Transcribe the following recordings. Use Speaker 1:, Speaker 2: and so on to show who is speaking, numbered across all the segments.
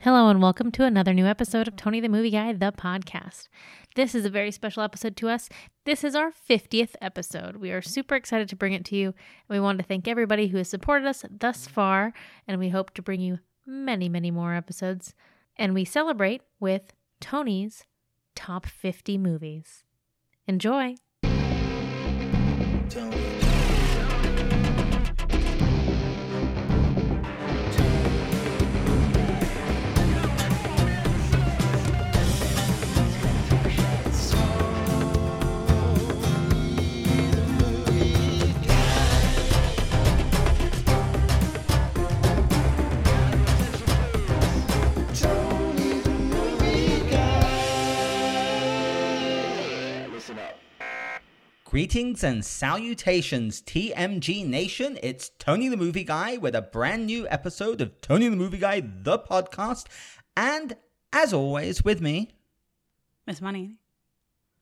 Speaker 1: Hello, and welcome to another new episode of Tony the Movie Guy, the podcast. This is a very special episode to us. This is our 50th episode. We are super excited to bring it to you, and we want to thank everybody who has supported us thus far, and we hope to bring you many, many more episodes. And we celebrate with Tony's Top 50 Movies. Enjoy!
Speaker 2: Greetings and salutations, TMG Nation. It's Tony the Movie Guy with a brand new episode of Tony the Movie Guy, the podcast. And as always, with me,
Speaker 3: Miss Money.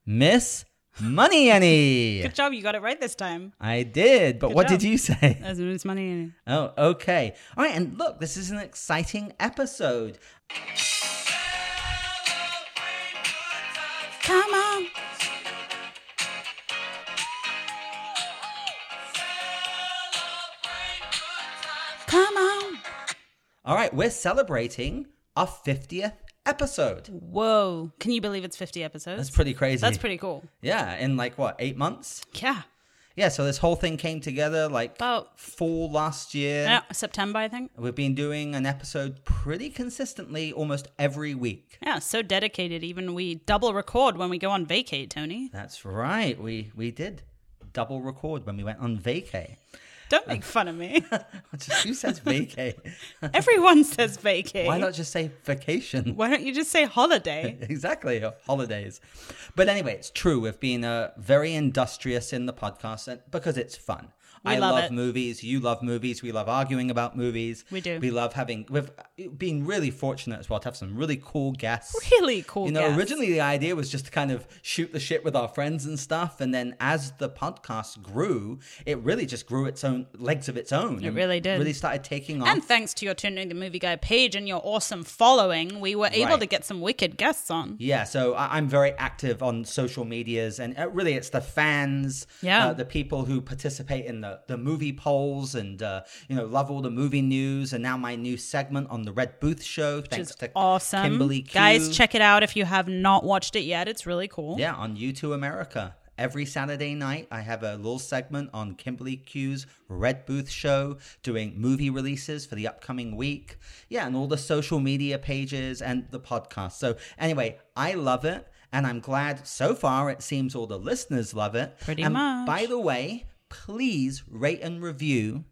Speaker 2: Miss Money Annie.
Speaker 3: Good job, you got it right this time.
Speaker 2: I did, but
Speaker 3: Good
Speaker 2: what
Speaker 3: job. Uh,
Speaker 2: did you say?
Speaker 3: As Miss Money. Annie.
Speaker 2: Oh, okay. All right, and look, this is an exciting episode.
Speaker 3: Come on. Come on.
Speaker 2: All right, we're celebrating our 50th episode.
Speaker 3: Whoa. Can you believe it's 50 episodes?
Speaker 2: That's pretty crazy.
Speaker 3: That's pretty cool.
Speaker 2: Yeah, in like what, eight months?
Speaker 3: Yeah.
Speaker 2: Yeah, so this whole thing came together like
Speaker 3: About
Speaker 2: fall last year.
Speaker 3: yeah, September, I think.
Speaker 2: We've been doing an episode pretty consistently almost every week.
Speaker 3: Yeah, so dedicated. Even we double record when we go on vacate, Tony.
Speaker 2: That's right. We we did double record when we went on vacay.
Speaker 3: Don't make fun of me.
Speaker 2: Just- Who says vacay?
Speaker 3: Everyone says vacate.
Speaker 2: Why not just say vacation?
Speaker 3: Why don't you just say holiday?
Speaker 2: exactly or holidays but anyway it's true we've been uh, very industrious in the podcast and, because it's fun
Speaker 3: We
Speaker 2: i
Speaker 3: love
Speaker 2: love
Speaker 3: it.
Speaker 2: movies you love movies we love arguing about movies
Speaker 3: We do.
Speaker 2: we love having we've uh, been really fortunate as well to have some really cool guests
Speaker 3: Really cool
Speaker 2: you know
Speaker 3: guests.
Speaker 2: originally the idea was just to kind of shoot the shit with our friends and stuff and then as the podcast grew it really just grew its own legs of its own it
Speaker 3: really did.
Speaker 2: really started taking off
Speaker 3: And thanks to your Turning the Movie Guy page and your awesome following, we were able
Speaker 2: Right.
Speaker 3: to get some wicked guests on.
Speaker 2: Yeah, so I- I'm very active on social medias, and uh, really, it's the fans,
Speaker 3: Yeah.
Speaker 2: uh, the people who participate in the, the movie polls, and uh, you know, love all the movie news, and now my new segment on the Red Booth Show,
Speaker 3: Which
Speaker 2: thanks
Speaker 3: is
Speaker 2: to
Speaker 3: awesome.
Speaker 2: Kimberly Q.
Speaker 3: Guys, check it out if you have not watched it yet. It's really cool.
Speaker 2: Yeah, on U2 America. Every Saturday night, I have a little segment on Kimberly Q's Red Booth Show, doing movie releases for the upcoming week. Yeah, and all the social media pages and the podcast. So, anyway, I love it. And I'm glad so far it seems all the listeners love it.
Speaker 3: Pretty
Speaker 2: and
Speaker 3: much.
Speaker 2: By the way, please rate and review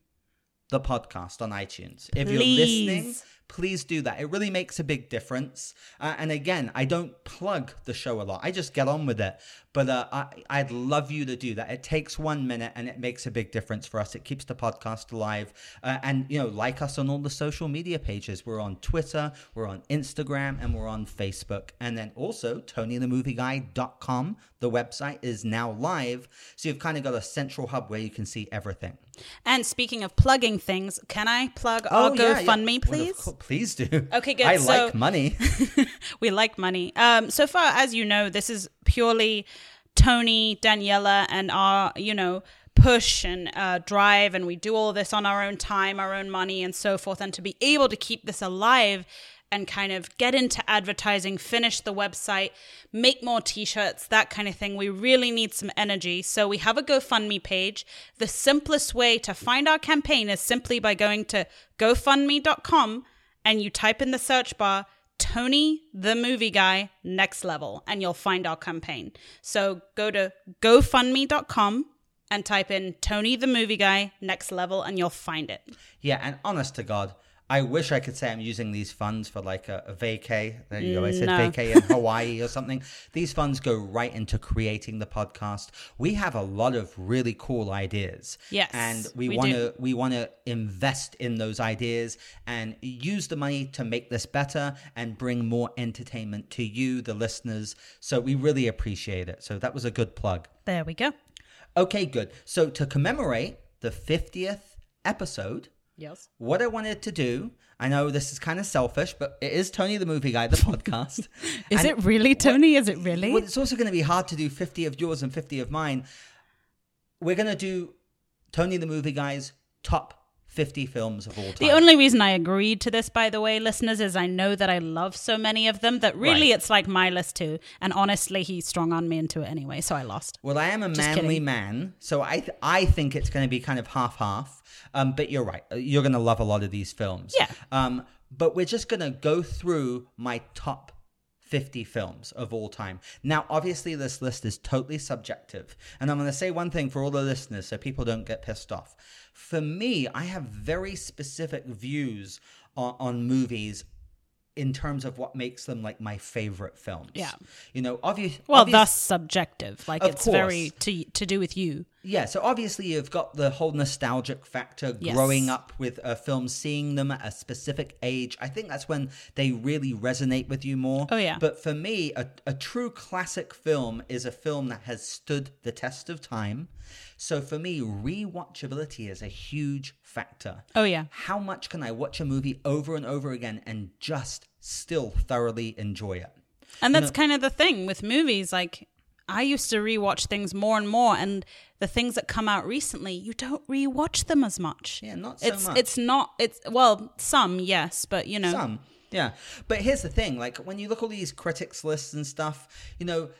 Speaker 2: the podcast on iTunes. If you're listening,
Speaker 3: Please.
Speaker 2: please do that. It really makes a big difference. Uh, and again, I don't plug the show a lot. I just get on with it. But uh, I, I'd love you to do that. It takes one minute and it makes a big difference for us. It keeps the podcast alive. Uh, and, you know, like us on all the social media pages. We're on Twitter, we're on Instagram, and we're on Facebook. And then also, TonyTheMovieGuy.com, the website, is now live. So you've kind of got a central hub where you can see everything.
Speaker 3: And speaking of plugging things, can I plug our
Speaker 2: Oh, yeah, yeah.
Speaker 3: GoFundMe,
Speaker 2: Well, of
Speaker 3: please?
Speaker 2: cour- please do.
Speaker 3: Okay, good,
Speaker 2: I
Speaker 3: so-
Speaker 2: like money.
Speaker 3: we like money. Um, so far, as you know, this is purely Tony, Daniela, and our, you know, push and uh, drive, and we do all this on our own time, our own money, and so forth. And to be able to keep this alive and kind of get into advertising, finish the website, make more t shirts, that kind of thing, we really need some energy. So we have a GoFundMe page. The simplest way to find our campaign is simply by going to gofundme.com and you type in the search bar Tony the Movie Guy Next Level, and you'll find our campaign. So go to GoFundMe.com and type in Tony the Movie Guy Next Level, and you'll find it.
Speaker 2: yeah, and honest to God, I wish I could say I'm using these funds for like a, a vacay. There you go. I said
Speaker 3: Mm, No.
Speaker 2: vacay in Hawaii or something. These funds go right into creating the podcast. We have a lot of really cool ideas.
Speaker 3: Yes,
Speaker 2: And we
Speaker 3: we
Speaker 2: want
Speaker 3: do.
Speaker 2: to we want to invest in those ideas and use the money to make this better and bring more entertainment to you, the listeners. So we really appreciate it. So that was a good plug.
Speaker 3: There we go.
Speaker 2: Okay, good. So to commemorate the 50th episode,
Speaker 3: Yes.
Speaker 2: what I wanted to do I know this is kind of selfish, but it is Tony the Movie Guy, the podcast.
Speaker 3: Is
Speaker 2: And-
Speaker 3: it really, Tony? Is it really?
Speaker 2: Well, it's also going to be hard to do 50 of yours and 50 of mine. We're going to do Tony the Movie Guy's top 50 films of all time.
Speaker 3: The only reason I agreed to this, by the way, listeners, is I know that I love so many of them that really
Speaker 2: Right.
Speaker 3: it's like my list too. And honestly, he strong on me into it anyway, so I lost.
Speaker 2: Well, I am a
Speaker 3: Just
Speaker 2: manly
Speaker 3: kidding.
Speaker 2: man, so I th- I think it's going to be kind of half half. Um, but you're right; you're going to love a lot of these films.
Speaker 3: Yeah.
Speaker 2: Um, but we're just going to go through my top. 50 films of all time. Now, obviously, this list is totally subjective. And I'm going to say one thing for all the listeners so people don't get pissed off. For me, I have very specific views on, on movies in terms of what makes them like my favorite films.
Speaker 3: Yeah.
Speaker 2: You know, obvious,
Speaker 3: Well,
Speaker 2: obvious-
Speaker 3: thus subjective. Like
Speaker 2: Of
Speaker 3: it's
Speaker 2: course.
Speaker 3: very to to do with you.
Speaker 2: yeah, so obviously you've got the whole nostalgic factor
Speaker 3: Yes.
Speaker 2: growing up with a film, seeing them at a specific age. I think that's when they really resonate with you more.
Speaker 3: Oh, yeah.
Speaker 2: But for me, a, a true classic film is a film that has stood the test of time. So for me, rewatchability is a huge factor.
Speaker 3: Oh yeah.
Speaker 2: How much can I watch a movie over and over again and just still thoroughly enjoy it?
Speaker 3: And that's kind of the thing with movies. Like, I used to rewatch things more and more, and the things that come out recently, you don't rewatch them as much.
Speaker 2: Yeah, not so
Speaker 3: it's,
Speaker 2: much.
Speaker 3: It's not. It's well, some yes, but you know,
Speaker 2: Some. Yeah. But here's the thing like, when you look at all these critics' lists and stuff, you know,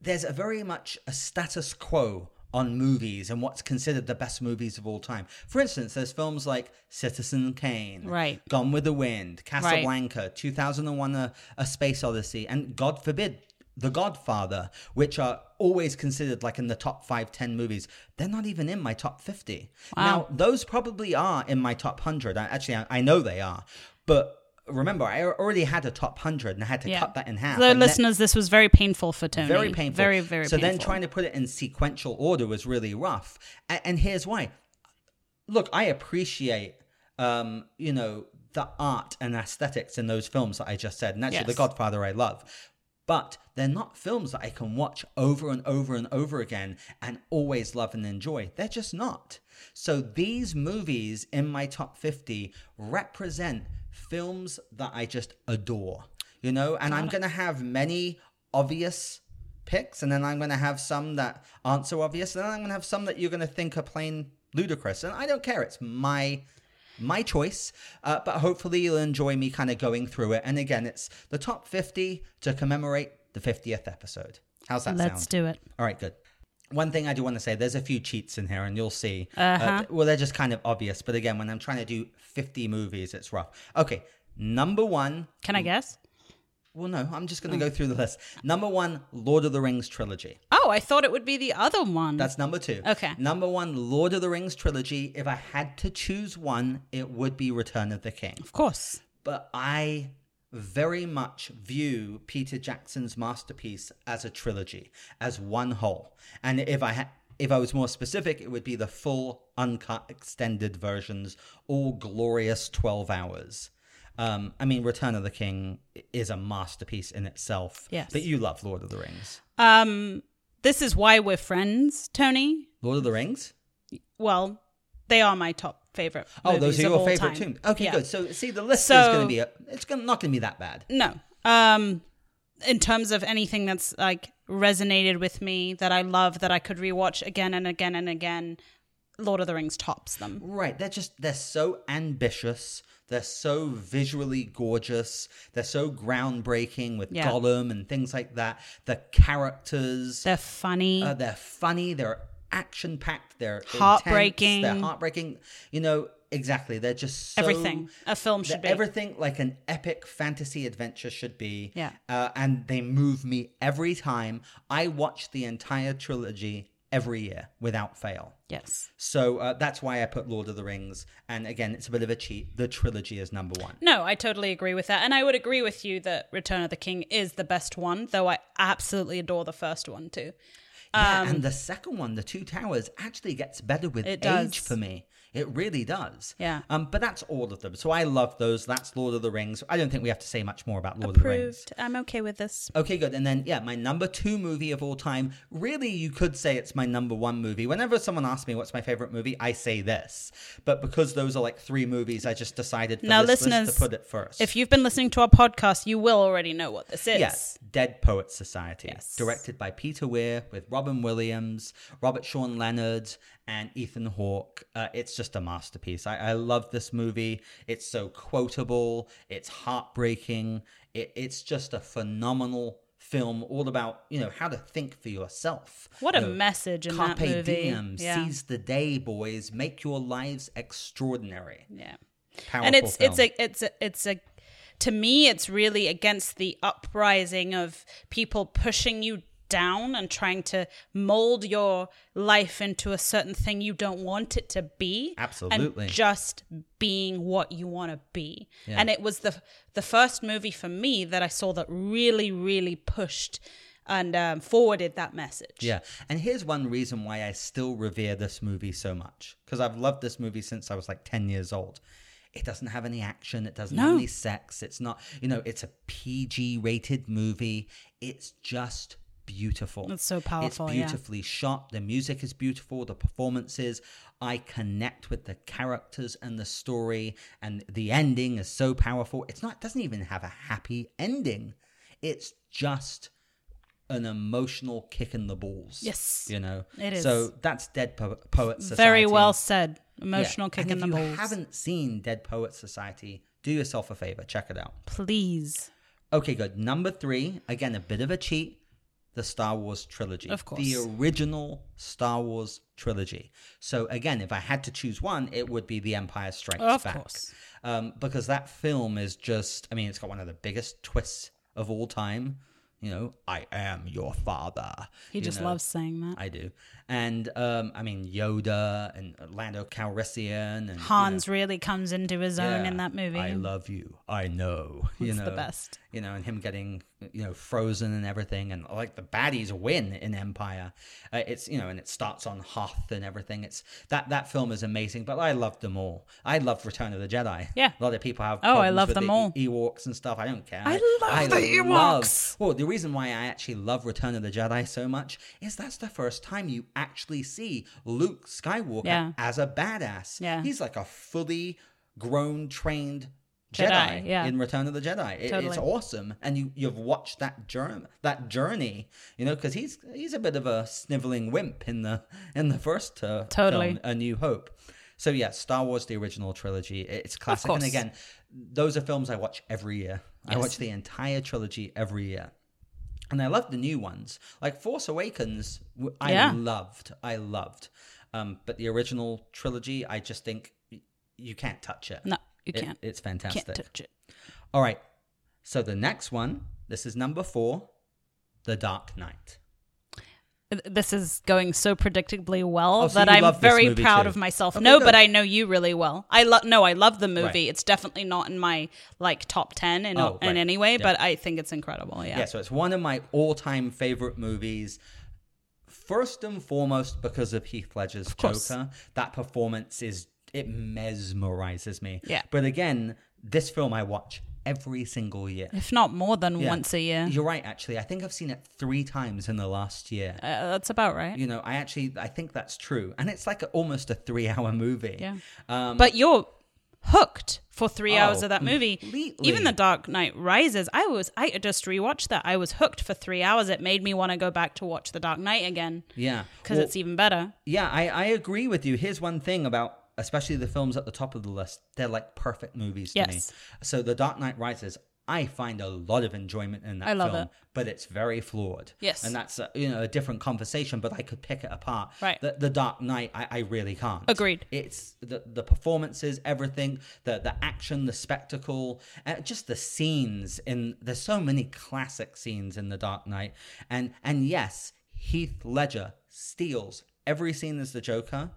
Speaker 2: there's a very much a status quo on movies and what's considered the best movies of all time. For instance, there's films like Citizen Kane,
Speaker 3: Right.
Speaker 2: Gone with the Wind, Casablanca, 2001 a, a Space Odyssey, and God forbid, The Godfather, which are always considered like in the top five, 10 movies. They're not even in my top 50. Now, those probably are in my top 100. I, actually, I, I know they are. But remember, I already had a top 100 and I had to
Speaker 3: yeah.
Speaker 2: cut that in half.
Speaker 3: So,
Speaker 2: and that-
Speaker 3: listeners, this was very painful for Tony.
Speaker 2: very painful.
Speaker 3: Very very.
Speaker 2: So
Speaker 3: painful.
Speaker 2: then trying to put it in sequential order was really rough. And, and here's why. Look, I appreciate, um, you know, the art and aesthetics in those films that I just said. And actually,
Speaker 3: Yes.
Speaker 2: The Godfather I love. But they're not films that I can watch over and over and over again and always love and enjoy. They're just not. So these movies in my top 50 represent films that I just adore, you know? And I'm going to have many obvious picks, and then I'm going to have some that aren't so obvious, and then I'm going to have some that you're going to think are plain ludicrous. And I don't care. It's my my choice, uh, but hopefully you'll enjoy me kind of going through it. And again, it's the top 50 to commemorate the 50th episode. How's that sound?
Speaker 3: Let's do it.
Speaker 2: All right, good. One thing I do want to say, there's a few cheats in here, and you'll see. Uh,
Speaker 3: Uh-huh.
Speaker 2: well, they're just kind of obvious, but again, when I'm trying to do 50 movies, it's rough. Okay, number one.
Speaker 3: Can I guess?
Speaker 2: Well, no, I'm just going to go through the list. Number one, Lord of the Rings trilogy.
Speaker 3: Oh, I thought it would be the other one.
Speaker 2: That's number two.
Speaker 3: Mm-hmm. Okay.
Speaker 2: Number one, Lord of the Rings trilogy. If I had to choose one, it would be Return of the King.
Speaker 3: of course.
Speaker 2: But I very much view Peter Jackson's masterpiece as a trilogy, as one whole. And if I had if I was more specific, it would be the full, uncut, extended versions, all glorious 12 hours. Um, I mean, Return of the King is a masterpiece in itself.
Speaker 3: Yes.
Speaker 2: But you love Lord of the Rings.
Speaker 3: Um, this is why we're friends, Tony.
Speaker 2: Lord of the Rings?
Speaker 3: Well, they are my top favorite.
Speaker 2: Oh,
Speaker 3: movies
Speaker 2: those are
Speaker 3: of
Speaker 2: your
Speaker 3: all
Speaker 2: favorite
Speaker 3: time.
Speaker 2: too. Okay,
Speaker 3: Yeah.
Speaker 2: good. So, see, the list is
Speaker 3: So-
Speaker 2: going to be a, it's gonna, not going to be that bad.
Speaker 3: No. Um in terms of anything that's like resonated with me that I love that I could rewatch again and again and again, Lord of the Rings tops them.
Speaker 2: Right. They're just they're so ambitious. They're so visually gorgeous. They're so groundbreaking with
Speaker 3: Yeah.
Speaker 2: Gollum and things like that. The characters,
Speaker 3: They're funny.
Speaker 2: uh, they're funny. They're action packed. They're intense,
Speaker 3: Heartbreaking.
Speaker 2: they're heartbreaking. You know exactly. They're just so,
Speaker 3: everything a film
Speaker 2: that
Speaker 3: should be.
Speaker 2: everything like an epic fantasy adventure should be.
Speaker 3: Yeah.
Speaker 2: Uh, and they move me every time. I watch the entire trilogy every year without fail.
Speaker 3: yes.
Speaker 2: So uh, that's why I put Lord of the Rings. And again, it's a bit of a cheat. The trilogy is number one.
Speaker 3: No, I totally agree with that. And I would agree with you that Return of the King is the best one, though I absolutely adore the first one too.
Speaker 2: Yeah, and the second one, The Two Towers, actually gets better with
Speaker 3: Um, It
Speaker 2: age
Speaker 3: does.
Speaker 2: for me. It really does.
Speaker 3: Yeah.
Speaker 2: Um, but that's all of them. So I love those. That's Lord of the Rings. I don't think we have to say much more about Lord of the Rings.
Speaker 3: Approved. I'm okay with this.
Speaker 2: Okay, good. And then, yeah, my number two movie of all time. Really, you could say it's my number one movie. Whenever someone asks me what's my favorite movie, I say this. But because those are like three movies, I just decided for
Speaker 3: Now,
Speaker 2: this list
Speaker 3: listeners,
Speaker 2: to put it first.
Speaker 3: If you've been listening to our podcast, you will already know what this is.
Speaker 2: Yes, Dead Poets Society, directed by Peter Weir with Robin Williams, Robert Sean Leonard, and Ethan Hawke. Uh, it's just a masterpiece. I, I love this movie. It's so quotable. It's heartbreaking. It, it's just a phenomenal film, all about you know how to think for yourself.
Speaker 3: What a
Speaker 2: You know,
Speaker 3: message in
Speaker 2: Carpe
Speaker 3: that movie.
Speaker 2: diem,
Speaker 3: yeah.
Speaker 2: seize the day, boys. Make your lives extraordinary.
Speaker 3: yeah.
Speaker 2: Powerful
Speaker 3: and it's
Speaker 2: film.
Speaker 3: it's a it's a it's a to me it's really against the uprising of people pushing you down and trying to mold your life into a certain thing you don't want it to be
Speaker 2: Absolutely.
Speaker 3: and just being what you want to be
Speaker 2: Yeah.
Speaker 3: and it was the the first movie for me that i saw that really really pushed and um, forwarded that message
Speaker 2: Yeah. And here's one reason why I still revere this movie so much because I've loved this movie since I was like 10 years old. It doesn't have any action, it doesn't have
Speaker 3: No.
Speaker 2: any sex. It's not, you know, it's a PG rated movie. It's just beautiful.
Speaker 3: It's so powerful,
Speaker 2: It's
Speaker 3: yeah.
Speaker 2: beautifully shot. The music is beautiful, the performances. I connect with the characters and the story and the ending is so powerful. It's not it doesn't even have a happy ending. It's just an emotional kick in the balls.
Speaker 3: Yes.
Speaker 2: You know?
Speaker 3: It is.
Speaker 2: So that's Dead po- Poet Society.
Speaker 3: very well said emotional
Speaker 2: Yeah.
Speaker 3: kick
Speaker 2: and
Speaker 3: in
Speaker 2: if
Speaker 3: the
Speaker 2: you
Speaker 3: balls
Speaker 2: haven't seen Dead Poet Society, do yourself a favor. Check it out.
Speaker 3: please
Speaker 2: Okay, good. Number three, again, a bit of a cheat. The Star Wars trilogy.
Speaker 3: Of course.
Speaker 2: The original Star Wars trilogy. So, again, if I had to choose one, it would be The Empire Strikes
Speaker 3: Of
Speaker 2: Back.
Speaker 3: course.
Speaker 2: Um, because that film is just, I mean, it's got one of the biggest twists of all time. You know, I am your father.
Speaker 3: he
Speaker 2: you
Speaker 3: just
Speaker 2: know.
Speaker 3: loves saying that
Speaker 2: I do. And um, I mean Yoda and Lando Calrissian and
Speaker 3: Hans really comes into his
Speaker 2: you know,
Speaker 3: own
Speaker 2: yeah,
Speaker 3: in that movie.
Speaker 2: I love you. I know. you
Speaker 3: It's the
Speaker 2: know
Speaker 3: best.
Speaker 2: You know, and him getting you know frozen and everything, and like the baddies win in Empire. Uh, it's you know, and it starts on Hoth and everything. It's that that film is amazing. But I loved them all. I loved Return of the Jedi.
Speaker 3: Yeah.
Speaker 2: a lot of people have.
Speaker 3: Oh, I
Speaker 2: problems
Speaker 3: love
Speaker 2: with
Speaker 3: them
Speaker 2: the
Speaker 3: all.
Speaker 2: E- Ewoks and stuff. I don't care.
Speaker 3: I love the
Speaker 2: love-
Speaker 3: Ewoks.
Speaker 2: well, the reason why I actually love Return of the Jedi so much is that's the first time you actually see Luke Skywalker
Speaker 3: Yeah.
Speaker 2: as a badass.
Speaker 3: Yeah.
Speaker 2: He's like a fully grown, trained Jedi,
Speaker 3: Jedi, yeah.
Speaker 2: in Return of the Jedi. It- It's
Speaker 3: Totally.
Speaker 2: awesome. And you, you've watched that germ that journey, you know, because he's he's a bit of a sniveling wimp in the in the first uh,
Speaker 3: Totally.
Speaker 2: film, A New Hope. So yeah, Star Wars the original trilogy. It's classic. And
Speaker 3: course.
Speaker 2: again, those are films I watch every year. I watch the entire trilogy every year. And I love the new ones. Like Force Awakens, w- I
Speaker 3: Yeah.
Speaker 2: loved. I loved. Um, but the original trilogy, I just think y- you can't touch it.
Speaker 3: No, you
Speaker 2: It-
Speaker 3: can't.
Speaker 2: it's
Speaker 3: Can't
Speaker 2: fantastic.
Speaker 3: touch it.
Speaker 2: All right. So the next one, this is number four, The Dark Knight.
Speaker 3: This is going so predictably well
Speaker 2: Oh, so
Speaker 3: that
Speaker 2: you
Speaker 3: I'm
Speaker 2: love this
Speaker 3: very
Speaker 2: movie
Speaker 3: proud
Speaker 2: too.
Speaker 3: of myself.
Speaker 2: Okay,
Speaker 3: no,
Speaker 2: good.
Speaker 3: but I know you really well. I love. No, I love the movie.
Speaker 2: Right.
Speaker 3: It's definitely not in my like top ten in,
Speaker 2: Oh, right.
Speaker 3: in any way,
Speaker 2: Yeah.
Speaker 3: but I think it's incredible. Yeah.
Speaker 2: Yeah. so it's one of my all-time favorite movies. First and foremost, because of Heath Ledger's
Speaker 3: course.
Speaker 2: Joker, that performance is it mesmerizes me.
Speaker 3: Yeah.
Speaker 2: But again, this film I watch every single year.
Speaker 3: If not more than
Speaker 2: Yeah.
Speaker 3: once a year.
Speaker 2: You're right, actually. I think I've seen it three times in the last year.
Speaker 3: Uh, that's about right.
Speaker 2: You know, I actually I think that's true, and it's like a, almost a three-hour movie.
Speaker 3: Yeah.
Speaker 2: Um,
Speaker 3: but you're hooked for three
Speaker 2: Oh,
Speaker 3: hours of that movie.
Speaker 2: completely.
Speaker 3: Even The Dark Knight Rises, I was I just rewatched that. I was hooked for three hours. It made me want to go back to watch The Dark Knight again
Speaker 2: yeah,
Speaker 3: because
Speaker 2: Well,
Speaker 3: it's e- even better.
Speaker 2: Yeah, I, I agree with you. Here's one thing about especially the films at the top of the list. They're like perfect movies to me.
Speaker 3: Yes.
Speaker 2: So The Dark Knight Rises, I find a lot of enjoyment in that
Speaker 3: I love
Speaker 2: film,
Speaker 3: it.
Speaker 2: but it's very flawed.
Speaker 3: Yes.
Speaker 2: And that's a, you know a different conversation, but I could pick it apart.
Speaker 3: Right.
Speaker 2: The, the Dark Knight, I, I really can't.
Speaker 3: Agreed.
Speaker 2: It's the the performances, everything, the the action, the spectacle, uh, just the scenes. In there's so many classic scenes in The Dark Knight, and and yes, Heath Ledger steals every scene as the Joker,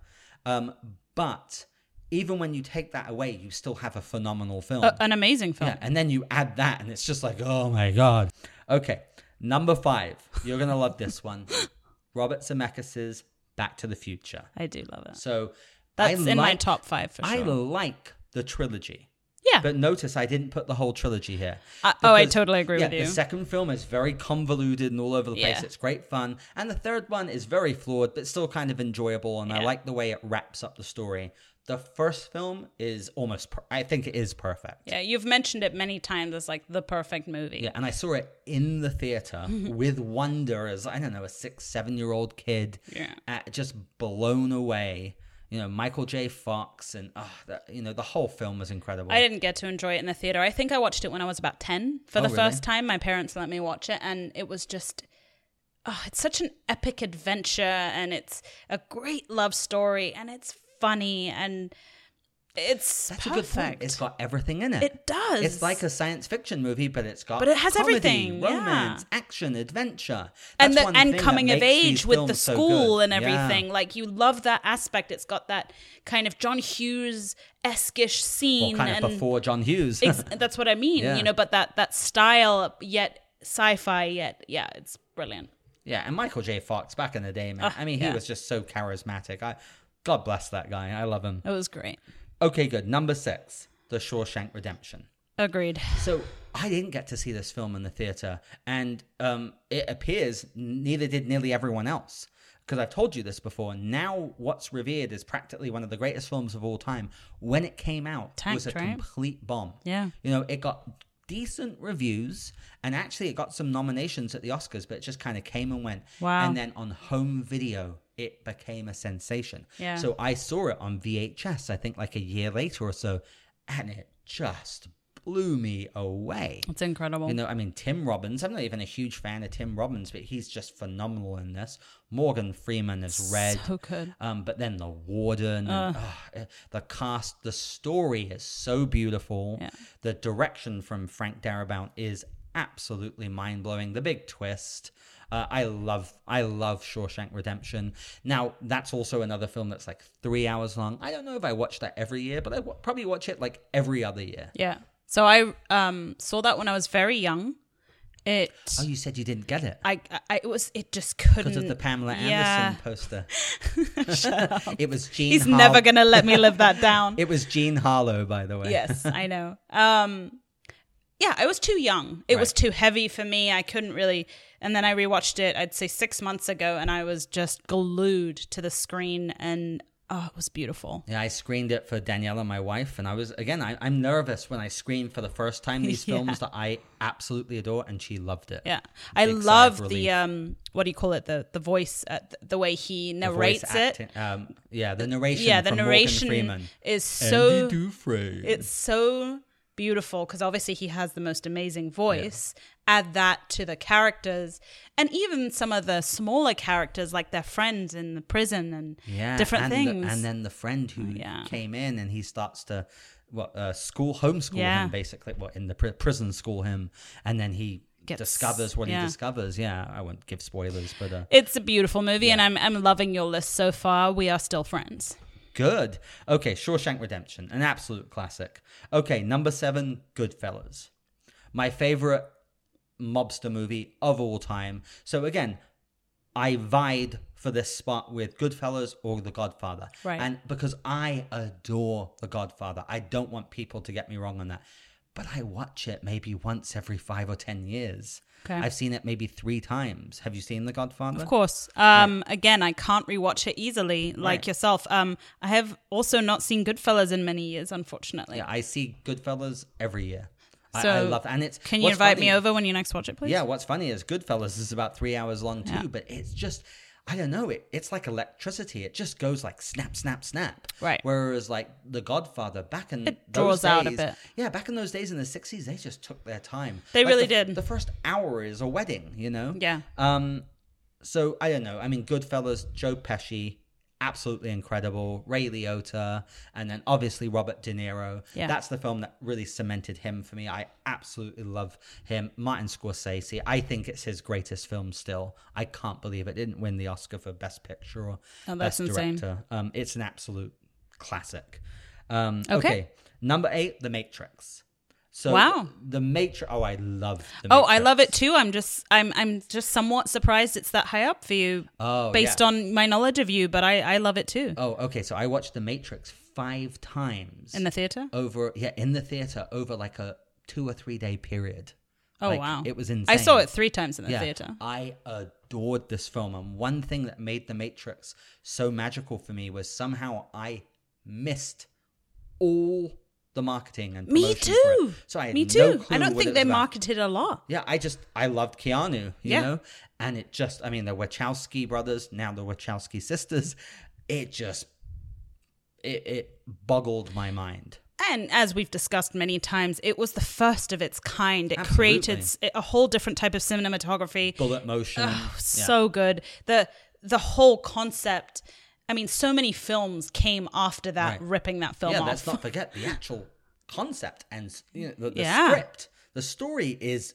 Speaker 2: um, but even when you take that away, you still have a phenomenal film.
Speaker 3: A- an amazing film.
Speaker 2: Yeah, and then you add that, and it's just like, oh my god. Okay, number five. You're gonna love this one. Robert Zemeckis' Back to the Future.
Speaker 3: I do love it.
Speaker 2: So
Speaker 3: That's in my
Speaker 2: like-
Speaker 3: top five for sure.
Speaker 2: I like the trilogy.
Speaker 3: yeah.
Speaker 2: But notice I didn't put the whole trilogy here.
Speaker 3: I- oh, I
Speaker 2: because-
Speaker 3: totally agree
Speaker 2: yeah,
Speaker 3: with you.
Speaker 2: The second film is very convoluted and all over the place.
Speaker 3: Yeah.
Speaker 2: It's great fun. And the third one is very flawed, but still kind of enjoyable. And I like the way it wraps up the story. The first film is almost, per- I think it is perfect.
Speaker 3: yeah, you've mentioned it many times as like the perfect movie.
Speaker 2: Yeah, and I saw it in the theater with wonder as I don't know a six, seven year old kid,
Speaker 3: Yeah.
Speaker 2: uh, just blown away. You know, Michael J. Fox and ah, that you know the whole film was incredible.
Speaker 3: I didn't get to enjoy it in the theater. I think I watched it when I was about 10 for
Speaker 2: Oh,
Speaker 3: the
Speaker 2: really?
Speaker 3: first time. My parents let me watch it, and it was just. Oh, it's such an epic adventure, and it's a great love story, and it's funny, and it's
Speaker 2: That's
Speaker 3: perfect.
Speaker 2: a good point. It's got everything in it.
Speaker 3: It does.
Speaker 2: It's like a science fiction movie, but it's got
Speaker 3: But it has
Speaker 2: comedy,
Speaker 3: everything, yeah.
Speaker 2: romance, action, adventure,
Speaker 3: and
Speaker 2: That's
Speaker 3: the,
Speaker 2: one
Speaker 3: and
Speaker 2: thing that
Speaker 3: coming of
Speaker 2: makes these
Speaker 3: age with the
Speaker 2: films so
Speaker 3: school and
Speaker 2: good. Yeah.
Speaker 3: everything. Like you love that aspect. It's got that kind of John Hughes esque
Speaker 2: Well,
Speaker 3: scene.
Speaker 2: kind of
Speaker 3: and
Speaker 2: before John Hughes.
Speaker 3: ex- that's what I mean,
Speaker 2: Yeah.
Speaker 3: you know. But that that style, yet sci-fi, yet yeah, it's brilliant.
Speaker 2: Yeah, and Michael J. Fox back in the day, man. I mean, he
Speaker 3: yeah.
Speaker 2: was just so charismatic. I, God bless that guy. I love him.
Speaker 3: It was great.
Speaker 2: Okay, good. Number six, The Shawshank Redemption.
Speaker 3: Agreed.
Speaker 2: So I didn't get to see this film in the theater, and um, it appears neither did nearly everyone else. Because I've told you this before. Now, what's revered is practically one of the greatest films of all time. When it came out, it was a
Speaker 3: Tanked, right?
Speaker 2: complete bomb.
Speaker 3: Yeah.
Speaker 2: You know, it got decent reviews and actually it got some nominations at the Oscars, but it just kind of came and went.
Speaker 3: Wow.
Speaker 2: And then on home video, it became a sensation.
Speaker 3: Yeah.
Speaker 2: So I saw it on VHS, I think like a year later or so, and it just blew me away.
Speaker 3: It's incredible.
Speaker 2: You know, I mean, Tim Robbins, I'm not even a huge fan of Tim Robbins, but he's just phenomenal in this. Morgan Freeman is red.
Speaker 3: So good.
Speaker 2: Um, but then the warden, and, ah, the cast, the story is so beautiful.
Speaker 3: Yeah.
Speaker 2: The direction from Frank Darabont is absolutely mind blowing. The big twist. Uh, I love, I love Shawshank Redemption. Now that's also another film that's like three hours long. I don't know if I watch that every year, but I w- probably watch it like every other year.
Speaker 3: Yeah. So I um saw that when I was very young. It.
Speaker 2: Oh, you said you didn't get it
Speaker 3: I, I it was it just couldn't
Speaker 2: because of the Pamela Anderson
Speaker 3: yeah.
Speaker 2: poster. it was Gene.
Speaker 3: He's
Speaker 2: Har-
Speaker 3: never gonna let me live that down.
Speaker 2: It was Gene Harlow, by the way.
Speaker 3: yes, I know. Um, yeah, I was too young. It was
Speaker 2: Right.
Speaker 3: too heavy for me. I couldn't really. And then I rewatched it. I'd say six months ago, and I was just glued to the screen, and oh, it was beautiful.
Speaker 2: Yeah, I screened it for Daniela, my wife, and I was again. I, I'm nervous when I screen for the first time these
Speaker 3: Yeah.
Speaker 2: films that I absolutely adore, and she loved it.
Speaker 3: Yeah, I
Speaker 2: Big sigh of
Speaker 3: love the
Speaker 2: relief.
Speaker 3: um, what do you call it? The the voice, uh, th- the way he
Speaker 2: The voice
Speaker 3: narrates it.
Speaker 2: acting- Um, yeah, the narration.
Speaker 3: Yeah, the
Speaker 2: from Morgan
Speaker 3: narration
Speaker 2: Freeman.
Speaker 3: is so
Speaker 2: Andy Dufresne.
Speaker 3: it's so beautiful because obviously he has the most amazing voice add that to the characters and even some of the smaller characters like their friends in the prison and
Speaker 2: yeah,
Speaker 3: different
Speaker 2: and
Speaker 3: things Oh,
Speaker 2: The, and then the friend who
Speaker 3: yeah.
Speaker 2: came in and he starts to what uh, school homeschool
Speaker 3: Yeah.
Speaker 2: him basically, what in the pri- prison school him, and then he
Speaker 3: Gets-
Speaker 2: discovers what
Speaker 3: yeah.
Speaker 2: he discovers. Yeah, I won't give spoilers, but uh,
Speaker 3: it's a beautiful movie and I'm, I'm loving your list so far we are still friends
Speaker 2: Good. Okay, Shawshank Redemption, an absolute classic. Okay, number seven, Goodfellas. My favorite mobster movie of all time. So again, I vied for this spot with Goodfellas or The Godfather.
Speaker 3: Right.
Speaker 2: And because I adore The Godfather, I don't want people to get me wrong on that. But I watch it maybe once every five or ten years.
Speaker 3: Okay.
Speaker 2: I've seen it maybe three times. Have you seen The Godfather?
Speaker 3: of course um, again i can't rewatch it easily like
Speaker 2: Right.
Speaker 3: yourself um, i have also not seen goodfellas in many years unfortunately
Speaker 2: Yeah, I see Goodfellas every year. I, I
Speaker 3: So,
Speaker 2: love and it's
Speaker 3: can you
Speaker 2: what's
Speaker 3: invite me
Speaker 2: funny-
Speaker 3: over when you next watch it please
Speaker 2: Yeah, what's funny is Goodfellas is about three hours long too, but it's just I don't know, it, it's like electricity. It just goes like snap, snap, snap.
Speaker 3: Right.
Speaker 2: Whereas like The Godfather back in
Speaker 3: It
Speaker 2: those
Speaker 3: draws out a
Speaker 2: days-
Speaker 3: bit.
Speaker 2: Yeah, back in those days in the sixties, they just took their time.
Speaker 3: They
Speaker 2: Like,
Speaker 3: really
Speaker 2: the-
Speaker 3: did.
Speaker 2: The first hour is a wedding, you know?
Speaker 3: yeah
Speaker 2: Um, so I don't know. I mean, Goodfellas, Joe Pesci, absolutely incredible. Ray Liotta, and then obviously Robert De Niro.
Speaker 3: Yeah.
Speaker 2: That's the film that really cemented him for me. I absolutely love him. Martin Scorsese. I think it's his greatest film still. I can't believe it didn't win the Oscar for Best Picture or
Speaker 3: Oh, that's
Speaker 2: Best
Speaker 3: insane.
Speaker 2: Director. Um, it's an absolute classic. Um,
Speaker 3: Okay.
Speaker 2: okay. Number eight, The Matrix. So
Speaker 3: Wow.
Speaker 2: the Matrix. Oh, I love. The
Speaker 3: Oh, I love it
Speaker 2: Matrix.
Speaker 3: too. I'm just I'm I'm just somewhat surprised it's that high up for you
Speaker 2: Oh,
Speaker 3: based
Speaker 2: yeah.
Speaker 3: on my knowledge of you, but I I love it too.
Speaker 2: Oh, okay. So I watched The Matrix five times
Speaker 3: In the theater?
Speaker 2: over yeah in the theater over like a two or three day period.
Speaker 3: Oh
Speaker 2: Like,
Speaker 3: wow.
Speaker 2: it was insane. Oh,
Speaker 3: I saw it 3 times in the theater.
Speaker 2: I adored this film. And one thing that made The Matrix so magical for me was somehow I missed all the marketing and
Speaker 3: Me
Speaker 2: promotion for it.
Speaker 3: too.
Speaker 2: So I had
Speaker 3: Me
Speaker 2: no
Speaker 3: too.
Speaker 2: clue
Speaker 3: I don't
Speaker 2: what it
Speaker 3: think
Speaker 2: was
Speaker 3: they
Speaker 2: about.
Speaker 3: marketed a lot.
Speaker 2: Yeah, I just I loved Keanu, you
Speaker 3: Yeah.
Speaker 2: know, and it just I mean the Wachowski brothers, now the Wachowski sisters, it just it, it boggled my mind.
Speaker 3: And as we've discussed many times, it was the first of its kind. It created s- a whole different type of cinematography.
Speaker 2: Bullet motion,
Speaker 3: Oh, so good. The the whole concept. I mean, so many films came after that,
Speaker 2: Right.
Speaker 3: ripping that film
Speaker 2: yeah,
Speaker 3: off.
Speaker 2: let's not forget the actual concept and you know, the, the
Speaker 3: Yeah.
Speaker 2: script. The story is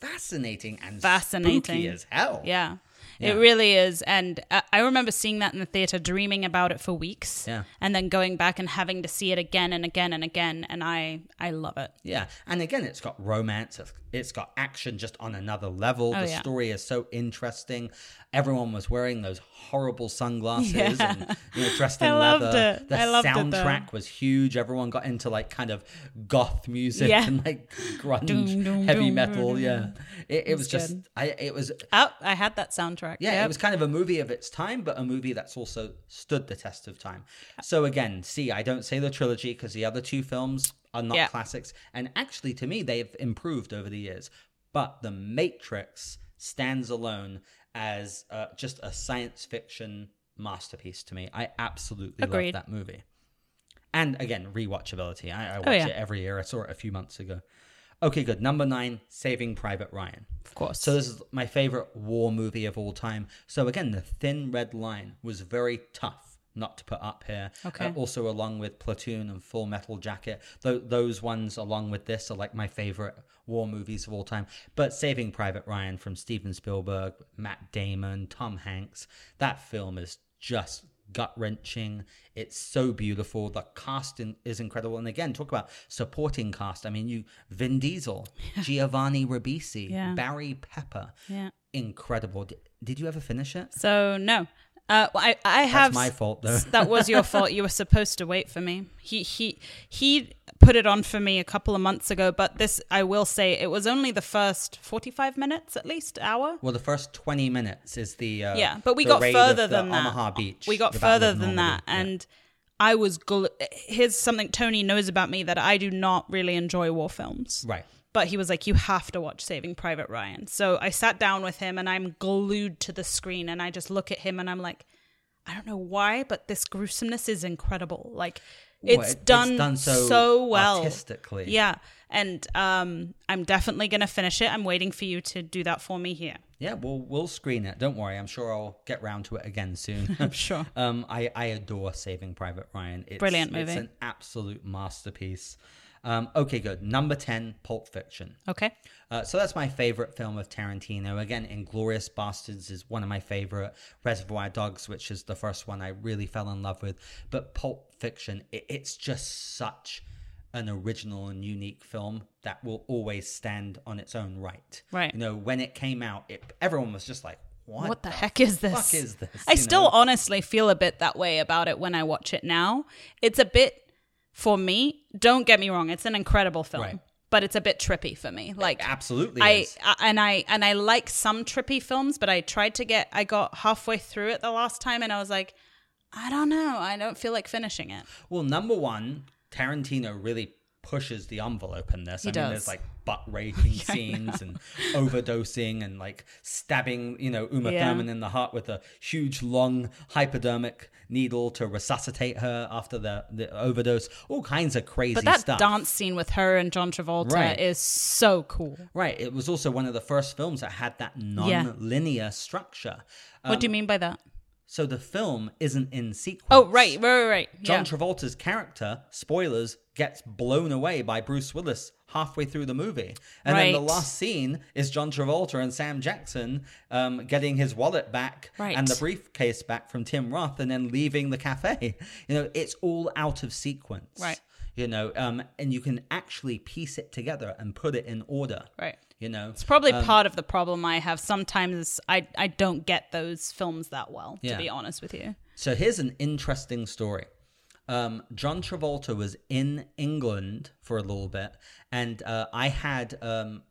Speaker 2: fascinating and spooky
Speaker 3: Fascinating.
Speaker 2: as hell.
Speaker 3: Yeah.
Speaker 2: Yeah.
Speaker 3: It really is. And I I remember seeing that in the theater, dreaming about it for weeks,
Speaker 2: Yeah.
Speaker 3: and then going back and having to see it again and again and again. And I, I love it.
Speaker 2: Yeah, and again, it's got romance. It's, it's got action just on another level.
Speaker 3: Oh,
Speaker 2: the
Speaker 3: yeah.
Speaker 2: story is so interesting. Everyone was wearing those horrible sunglasses and you know, dressed in
Speaker 3: I loved
Speaker 2: leather.
Speaker 3: it.
Speaker 2: The
Speaker 3: I loved it, though.
Speaker 2: soundtrack was huge. Everyone got into like kind of goth music
Speaker 3: Yeah.
Speaker 2: and like grunge,
Speaker 3: Doom, doom,
Speaker 2: heavy
Speaker 3: doom,
Speaker 2: metal. yeah, it, it was
Speaker 3: good.
Speaker 2: just. I it was
Speaker 3: Oh, I had that soundtrack.
Speaker 2: yeah,
Speaker 3: Yep.
Speaker 2: it was kind of a movie of its time, but a movie that's also stood the test of time. So again, see, I don't say the trilogy because the other two films are not
Speaker 3: Yeah.
Speaker 2: classics, and actually, to me, they've improved over the years. But The Matrix stands alone as uh, just a science fiction masterpiece to me. I absolutely
Speaker 3: Agreed.
Speaker 2: love that movie. And again, rewatchability. I, I watch
Speaker 3: Oh, yeah.
Speaker 2: it every year. I saw it a few months ago. Okay, good. Number nine, Saving Private Ryan.
Speaker 3: of course.
Speaker 2: So this is my favorite war movie of all time. So again, the Thin Red Line was very tough not to put up here.
Speaker 3: Okay.
Speaker 2: Uh, also, along with Platoon and Full Metal Jacket, Tho- those ones along with this are like my favorite war movies of all time. But Saving Private Ryan from Steven Spielberg, Matt Damon, Tom Hanks, that film is just gut wrenching. It's so beautiful. The cast in, is incredible. And again, talk about supporting cast. I mean, you Vin Diesel, Giovanni Ribisi,
Speaker 3: Yeah.
Speaker 2: Barry Pepper.
Speaker 3: yeah.
Speaker 2: Incredible. Did, did you ever finish it?
Speaker 3: So no, uh, well, I I
Speaker 2: That's
Speaker 3: have
Speaker 2: my fault though.
Speaker 3: that was your fault. You were supposed to wait for me. He he he put it on for me a couple of months ago, but this I will say it was only the first forty-five minutes, at least hour.
Speaker 2: Well, the first 20 minutes is the uh,
Speaker 3: Yeah, but we
Speaker 2: the
Speaker 3: got
Speaker 2: raid
Speaker 3: further
Speaker 2: of the
Speaker 3: than that.
Speaker 2: Omaha Beach.
Speaker 3: We got
Speaker 2: the Battle
Speaker 3: further
Speaker 2: of
Speaker 3: than that,
Speaker 2: Normandy. Yeah.
Speaker 3: and I was. Gl- Here's something Tony knows about me that I do not really enjoy war films.
Speaker 2: right.
Speaker 3: But he was like, You have to watch Saving Private Ryan. So I sat down with him and I'm glued to the screen and I just look at him and I'm like, I don't know why, but this gruesomeness is incredible. Like, it's,
Speaker 2: Well, it-
Speaker 3: done, so,
Speaker 2: so,
Speaker 3: well.
Speaker 2: artistically.
Speaker 3: Yeah. And um, I'm definitely going to finish it. I'm waiting for you to do that for me here.
Speaker 2: Yeah, well, we'll screen it. Don't worry. I'm sure I'll get round to it again soon. I'm
Speaker 3: sure.
Speaker 2: Um, I, I adore Saving Private Ryan. It's,
Speaker 3: Brilliant
Speaker 2: It's
Speaker 3: movie.
Speaker 2: an absolute masterpiece. Um, okay, good. Number 10, Pulp Fiction.
Speaker 3: Okay.
Speaker 2: Uh, so that's my favorite film of Tarantino. Again, Inglorious Bastards is one of my favorite. Reservoir Dogs, which is the first one I really fell in love with. But Pulp Fiction, it, it's just such an original and unique film that will always stand on its own right.
Speaker 3: Right.
Speaker 2: You know, when it came out, it, everyone was just like, what,
Speaker 3: What, the, heck is this?
Speaker 2: fuck is this?
Speaker 3: I
Speaker 2: You
Speaker 3: still
Speaker 2: know?
Speaker 3: honestly feel a bit that way about it when I watch it now. It's a bit for me. Don't get me wrong; it's an incredible film,
Speaker 2: Right.
Speaker 3: but it's a bit trippy for me. Like
Speaker 2: absolutely
Speaker 3: I,
Speaker 2: is.
Speaker 3: I and I and I like some trippy films, but I tried to get. I got halfway through it the last time, and I was like, I don't know. I don't feel like finishing it.
Speaker 2: Well, number one, Tarantino really pushes the envelope in this.
Speaker 3: He
Speaker 2: I mean, there's
Speaker 3: does.
Speaker 2: like butt raping scenes and overdosing and like stabbing, you know, Uma
Speaker 3: Yeah.
Speaker 2: Thurman in the heart with a huge, long hypodermic needle to resuscitate her after the, the overdose. All kinds of crazy
Speaker 3: But that
Speaker 2: stuff.
Speaker 3: dance scene with her and John Travolta
Speaker 2: Right.
Speaker 3: is so cool.
Speaker 2: right. It was also one of the first films that had that non linear structure.
Speaker 3: what
Speaker 2: Um,
Speaker 3: do you mean by that?
Speaker 2: So the film isn't in sequence.
Speaker 3: Oh, right, right, right, right.
Speaker 2: John
Speaker 3: yeah.
Speaker 2: Travolta's character, spoilers, gets blown away by Bruce Willis halfway through the movie. And then the
Speaker 3: Right.
Speaker 2: last scene is John Travolta and Sam Jackson um, getting his wallet back
Speaker 3: Right.
Speaker 2: and the briefcase back from Tim Roth and then leaving the cafe. You know, it's all out of sequence.
Speaker 3: Right.
Speaker 2: You you know, um, and you can actually piece it together and put it in order,
Speaker 3: Right.
Speaker 2: you know.
Speaker 3: It's probably part of the problem I have. Sometimes I, I don't get those films that well,
Speaker 2: Yeah.
Speaker 3: to be honest with you.
Speaker 2: So here's an interesting story. Um, John Travolta was in England for a little bit, and uh, I had um,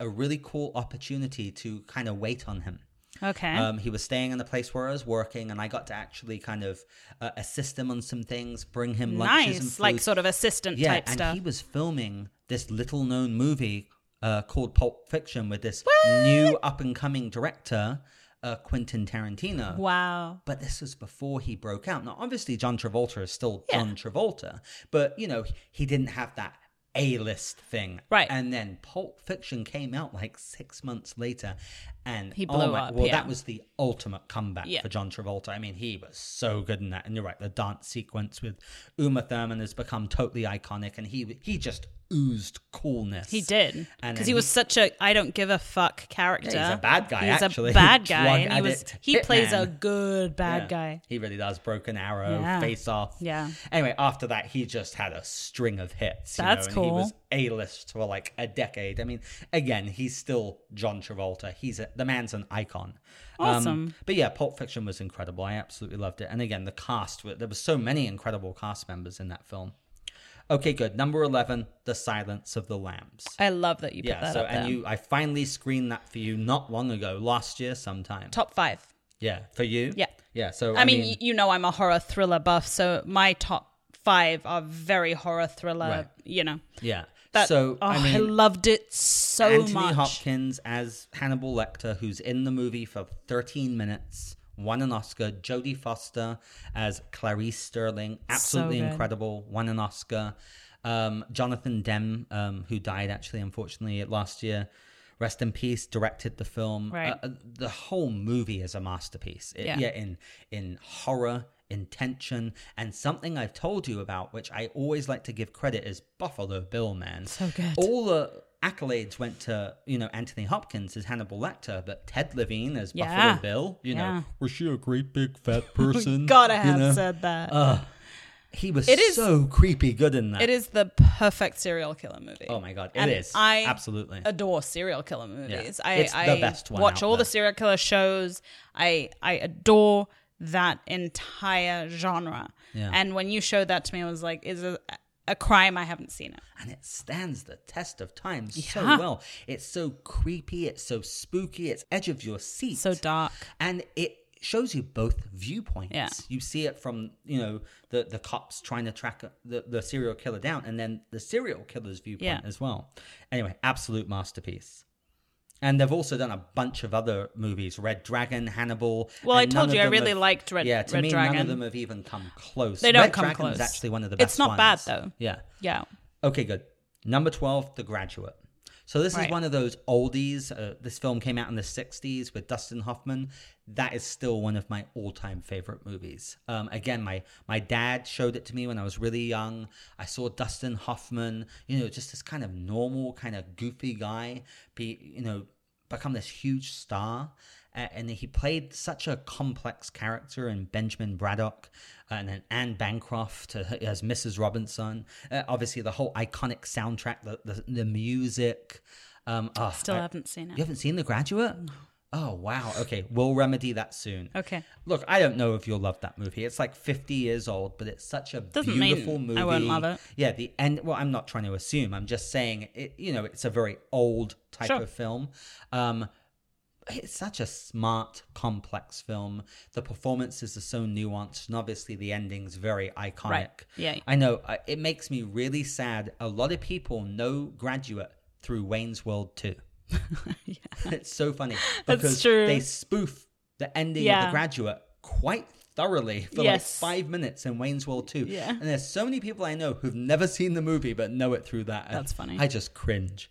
Speaker 2: a really cool opportunity to kind of wait on him.
Speaker 3: Okay.
Speaker 2: Um, he was staying in the place where I was working, and I got to actually kind of uh, assist him on some things, bring him lunches and
Speaker 3: nice. Like
Speaker 2: food.
Speaker 3: sort of assistant
Speaker 2: yeah,
Speaker 3: type
Speaker 2: and
Speaker 3: stuff.
Speaker 2: he was filming this little known movie uh, called Pulp Fiction with this new up and coming director, uh, Quentin Tarantino.
Speaker 3: wow.
Speaker 2: But this was before he broke out. Now, obviously, John Travolta is still John Travolta, but you know, he didn't have that A list thing.
Speaker 3: Right.
Speaker 2: And then Pulp Fiction came out like six months later, and
Speaker 3: He
Speaker 2: oh
Speaker 3: blew
Speaker 2: my-
Speaker 3: up,
Speaker 2: Well,
Speaker 3: yeah.
Speaker 2: that was the ultimate comeback
Speaker 3: Yeah.
Speaker 2: for John Travolta. I mean, he was so good in that. And you're right, the dance sequence with Uma Thurman has become totally iconic, and he he just oozed coolness.
Speaker 3: He did.
Speaker 2: And
Speaker 3: Because
Speaker 2: then
Speaker 3: he was such a I don't give a fuck character.
Speaker 2: Yeah, he's a bad guy,
Speaker 3: He's
Speaker 2: actually.
Speaker 3: a bad guy.
Speaker 2: Drug
Speaker 3: and he was
Speaker 2: addict,
Speaker 3: he plays a
Speaker 2: hitman.
Speaker 3: good bad
Speaker 2: Yeah,
Speaker 3: guy.
Speaker 2: He really does. Broken Arrow,
Speaker 3: Yeah.
Speaker 2: Face Off.
Speaker 3: Yeah.
Speaker 2: Anyway, after that, he just had a string of hits. you
Speaker 3: That's
Speaker 2: know, and He was
Speaker 3: cool.
Speaker 2: A list for like a decade. I mean, again, he's still John Travolta. He's a, the man's an icon. Um,
Speaker 3: Awesome.
Speaker 2: but yeah, Pulp Fiction was incredible. I absolutely loved it. And again, the cast were- there were so many incredible cast members in that film. Okay, good. Number eleven, The Silence of the Lambs.
Speaker 3: I love that you put
Speaker 2: yeah.
Speaker 3: that
Speaker 2: So
Speaker 3: up there.
Speaker 2: and you, I finally screened that for you not long ago, last year sometime.
Speaker 3: Top five.
Speaker 2: Yeah, for you.
Speaker 3: Yeah.
Speaker 2: Yeah. So
Speaker 3: I, mean, y you know I'm a horror thriller buff, so my top five are very horror thriller,
Speaker 2: Right.
Speaker 3: you know.
Speaker 2: Yeah.
Speaker 3: That,
Speaker 2: so
Speaker 3: oh,
Speaker 2: I
Speaker 3: I,
Speaker 2: mean,
Speaker 3: loved it so
Speaker 2: Anthony
Speaker 3: much.
Speaker 2: Hopkins as Hannibal Lecter, who's in the movie for 13 minutes, won an Oscar. Jodie Foster as Clarice Sterling, absolutely
Speaker 3: good.
Speaker 2: incredible, won an Oscar. Um, Jonathan Demme, um, who died actually unfortunately last year. Rest in peace. Directed the film.
Speaker 3: Right.
Speaker 2: Uh, the whole movie is a masterpiece. It-
Speaker 3: Yeah.
Speaker 2: yeah, in in horror, in tension, and something I've told you about, which I always like to give credit, is Buffalo Bill. Man,
Speaker 3: So good.
Speaker 2: all the accolades went to you know Anthony Hopkins as Hannibal Lecter, but Ted Levine as
Speaker 3: Yeah.
Speaker 2: Buffalo Bill. You
Speaker 3: Yeah.
Speaker 2: know, was she a great big fat person?
Speaker 3: Gotta
Speaker 2: You
Speaker 3: have
Speaker 2: know? Ah.
Speaker 3: said that.
Speaker 2: He was
Speaker 3: It is-
Speaker 2: so creepy good in that.
Speaker 3: it is the perfect serial killer movie.
Speaker 2: Oh my god, it is
Speaker 3: And I
Speaker 2: absolutely.
Speaker 3: adore serial killer movies. I,
Speaker 2: It's the
Speaker 3: I
Speaker 2: best one
Speaker 3: watch
Speaker 2: out
Speaker 3: all the
Speaker 2: there.
Speaker 3: serial killer shows. I I adore that entire genre.
Speaker 2: Yeah.
Speaker 3: And when you showed that to me, I was like, is a, a crime I haven't seen it.
Speaker 2: and it stands the test of time so
Speaker 3: Yeah.
Speaker 2: well. It's so creepy, it's so spooky, it's edge of your seat.
Speaker 3: So dark.
Speaker 2: and it shows you both viewpoints.
Speaker 3: Yeah.
Speaker 2: You see it from, you know, the the cops trying to track the, the serial killer down and then the serial killer's viewpoint
Speaker 3: Yeah.
Speaker 2: as well. Anyway, absolute masterpiece. And they've also done a bunch of other movies, Red Dragon, Hannibal.
Speaker 3: Well, I
Speaker 2: and none
Speaker 3: told
Speaker 2: of
Speaker 3: you I
Speaker 2: them
Speaker 3: really
Speaker 2: have-
Speaker 3: liked Red-
Speaker 2: Yeah, to
Speaker 3: Red
Speaker 2: me none
Speaker 3: Dragon.
Speaker 2: of them have even come close.
Speaker 3: They don't
Speaker 2: Red
Speaker 3: come
Speaker 2: Dragon's
Speaker 3: close.
Speaker 2: actually one of the best
Speaker 3: It's not bad,
Speaker 2: ones.
Speaker 3: though.
Speaker 2: Yeah.
Speaker 3: Yeah.
Speaker 2: Okay, good. Number 12, The Graduate. So this
Speaker 3: Right.
Speaker 2: is one of those oldies. Uh, this film came out in the 60s with Dustin Hoffman. That is still one of my all-time favorite movies. Um, again, my my dad showed it to me when I was really young. I saw Dustin Hoffman, you know, just this kind of normal, kind of goofy guy, be you know, become this huge star. Uh, and he played such a complex character in Benjamin Braddock uh, and then Anne Bancroft uh, as Mrs. Robinson. Uh, obviously, the whole iconic soundtrack, the, the, the music. Um, oh,
Speaker 3: Still
Speaker 2: I-
Speaker 3: haven't seen it.
Speaker 2: You haven't seen The Graduate? Oh, wow. Okay, we'll remedy that soon.
Speaker 3: Okay.
Speaker 2: Look, I don't know if you'll love that movie. It's like 50 years old, but it's such a
Speaker 3: Doesn't mean
Speaker 2: beautiful movie.
Speaker 3: I won't love it.
Speaker 2: Yeah, the end. Well, I'm not trying to assume. I'm just saying, it, you know, it's a very old type
Speaker 3: Sure.
Speaker 2: of film. Um, it's such a smart, complex film. The performances are so nuanced, and obviously the ending's very iconic.
Speaker 3: Yeah.
Speaker 2: I know. I- It makes me really sad. A lot of people know Graduate through Wayne's World 2. It's so funny
Speaker 3: That's
Speaker 2: because
Speaker 3: true.
Speaker 2: they spoof the ending of
Speaker 3: Yeah.
Speaker 2: The Graduate quite thoroughly for
Speaker 3: Yes.
Speaker 2: like five minutes in Wayne's World 2.
Speaker 3: Yeah.
Speaker 2: And there's so many people I know who've never seen the movie but know it through that. And
Speaker 3: That's funny.
Speaker 2: I just cringe.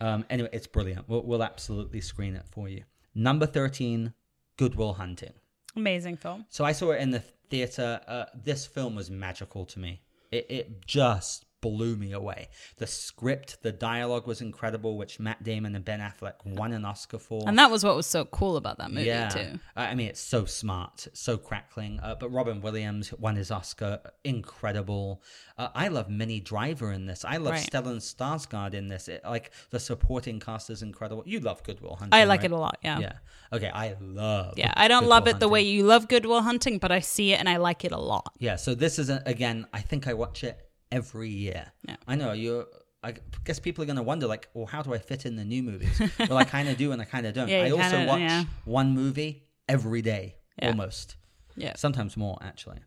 Speaker 2: Um, anyway, it's brilliant. We'll, we'll absolutely screen it for you. Number 13, Goodwill Hunting.
Speaker 3: Amazing film.
Speaker 2: So I saw it in the theater. Uh, this film was magical to me. It, it just blew me away. The script, the dialogue was incredible, which Matt Damon and Ben Affleck won an Oscar for.
Speaker 3: And that was what was so cool about that movie too.
Speaker 2: Uh, I mean, it's so smart, it's so crackling. Uh, but Robin Williams won his Oscar. Incredible. Uh, I love Minnie Driver in this. I love
Speaker 3: Right.
Speaker 2: Stellan Skarsgård in this. It, like the supporting cast is incredible. You love Goodwill Hunting.
Speaker 3: I like
Speaker 2: right?
Speaker 3: it a lot. Yeah. yeah.
Speaker 2: Yeah. Okay. I love.
Speaker 3: I don't
Speaker 2: Good
Speaker 3: love
Speaker 2: Will
Speaker 3: it the way
Speaker 2: Hunting.
Speaker 3: you love Goodwill Hunting, but I see it and I like it a lot.
Speaker 2: Yeah. So this is a, again. I think I watch it every year.
Speaker 3: Yeah.
Speaker 2: I know you. I guess people are going to wonder, like, well, how do I fit in the new movies? well, I kind of do and I kind of don't.
Speaker 3: Yeah,
Speaker 2: I
Speaker 3: you
Speaker 2: also
Speaker 3: kinda-
Speaker 2: watch
Speaker 3: yeah.
Speaker 2: one movie every day,
Speaker 3: Yeah.
Speaker 2: almost.
Speaker 3: Yeah.
Speaker 2: Sometimes more, actually.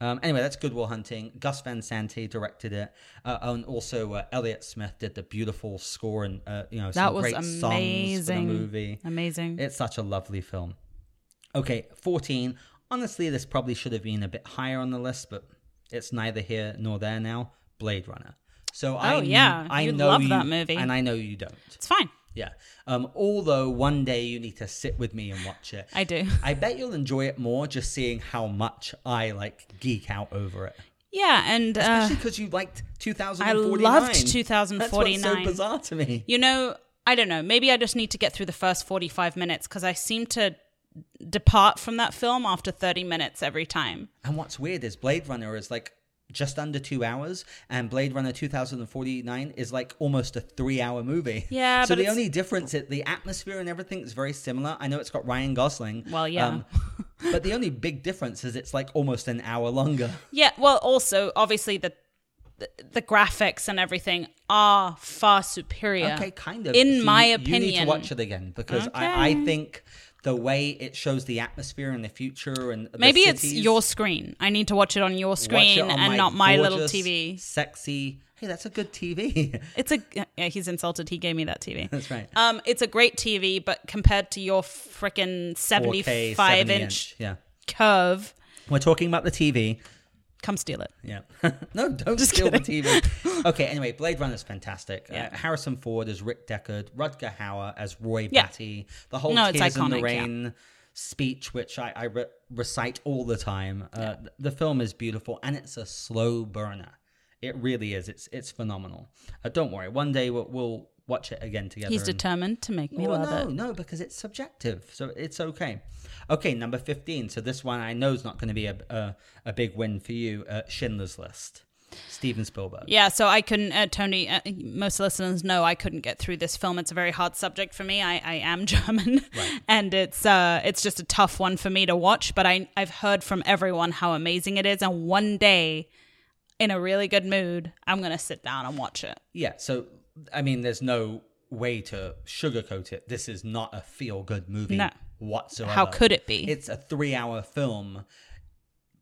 Speaker 2: Um, anyway, that's Good Will Hunting. Gus Van Sante directed it, uh, and also uh, Elliot Smith did the beautiful score and uh, you know some
Speaker 3: That was
Speaker 2: great songs for the
Speaker 3: amazing.
Speaker 2: movie.
Speaker 3: Amazing.
Speaker 2: It's such a lovely film. Okay, 14. Honestly, this probably should have been a bit higher on the list, but it's neither here nor there now. Blade Runner. So I
Speaker 3: Oh, yeah.
Speaker 2: I
Speaker 3: You
Speaker 2: know
Speaker 3: love
Speaker 2: you,
Speaker 3: that movie.
Speaker 2: and I know you don't.
Speaker 3: it's fine.
Speaker 2: Yeah. Um, although one day you need to sit with me and watch it.
Speaker 3: I do.
Speaker 2: I bet you'll enjoy it more just seeing how much I like geek out over it.
Speaker 3: Yeah, and uh,
Speaker 2: Especially because you liked 2049.
Speaker 3: loved
Speaker 2: That's what's so
Speaker 3: 2049.
Speaker 2: bizarre to me.
Speaker 3: you know, I don't know. Maybe I just need to get through the first 45 minutes because I seem to depart from that film after 30 minutes every time.
Speaker 2: And what's weird is Blade Runner is like just under two hours, and Blade Runner 2049 is like almost a three hour movie.
Speaker 3: Yeah,
Speaker 2: So
Speaker 3: but
Speaker 2: the
Speaker 3: it's-
Speaker 2: only difference is the atmosphere and everything is very similar. I know it's got Ryan Gosling. Um,
Speaker 3: Well, yeah.
Speaker 2: but the only big difference is it's like almost an hour longer.
Speaker 3: Yeah, well, also obviously the the, the graphics and everything are far superior.
Speaker 2: Okay, kind of.
Speaker 3: In
Speaker 2: So
Speaker 3: my
Speaker 2: you, you need to
Speaker 3: opinion.
Speaker 2: watch it again because I, I think the way it shows the atmosphere and the future and the
Speaker 3: Maybe it's
Speaker 2: cities-
Speaker 3: your screen. I need to watch it on your
Speaker 2: Watch it
Speaker 3: screen
Speaker 2: on
Speaker 3: and not my little
Speaker 2: gorgeous,
Speaker 3: TV.
Speaker 2: Sexy. Hey, that's a good TV.
Speaker 3: It's a yeah, he's insulted. He gave me that TV.
Speaker 2: that's right.
Speaker 3: Um, it's a great TV, but compared to your frickin'
Speaker 2: 4K,
Speaker 3: seventy-five
Speaker 2: 70
Speaker 3: inch
Speaker 2: Yeah.
Speaker 3: curve,
Speaker 2: We're talking about the TV.
Speaker 3: come steal it.
Speaker 2: Yeah. no, don't steal the TV. Okay, anyway, Blade Runner's fantastic. Uh, Harrison Ford as Rick Deckard, Rutger Hauer as Roy
Speaker 3: Yeah.
Speaker 2: Batty. The whole
Speaker 3: No, it's
Speaker 2: Tears in
Speaker 3: iconic,
Speaker 2: the
Speaker 3: yeah.
Speaker 2: Rain speech, which I, I re- recite all the time. Uh, th- The film is beautiful and it's a slow burner. It really is. It's it's phenomenal. Uh, don't worry. One day we'll, we'll watch it again together.
Speaker 3: He's
Speaker 2: and-
Speaker 3: determined to make me
Speaker 2: well,
Speaker 3: love
Speaker 2: no,
Speaker 3: it.
Speaker 2: no, because it's subjective, so it's okay. Okay, number fifteen. So this one I know is not going to be a, a a big win for you. Uh, Schindler's List, Steven Spielberg.
Speaker 3: Yeah, so I couldn't, uh, Tony, uh, most listeners know I couldn't get through this film. It's a very hard subject for me. I, I am German and it's uh, it's just a tough one for me to watch, but I, I've heard from everyone how amazing it is. And one day, in a really good mood, I'm going to sit down and watch it.
Speaker 2: Yeah. So I mean, there's no way to sugarcoat it. This is not a feel good movie
Speaker 3: No.
Speaker 2: whatsoever.
Speaker 3: How could it be?
Speaker 2: It's a three hour film,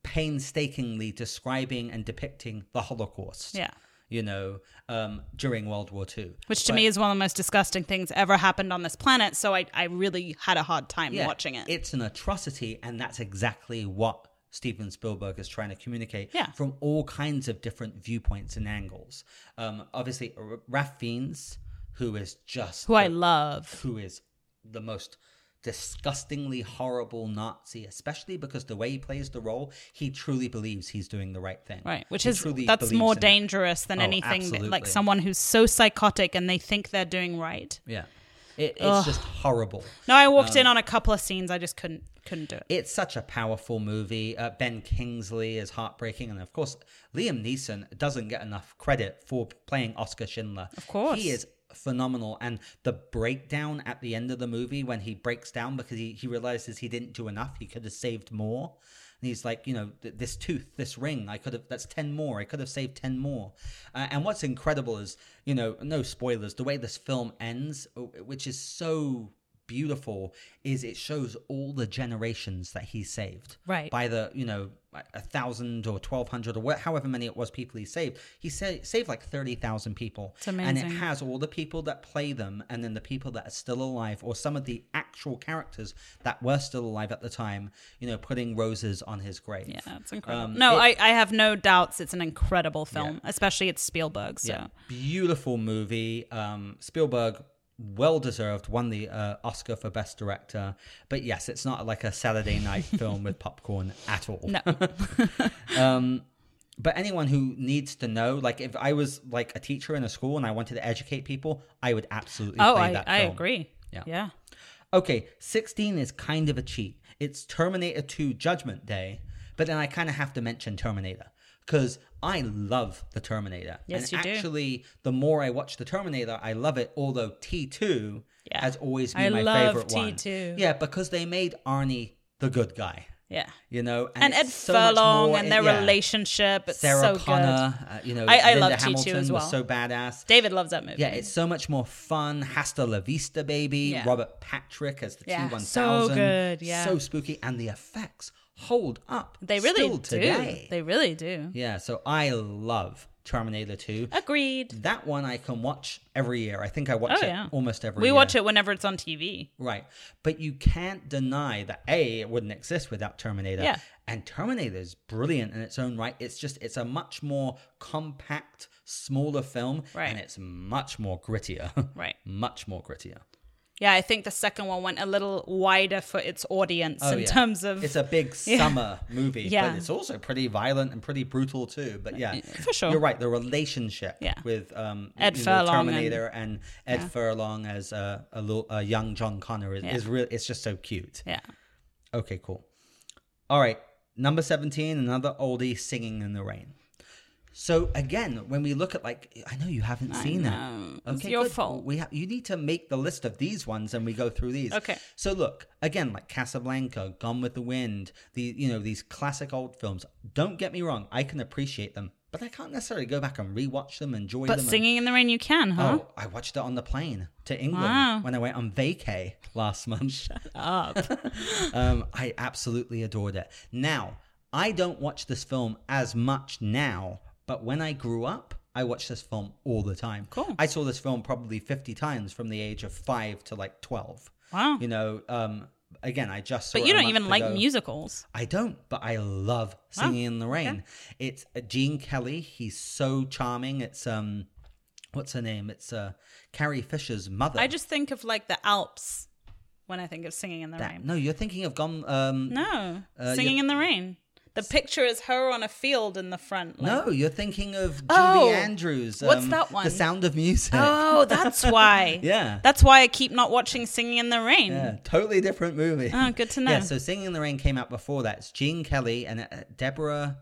Speaker 2: painstakingly describing and depicting the Holocaust.
Speaker 3: Yeah.
Speaker 2: You know, um, during World War Two.
Speaker 3: Which to me is one of the most disgusting things ever happened on this planet. So I, I really had a hard time watching it.
Speaker 2: It's an atrocity, and that's exactly what Steven Spielberg is trying to communicate
Speaker 3: Yeah.
Speaker 2: from all kinds of different viewpoints and angles. Um, obviously, R- Ralph Fiennes, who is just
Speaker 3: who I
Speaker 2: the-
Speaker 3: love.
Speaker 2: who is the most disgustingly horrible Nazi, especially because the way he plays the role, he truly believes he's doing the right thing.
Speaker 3: Right, which
Speaker 2: He
Speaker 3: is
Speaker 2: truly
Speaker 3: that's
Speaker 2: believes
Speaker 3: more
Speaker 2: in it.
Speaker 3: dangerous than
Speaker 2: Oh,
Speaker 3: anything. that- like
Speaker 2: absolutely.
Speaker 3: someone who's so psychotic and they think they're doing right.
Speaker 2: Yeah, it, it's just horrible.
Speaker 3: No, I walked
Speaker 2: Um,
Speaker 3: in on a couple of scenes. I just couldn't couldn't do it.
Speaker 2: It's such a powerful movie. Uh, ben Kingsley is heartbreaking, and of course, Liam Neeson doesn't get enough credit for playing Oscar Schindler. Of
Speaker 3: course.
Speaker 2: he is phenomenal. And the breakdown at the end of the movie when he breaks down because he, he realizes he didn't do enough, he could have saved more. And he's like, you know, th- this tooth, this ring, I could have, that's 10 more. I could have saved 10 more. Uh, and what's incredible is, you know, no spoilers, the way this film ends, uh, which is so beautiful, is it shows all the generations that he saved
Speaker 3: Right.
Speaker 2: by the you know a- a thousand or twelve hundred or what, however many it was people he saved. He sa- saved like thirty thousand people, and it
Speaker 3: amazing.
Speaker 2: has all the people that play them, and then the people that are still alive, or some of the actual characters that were still alive at the time. You know, putting roses on his grave.
Speaker 3: Yeah, it's incredible.
Speaker 2: Um,
Speaker 3: no,
Speaker 2: it-
Speaker 3: I, I have no doubts. It's an incredible film, especially it's Spielberg. So
Speaker 2: Yeah. Beautiful movie. Um, Spielberg, well deserved, won the uh, Oscar for Best Director. But yes, it's not like a Saturday night film with popcorn at all.
Speaker 3: No.
Speaker 2: um, but anyone who needs to know, like if I was like a teacher in a school and I wanted to educate people, I would absolutely
Speaker 3: Oh,
Speaker 2: play
Speaker 3: I,
Speaker 2: that
Speaker 3: I
Speaker 2: film.
Speaker 3: agree.
Speaker 2: Yeah.
Speaker 3: Yeah.
Speaker 2: Okay, 16 is kind of a cheat. It's Terminator 2 Judgment Day, but then I kind of have to mention Terminator because I love the Terminator.
Speaker 3: Yes,
Speaker 2: and
Speaker 3: you do.
Speaker 2: actually, the more I watch the Terminator, I love it, although T2
Speaker 3: Yeah.
Speaker 2: has always been
Speaker 3: I
Speaker 2: my
Speaker 3: love
Speaker 2: favorite one.
Speaker 3: T2.
Speaker 2: Yeah, because they made Arnie the good guy,
Speaker 3: Yeah.
Speaker 2: you know?
Speaker 3: And,
Speaker 2: it's
Speaker 3: Ed
Speaker 2: so much
Speaker 3: Furlong
Speaker 2: more
Speaker 3: and
Speaker 2: in-
Speaker 3: their
Speaker 2: yeah.
Speaker 3: relationship. It's
Speaker 2: Sarah
Speaker 3: so
Speaker 2: Connor, uh, you know,
Speaker 3: I- I
Speaker 2: Linda
Speaker 3: love T2
Speaker 2: Hamilton
Speaker 3: as well.
Speaker 2: was so badass.
Speaker 3: good. David loves that movie.
Speaker 2: Yeah, it's so much more fun. Hasta la vista, baby.
Speaker 3: Yeah.
Speaker 2: Robert Patrick as the
Speaker 3: Yeah.
Speaker 2: T1000.
Speaker 3: So good, yeah.
Speaker 2: So spooky. And the effects hold up.
Speaker 3: they really
Speaker 2: still
Speaker 3: do.
Speaker 2: Today.
Speaker 3: They really do.
Speaker 2: Yeah, so I love Terminator 2.
Speaker 3: Agreed.
Speaker 2: That one I can watch every year. I think I watch
Speaker 3: Oh,
Speaker 2: it
Speaker 3: yeah.
Speaker 2: almost every
Speaker 3: We
Speaker 2: year.
Speaker 3: watch it whenever it's on TV.
Speaker 2: Right. But you can't deny that A, it wouldn't exist without Terminator.
Speaker 3: Yeah.
Speaker 2: And Terminator is brilliant in its own right. It's just, it's a much more compact, smaller film.
Speaker 3: Right.
Speaker 2: And it's much more grittier.
Speaker 3: Right.
Speaker 2: much more grittier.
Speaker 3: Yeah, I think the second one went a little wider for its audience
Speaker 2: Oh,
Speaker 3: in
Speaker 2: yeah.
Speaker 3: terms of
Speaker 2: It's a big summer movie.
Speaker 3: Yeah.
Speaker 2: But it's also pretty violent and pretty brutal too. But yeah.
Speaker 3: for sure.
Speaker 2: You're right. The relationship
Speaker 3: Yeah.
Speaker 2: with um,
Speaker 3: Ed
Speaker 2: you know,
Speaker 3: Furlong and-
Speaker 2: Terminator and, Ed Furlong as a, a, little, a young John Connor is, is real. It's just so cute.
Speaker 3: Yeah.
Speaker 2: Okay, cool. All right, number 17, another oldie singing in the rain. So again, when we look at like I know you haven't seen
Speaker 3: know.
Speaker 2: that.
Speaker 3: It's your fault.
Speaker 2: We ha- you need to make the list of these ones and we go through these.
Speaker 3: Okay.
Speaker 2: So look, again like Casablanca, Gone with the Wind, the you know these classic old films. Don't get me wrong, I can appreciate them, but I can't necessarily go back and rewatch them, enjoy
Speaker 3: But
Speaker 2: them. and-
Speaker 3: singing in the rain you can, huh?
Speaker 2: Oh, I watched it on the plane to England
Speaker 3: Uh-huh. Wow.
Speaker 2: when I went on vacay last month. um, I absolutely adored it. Now, I don't watch this film as much now, but when I grew up, I watched this film all the time.
Speaker 3: Cool.
Speaker 2: I saw this film probably 50 times from the age of five to like 12.
Speaker 3: Wow.
Speaker 2: You know, um, again, I just saw
Speaker 3: but
Speaker 2: it
Speaker 3: you
Speaker 2: a
Speaker 3: don't
Speaker 2: month
Speaker 3: even like
Speaker 2: ago.
Speaker 3: musicals.
Speaker 2: I don't, but I love Singing in the Rain. It's uh, Gene Kelly. He's so charming. It's um, what's her name? It's uh, Carrie Fisher's mother.
Speaker 3: I just think of like the Alps when I think of singing in the
Speaker 2: that,
Speaker 3: rain.
Speaker 2: no, you're thinking of gone. Um, no.
Speaker 3: No.
Speaker 2: Uh,
Speaker 3: singing
Speaker 2: you-
Speaker 3: in the rain. The picture is her on a field in the front. Like,
Speaker 2: you're thinking of Julie
Speaker 3: Oh!
Speaker 2: Andrews.
Speaker 3: What's
Speaker 2: um,
Speaker 3: that one?
Speaker 2: The Sound of Music.
Speaker 3: Oh, that's why.
Speaker 2: Yeah.
Speaker 3: That's why I keep not watching Singing in the Rain.
Speaker 2: Yeah, totally different movie.
Speaker 3: Oh, good to know.
Speaker 2: Yeah, so Singing in the Rain came out before that. It's Gene Kelly and uh, Deborah,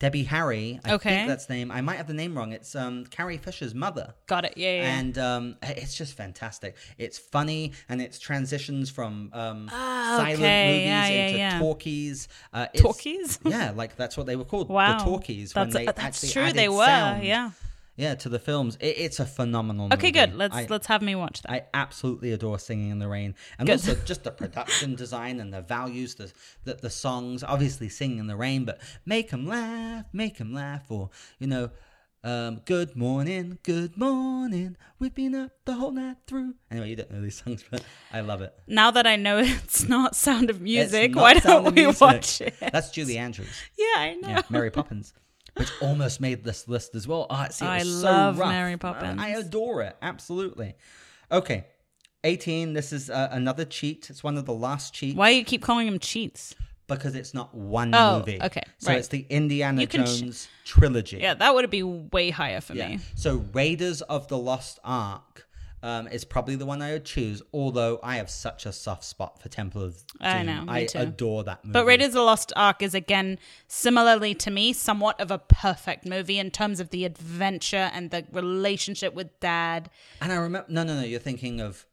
Speaker 2: Debbie Harry. I
Speaker 3: Okay.
Speaker 2: think that's the name. I might have the name wrong. It's um, Carrie Fisher's mother.
Speaker 3: Got it. Yeah, yeah. yeah.
Speaker 2: and um, it's just fantastic. It's funny, and it's transitions from um, silent
Speaker 3: Ah, okay.
Speaker 2: movies
Speaker 3: Yeah, yeah,
Speaker 2: into
Speaker 3: yeah.
Speaker 2: talkies. Uh, it's-
Speaker 3: Talkies?
Speaker 2: yeah, like that's what they were called.
Speaker 3: wow.
Speaker 2: the talkies
Speaker 3: That's, uh,
Speaker 2: when they
Speaker 3: that's
Speaker 2: actually
Speaker 3: true.
Speaker 2: added
Speaker 3: They were.
Speaker 2: sound,
Speaker 3: Yeah.
Speaker 2: yeah, to the films. It, it's a phenomenal.
Speaker 3: Okay,
Speaker 2: movie.
Speaker 3: good. Let's
Speaker 2: I,
Speaker 3: let's have me watch that.
Speaker 2: I absolutely adore singing in the rain, and also just the production design and the values, the, the the songs. Obviously, singing in the rain, but make 'em laugh, make 'em laugh, or you know, um, good morning, good morning. We've been up the whole night through. Anyway, you don't know these songs, but I love it.
Speaker 3: now that I know it's not Sound of
Speaker 2: It's
Speaker 3: Music,
Speaker 2: not
Speaker 3: why
Speaker 2: Sound
Speaker 3: don't
Speaker 2: of
Speaker 3: we
Speaker 2: Music.
Speaker 3: watch it? Yeah,
Speaker 2: That's Julie Andrews,
Speaker 3: I know.
Speaker 2: yeah, Mary Poppins. Which almost made this list as well. Ah, see, it
Speaker 3: I
Speaker 2: was
Speaker 3: love
Speaker 2: so rough.
Speaker 3: Mary
Speaker 2: Uh,
Speaker 3: Poppins.
Speaker 2: I adore it absolutely. Okay, eighteen. This is uh, another cheat. It's one of the last cheats.
Speaker 3: Why you keep calling them cheats?
Speaker 2: because it's not one
Speaker 3: Oh,
Speaker 2: movie.
Speaker 3: okay,
Speaker 2: So
Speaker 3: right.
Speaker 2: it's the Indiana
Speaker 3: You can sh-
Speaker 2: Jones trilogy.
Speaker 3: Yeah, that would be way higher for
Speaker 2: Yeah.
Speaker 3: me.
Speaker 2: So Raiders of the Lost Ark um, is probably the one I would choose, although I have such a soft spot for Temple of Doom.
Speaker 3: I know, me
Speaker 2: I
Speaker 3: too.
Speaker 2: adore that movie.
Speaker 3: But Raiders of the Lost Ark is again similarly to me somewhat of a perfect movie in terms of the adventure and the relationship with dad.
Speaker 2: And I remember. No, no, no. You're thinking of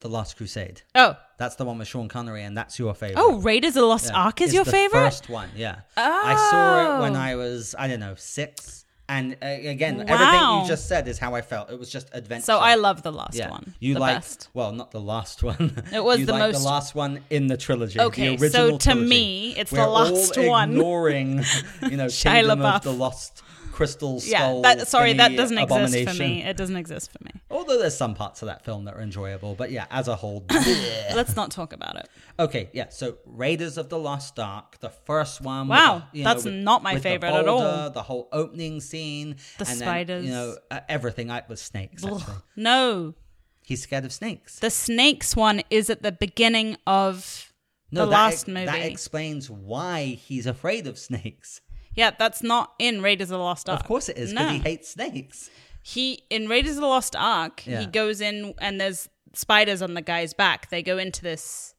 Speaker 2: The Last Crusade.
Speaker 3: Oh,
Speaker 2: That's the one with Sean Connery, and that's your favorite.
Speaker 3: oh, Raiders of the Lost
Speaker 2: Yeah.
Speaker 3: Ark is
Speaker 2: It's
Speaker 3: your
Speaker 2: the
Speaker 3: favorite?
Speaker 2: First one, yeah. I saw it when
Speaker 3: Oh.
Speaker 2: I was, I don't know, six. And uh, again, everything
Speaker 3: Wow.
Speaker 2: you just said is how I felt. It was just adventure.
Speaker 3: so I love the last
Speaker 2: yeah.
Speaker 3: one.
Speaker 2: You
Speaker 3: the
Speaker 2: like
Speaker 3: best.
Speaker 2: well, not the last one.
Speaker 3: It was
Speaker 2: you
Speaker 3: the
Speaker 2: liked
Speaker 3: most-
Speaker 2: the last one in the trilogy.
Speaker 3: Okay,
Speaker 2: the original
Speaker 3: so to
Speaker 2: trilogy.
Speaker 3: me, it's the
Speaker 2: We're all
Speaker 3: last one.
Speaker 2: Ignoring, you know,
Speaker 3: Shia
Speaker 2: Kingdom
Speaker 3: LaBeouf.
Speaker 2: of the Lost Crystal
Speaker 3: Yeah,
Speaker 2: Skull.
Speaker 3: that, sorry, that
Speaker 2: thingy
Speaker 3: doesn't exist for
Speaker 2: abomination.
Speaker 3: me. It doesn't exist for me.
Speaker 2: Although there's some parts of that film that are enjoyable, but yeah, as a whole. bleh.
Speaker 3: Let's not talk about it.
Speaker 2: okay, yeah. So Raiders of the Lost Ark, the first one. with
Speaker 3: Wow,
Speaker 2: the- you
Speaker 3: that's
Speaker 2: know, with-
Speaker 3: not my
Speaker 2: with the
Speaker 3: favorite at all.
Speaker 2: boulder, The whole opening scene,
Speaker 3: The
Speaker 2: and then,
Speaker 3: spiders.
Speaker 2: you know, uh, everything. I was snakes. Actually,
Speaker 3: No,
Speaker 2: he's scared of snakes.
Speaker 3: the snakes one is at the beginning of the
Speaker 2: that
Speaker 3: last
Speaker 2: ex-
Speaker 3: movie.
Speaker 2: That explains why he's afraid of snakes.
Speaker 3: Yeah, that's not in Raiders of the Lost Ark.
Speaker 2: Of course it is because
Speaker 3: Uh, No.
Speaker 2: he hates snakes.
Speaker 3: He in Raiders of the Lost Ark,
Speaker 2: Yeah.
Speaker 3: he goes in and there's spiders on the guy's back. They go into this.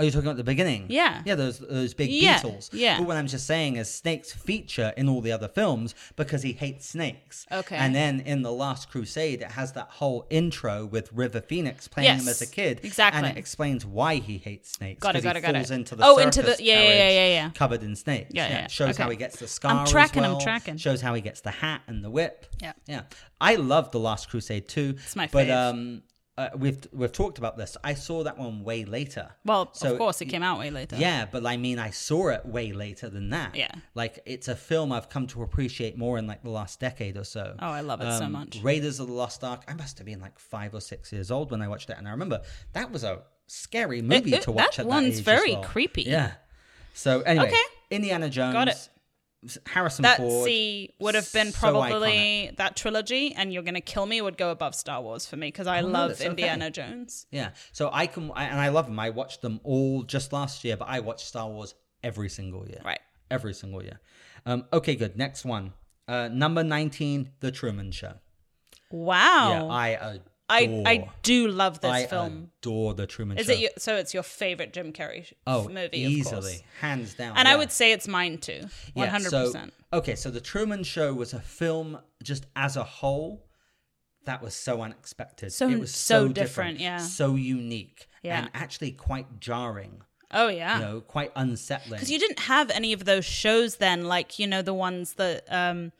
Speaker 2: Oh, you're talking about the beginning?
Speaker 3: Yeah.
Speaker 2: Yeah, those those big
Speaker 3: Yeah,
Speaker 2: beetles.
Speaker 3: yeah.
Speaker 2: But what I'm just saying is snakes feature in all the other films because he hates snakes.
Speaker 3: Okay.
Speaker 2: And then in The Last Crusade, it has that whole intro with River Phoenix playing him
Speaker 3: Yes,
Speaker 2: as a kid.
Speaker 3: exactly.
Speaker 2: And it explains why he hates snakes.
Speaker 3: Got it,
Speaker 2: 'cause
Speaker 3: got
Speaker 2: he
Speaker 3: it, got it.
Speaker 2: falls into the
Speaker 3: Oh, into
Speaker 2: circus
Speaker 3: the- yeah, yeah, yeah,
Speaker 2: carriage
Speaker 3: yeah, yeah.
Speaker 2: Covered in snakes.
Speaker 3: Yeah, yeah,
Speaker 2: It shows
Speaker 3: okay.
Speaker 2: how he gets the scar as
Speaker 3: tracking, I'm
Speaker 2: well.
Speaker 3: tracking.
Speaker 2: Shows how he gets the hat and the whip.
Speaker 3: Yeah.
Speaker 2: Yeah. I love The Last Crusade too. It's
Speaker 3: my
Speaker 2: But
Speaker 3: fave.
Speaker 2: um, uh, we've we've talked about this. I saw that one way later.
Speaker 3: Well,
Speaker 2: So,
Speaker 3: of course, it came out way later.
Speaker 2: Yeah, but I mean, I saw it way later than that.
Speaker 3: Yeah.
Speaker 2: Like, it's a film I've come to appreciate more in like the last decade or so. Um,
Speaker 3: Oh, I love it so much.
Speaker 2: Raiders of the Lost Ark. I must have been like five or six years old when I watched it. And I remember that was a scary movie
Speaker 3: it-
Speaker 2: to watch
Speaker 3: that
Speaker 2: at
Speaker 3: one's
Speaker 2: that age as
Speaker 3: very
Speaker 2: well.
Speaker 3: creepy.
Speaker 2: Yeah. So, anyway,
Speaker 3: Okay.
Speaker 2: Indiana Jones.
Speaker 3: Got it.
Speaker 2: Harrison
Speaker 3: That
Speaker 2: Ford.
Speaker 3: C would have been
Speaker 2: so
Speaker 3: probably that trilogy, and You're Gonna Kill Me would go above Star Wars for me because I
Speaker 2: Oh, no,
Speaker 3: love
Speaker 2: that's okay.
Speaker 3: Indiana Jones.
Speaker 2: Yeah. So I can, I, and I love them. I watched them all just last year, but I watched Star Wars every single year.
Speaker 3: Right.
Speaker 2: Every single year. Um, okay, good. Next one. Uh, number 19, The Truman Show. Yeah,
Speaker 3: Wow.
Speaker 2: I adore.
Speaker 3: Oh. I, I, do love this
Speaker 2: I
Speaker 3: film.
Speaker 2: adore The Truman
Speaker 3: Is
Speaker 2: Show.
Speaker 3: it your, so? It's your favorite Jim Carrey sh-
Speaker 2: Oh,
Speaker 3: movie,
Speaker 2: easily.
Speaker 3: of course.
Speaker 2: Hands down.
Speaker 3: And I
Speaker 2: yeah.
Speaker 3: would say it's mine too, one
Speaker 2: Yeah,
Speaker 3: hundred
Speaker 2: so-
Speaker 3: percent.
Speaker 2: Okay, so The Truman Show was a film just as a whole that was so unexpected.
Speaker 3: So-
Speaker 2: it was
Speaker 3: so
Speaker 2: so,
Speaker 3: different, yeah.
Speaker 2: So unique.
Speaker 3: Yeah.
Speaker 2: And actually quite jarring.
Speaker 3: Oh yeah,
Speaker 2: You know, quite unsettling.
Speaker 3: because you didn't have any of those shows then, like you know the ones that um,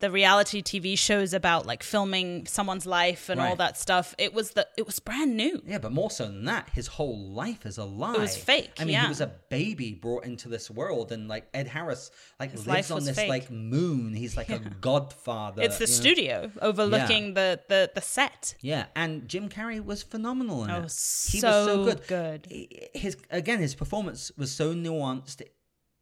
Speaker 3: the reality TV shows about like filming someone's life and all
Speaker 2: Right.
Speaker 3: that stuff. It was the it was brand new.
Speaker 2: Yeah, but more so than that, his whole life is a lie.
Speaker 3: was fake,
Speaker 2: I mean,
Speaker 3: yeah.
Speaker 2: he was a baby brought into this world, and like Ed Harris, like
Speaker 3: His life
Speaker 2: lives on
Speaker 3: was
Speaker 2: this
Speaker 3: fake.
Speaker 2: like moon. He's like a godfather.
Speaker 3: It's the
Speaker 2: you know?
Speaker 3: studio overlooking the, the the set.
Speaker 2: Yeah, and Jim Carrey was phenomenal in
Speaker 3: Oh,
Speaker 2: it. he was
Speaker 3: so
Speaker 2: so good.
Speaker 3: good.
Speaker 2: He- His again, his performance was so nuanced,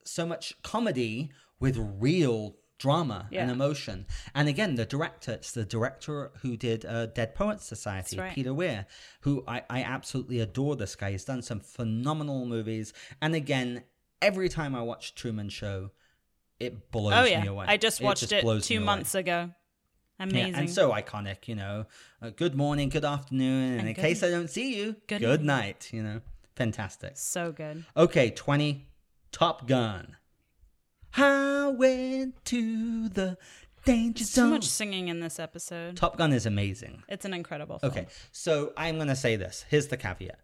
Speaker 2: so much comedy with real drama and
Speaker 3: Yeah.
Speaker 2: emotion. And again, the director, it's the director who did uh, Dead Poets Society,
Speaker 3: That's right.
Speaker 2: Peter Weir, who I, I absolutely adore. This guy, he's done some phenomenal movies. And again, every time I watch Truman Show, it blows
Speaker 3: Oh yeah,
Speaker 2: me away.
Speaker 3: I just watched
Speaker 2: just
Speaker 3: it,
Speaker 2: blows
Speaker 3: two
Speaker 2: me away.
Speaker 3: months ago. Amazing.
Speaker 2: Yeah, and so iconic, you know. Uh, good morning, good afternoon, and, in
Speaker 3: good-
Speaker 2: case I don't see you,
Speaker 3: good
Speaker 2: good, night. You know, fantastic.
Speaker 3: so good.
Speaker 2: Okay, twenty, Top Gun. Highway to the danger
Speaker 3: So
Speaker 2: zone.
Speaker 3: much singing in this episode.
Speaker 2: Top Gun is amazing.
Speaker 3: It's an incredible film.
Speaker 2: Okay, so I'm gonna say this. Here's the caveat: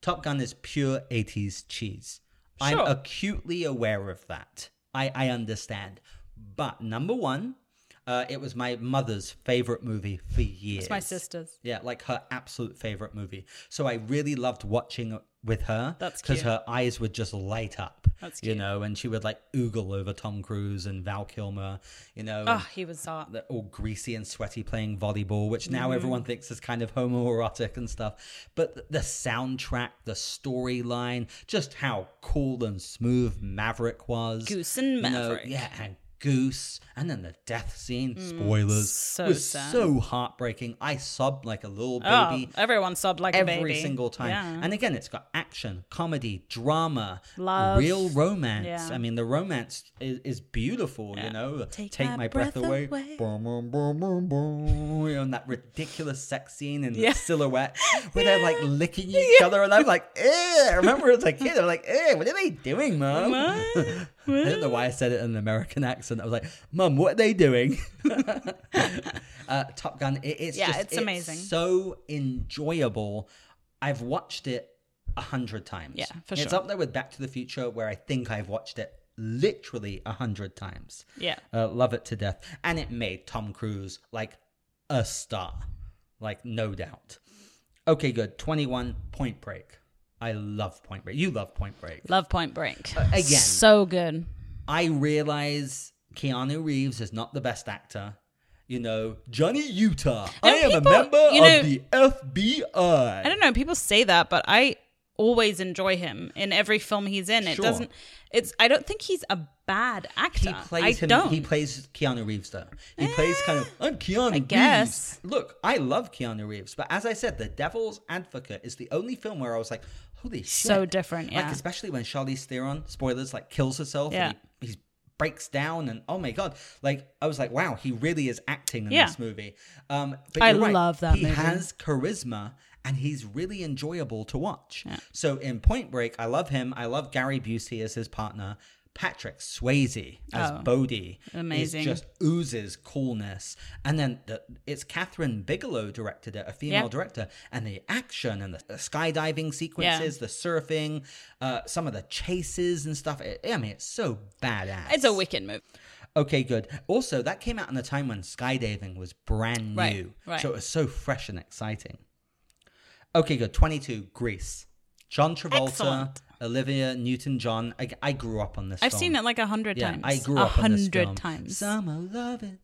Speaker 2: Top Gun is pure '80s cheese. I'm
Speaker 3: Sure.
Speaker 2: acutely aware of that. I I understand, but number one. Uh, it was my mother's favorite movie for years.
Speaker 3: It's my sister's.
Speaker 2: Yeah, like her absolute favorite movie. So I really loved watching it with her.
Speaker 3: That's
Speaker 2: because
Speaker 3: cute.
Speaker 2: her eyes would just light up.
Speaker 3: That's
Speaker 2: You
Speaker 3: cute.
Speaker 2: know, and she would like oogle over Tom Cruise and Val Kilmer. You know,
Speaker 3: Oh, he was hot.
Speaker 2: they're all greasy and sweaty playing volleyball, which now
Speaker 3: Mm-hmm.
Speaker 2: everyone thinks is kind of homoerotic and stuff. But th- the soundtrack, the storyline, just how cool and smooth Maverick was.
Speaker 3: Goose and
Speaker 2: You know,
Speaker 3: Maverick. Mm,
Speaker 2: yeah, and Goose. And then the death scene, spoilers,
Speaker 3: so
Speaker 2: was
Speaker 3: sad.
Speaker 2: so heartbreaking. I sobbed like a little baby.
Speaker 3: Oh, everyone sobbed like a
Speaker 2: Every
Speaker 3: baby.
Speaker 2: single time.
Speaker 3: Yeah.
Speaker 2: And again, it's got action, comedy, drama,
Speaker 3: Love.
Speaker 2: real romance.
Speaker 3: Yeah.
Speaker 2: I mean, the romance is, is beautiful, you know. Take,
Speaker 3: my
Speaker 2: my, breath,
Speaker 3: breath
Speaker 2: away.
Speaker 3: away.
Speaker 2: Boom, boom, boom, boom, boom. You know, and that ridiculous sex scene in
Speaker 3: Yeah.
Speaker 2: the silhouette where they're like licking each other. And I'm like, ew. I remember as a kid, I'm like, ew, what are they doing, mom? I don't know why I said it in an American accent. I was like, mom, what are they doing? uh, Top Gun, it, it's
Speaker 3: Yeah,
Speaker 2: just,
Speaker 3: it's amazing.
Speaker 2: so enjoyable. I've watched it a hundred times.
Speaker 3: Yeah, for
Speaker 2: It's
Speaker 3: sure.
Speaker 2: up there with Back to the Future, where I think I've watched it literally a hundred times.
Speaker 3: Yeah.
Speaker 2: Uh, love it to death. And it made Tom Cruise like a star, like no doubt. Okay, good. 21 Point Break. I love Point Break. You love Point Break.
Speaker 3: Love Point Break.
Speaker 2: Uh, Again,
Speaker 3: So good.
Speaker 2: I realize Keanu Reeves is not the best actor. You know, Johnny Utah. I am
Speaker 3: people-
Speaker 2: a member
Speaker 3: you know-
Speaker 2: of the FBI.
Speaker 3: I don't know. People say that, but I always enjoy him in every film he's in. It
Speaker 2: Sure.
Speaker 3: doesn't. It's. I don't think he's a bad actor.
Speaker 2: He plays
Speaker 3: I
Speaker 2: him.
Speaker 3: don't. Eh,
Speaker 2: He plays Keanu Reeves though. He plays kind of I'm Keanu. I
Speaker 3: guess.
Speaker 2: Reeves. Look, I love Keanu Reeves, but as I said, The Devil's Advocate is the only film where I was like, holy shit,
Speaker 3: So different, yeah.
Speaker 2: Like especially when Charlize Theron, spoilers, like kills herself.
Speaker 3: Yeah.
Speaker 2: And he, he's breaks down and oh my god like i was like wow he really is acting in
Speaker 3: Yeah.
Speaker 2: this movie um but
Speaker 3: I
Speaker 2: you're right,
Speaker 3: love that
Speaker 2: he
Speaker 3: movie.
Speaker 2: has charisma and he's really enjoyable to watch so in point break i love him i love gary busey as his partner patrick swayze as bodie is
Speaker 3: Oh, Amazing.
Speaker 2: just oozes coolness and then the, it's catherine bigelow directed it a female
Speaker 3: Yeah.
Speaker 2: director and the action and the skydiving sequences the surfing uh, some of the chases and stuff it, i mean it's so badass
Speaker 3: It's a wicked movie.
Speaker 2: Okay, good. Also, that came out in a time when skydiving was brand new.
Speaker 3: Right, right.
Speaker 2: So it was so fresh and exciting. Okay, good. 22, Greece. John Travolta,
Speaker 3: Excellent.
Speaker 2: Olivia Newton John. I, I grew up on this
Speaker 3: I've
Speaker 2: film.
Speaker 3: seen it like a hundred
Speaker 2: yeah,
Speaker 3: times.
Speaker 2: I grew
Speaker 3: a
Speaker 2: up on this
Speaker 3: hundred
Speaker 2: film.
Speaker 3: times.
Speaker 2: Summer loving.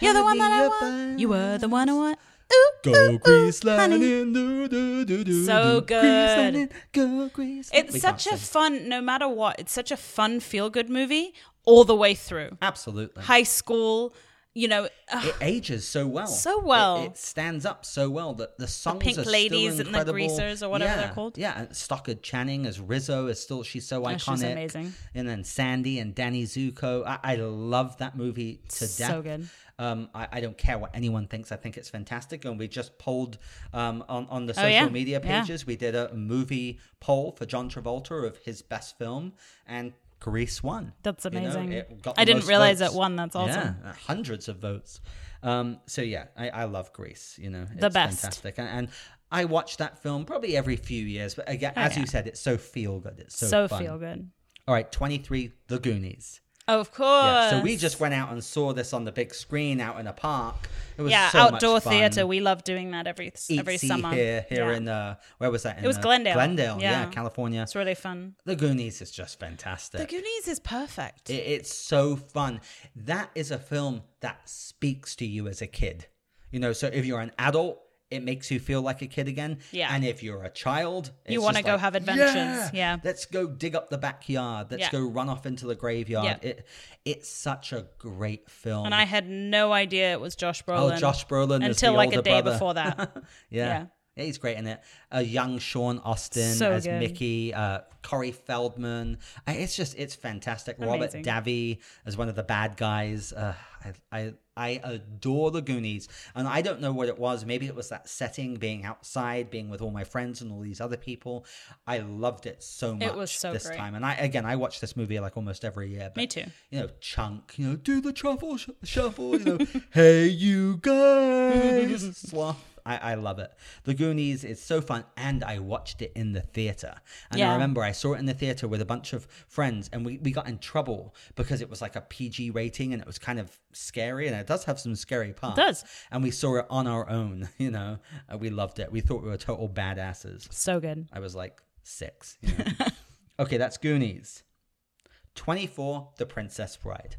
Speaker 3: You're the one
Speaker 2: heavy
Speaker 3: that I
Speaker 2: up
Speaker 3: want. You were the
Speaker 2: and-
Speaker 3: one I want. Ooh,
Speaker 2: Go Greece,
Speaker 3: honey.
Speaker 2: lightning, do, do, do, do,
Speaker 3: So
Speaker 2: do. Grease,
Speaker 3: good.
Speaker 2: lightning, go Greece.
Speaker 3: It's
Speaker 2: We can't
Speaker 3: such a
Speaker 2: sing.
Speaker 3: fun, no matter what, it's such a fun feel good movie all the way through.
Speaker 2: Absolutely.
Speaker 3: High school, you know, ugh,
Speaker 2: it ages so well.
Speaker 3: So well.
Speaker 2: It, it stands up so well that the songs
Speaker 3: Pink
Speaker 2: are still
Speaker 3: Ladies and the
Speaker 2: incredible.
Speaker 3: Greasers or whatever
Speaker 2: yeah,
Speaker 3: they're called. Oh,
Speaker 2: Yeah, and Stockard Channing as Rizzo is still she's so iconic.
Speaker 3: she's amazing.
Speaker 2: And then Sandy and Danny Zuko. I, I love that movie to death.
Speaker 3: so good.
Speaker 2: Um, I, I don't care what anyone thinks. I think it's fantastic. And we just polled um, on, on the social
Speaker 3: Oh, yeah.
Speaker 2: media
Speaker 3: Yeah.
Speaker 2: pages. We did a movie poll for John Travolta of his best film, and Grease won.
Speaker 3: That's
Speaker 2: You know,
Speaker 3: amazing.
Speaker 2: it got
Speaker 3: I
Speaker 2: the
Speaker 3: didn't
Speaker 2: most
Speaker 3: realize
Speaker 2: votes.
Speaker 3: it won. That's awesome.
Speaker 2: Yeah, uh, hundreds of votes. Um, so yeah, I, I love Greece. You know, it's
Speaker 3: The best.
Speaker 2: fantastic. And, and I watch that film probably every few years. But again, as you said, it's so feel good. It's so,
Speaker 3: Oh, So,
Speaker 2: fun.
Speaker 3: feel good.
Speaker 2: All right, twenty three, The Goonies.
Speaker 3: Oh, of course.
Speaker 2: Yeah, so we just went out and saw this on the big screen out in a park. It was
Speaker 3: Yeah,
Speaker 2: so much
Speaker 3: outdoor
Speaker 2: fun.
Speaker 3: theater. We love doing that every every
Speaker 2: Eatsy
Speaker 3: summer.
Speaker 2: here, here
Speaker 3: yeah.
Speaker 2: in uh, where was that? In,
Speaker 3: was
Speaker 2: uh,
Speaker 3: Glendale.
Speaker 2: Glendale, yeah,
Speaker 3: Yeah.
Speaker 2: California.
Speaker 3: it's really fun.
Speaker 2: The Goonies is just fantastic.
Speaker 3: The Goonies is perfect.
Speaker 2: It, it's so fun. That is a film that speaks to you as a kid. You know, so if you're an adult, it makes you feel like a kid again.
Speaker 3: Yeah.
Speaker 2: And if you're a child,
Speaker 3: You
Speaker 2: it's
Speaker 3: wanna
Speaker 2: just
Speaker 3: go
Speaker 2: like,
Speaker 3: have adventures. Yeah.
Speaker 2: Let's go dig up the backyard. Let's
Speaker 3: Yeah.
Speaker 2: go run off into the graveyard.
Speaker 3: Yeah.
Speaker 2: It it's such a great film.
Speaker 3: and I had no idea it was Josh Brolin.
Speaker 2: oh Josh Brolin is the
Speaker 3: until like a
Speaker 2: older
Speaker 3: day
Speaker 2: brother.
Speaker 3: before that.
Speaker 2: Yeah.
Speaker 3: Yeah.
Speaker 2: Yeah, he's great in it. A young Sean Austin
Speaker 3: So
Speaker 2: as
Speaker 3: good.
Speaker 2: Mickey, uh, Corey Feldman. I, it's just, it's fantastic. Robert
Speaker 3: Amazing.
Speaker 2: Davi as one of the bad guys. Uh, I, I, I adore the Goonies. And I don't know what it was. Maybe it was that setting, being outside, being with all my friends and all these other people. I loved it so much
Speaker 3: It was so
Speaker 2: this
Speaker 3: great.
Speaker 2: time. And I, again, I watch this movie like almost every year. But,
Speaker 3: Me too.
Speaker 2: You know, Chunk, you know, do the truffle sh- shuffle, you know, hey, you guys. Sloth. I, I love it. The Goonies is so fun, and I watched it in the theater. And I
Speaker 3: Yeah.
Speaker 2: remember I saw it in the theater with a bunch of friends, and we, we got in trouble because it was like a PG rating, and it was kind of scary, and it does have some scary parts.
Speaker 3: does.
Speaker 2: And we saw it on our own. You know, Uh, we loved it. We thought we were total badasses.
Speaker 3: So good.
Speaker 2: I was like six. you know. okay, that's Goonies. 24, The Princess Bride.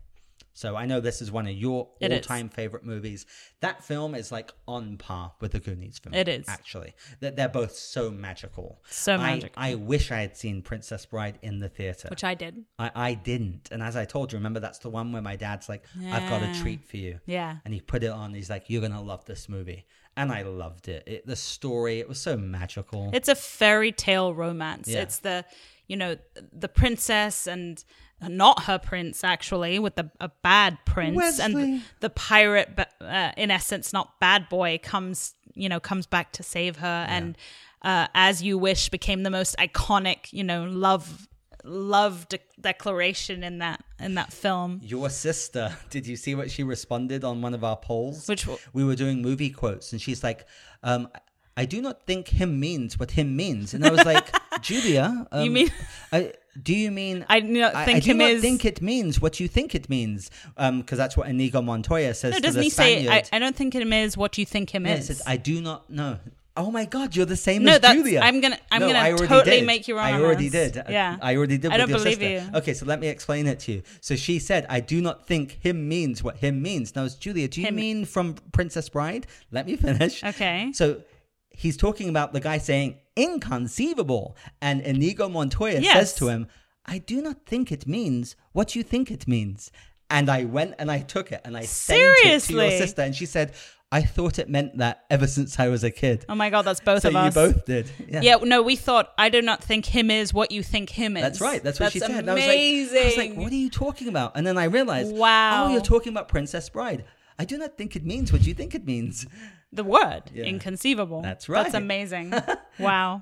Speaker 2: So I know this is one of your
Speaker 3: It
Speaker 2: all
Speaker 3: is.
Speaker 2: time favorite movies. That film is like on par with The Goonies for me.
Speaker 3: It is.
Speaker 2: Actually, that they're both so magical.
Speaker 3: So
Speaker 2: I-
Speaker 3: magical.
Speaker 2: I, wish I had seen Princess Bride in the theater.
Speaker 3: Which I did.
Speaker 2: I, I didn't. And as I told you, remember that's the one where my dad's like, I've got a
Speaker 3: Yeah.
Speaker 2: treat for you.
Speaker 3: Yeah.
Speaker 2: And he put it on. He's like, You're going to love this movie. And I loved it. it. The story, it was so magical.
Speaker 3: It's a fairy tale romance.
Speaker 2: Yeah.
Speaker 3: It's the, you know, the princess and uh, not her prince actually, with the a bad prince and
Speaker 2: Wesley.
Speaker 3: the pirate, but uh, in essence, not bad boy comes, you know, comes back to save her, and uh, as you wish became the most iconic, you know, love love de- declaration in that in that film.
Speaker 2: Your sister, did you see what she responded on one of our polls?
Speaker 3: Which w-
Speaker 2: we were doing movie quotes, and she's like, um, I do not think him means what him means. And I was like, Julia, um,
Speaker 3: mean-
Speaker 2: I, do you mean.
Speaker 3: I do not
Speaker 2: I- I
Speaker 3: think
Speaker 2: do
Speaker 3: him
Speaker 2: not
Speaker 3: is-
Speaker 2: think it means what you think it means, because that's what Inigo Montoya says
Speaker 3: No,
Speaker 2: to
Speaker 3: doesn't
Speaker 2: the
Speaker 3: he
Speaker 2: Spaniard.
Speaker 3: say? I, I don't think him is what you think him
Speaker 2: Yeah, it
Speaker 3: is.
Speaker 2: says, I do not know. Oh my God, you're the same
Speaker 3: No,
Speaker 2: as
Speaker 3: that's-
Speaker 2: Julia.
Speaker 3: I'm gonna- I'm
Speaker 2: No,
Speaker 3: gonna
Speaker 2: I already
Speaker 3: totally
Speaker 2: did.
Speaker 3: make you wrong
Speaker 2: I
Speaker 3: on
Speaker 2: already
Speaker 3: this.
Speaker 2: did.
Speaker 3: Yeah.
Speaker 2: I already did.
Speaker 3: I
Speaker 2: with
Speaker 3: don't
Speaker 2: your
Speaker 3: believe
Speaker 2: sister.
Speaker 3: you.
Speaker 2: Okay, so let me explain it to you. So she said, "I do not think him means what him means." Now, it's Julia, do you
Speaker 3: Him-
Speaker 2: mean from Princess Bride? Let me finish.
Speaker 3: Okay.
Speaker 2: So he's talking about the guy saying inconceivable, and Inigo Montoya says
Speaker 3: Yes.
Speaker 2: to him, "I do not think it means what you think it means." And I went and I took it and I Seriously? sent it to your sister. And she said, I thought it meant that ever since I was a kid.
Speaker 3: Oh my God, that's both
Speaker 2: so
Speaker 3: of us.
Speaker 2: you both did. Yeah.
Speaker 3: Yeah, no, we thought I do not think him is what you think him is.
Speaker 2: That's right. That's what she said. And I was like- I was, like,
Speaker 3: amazing.
Speaker 2: what are you talking about? And then I realized,
Speaker 3: Wow.
Speaker 2: oh, you're talking about Princess Bride. I do not think it means what you think it means.
Speaker 3: the word
Speaker 2: Yeah.
Speaker 3: inconceivable.
Speaker 2: That's
Speaker 3: That's
Speaker 2: right.
Speaker 3: amazing. wow.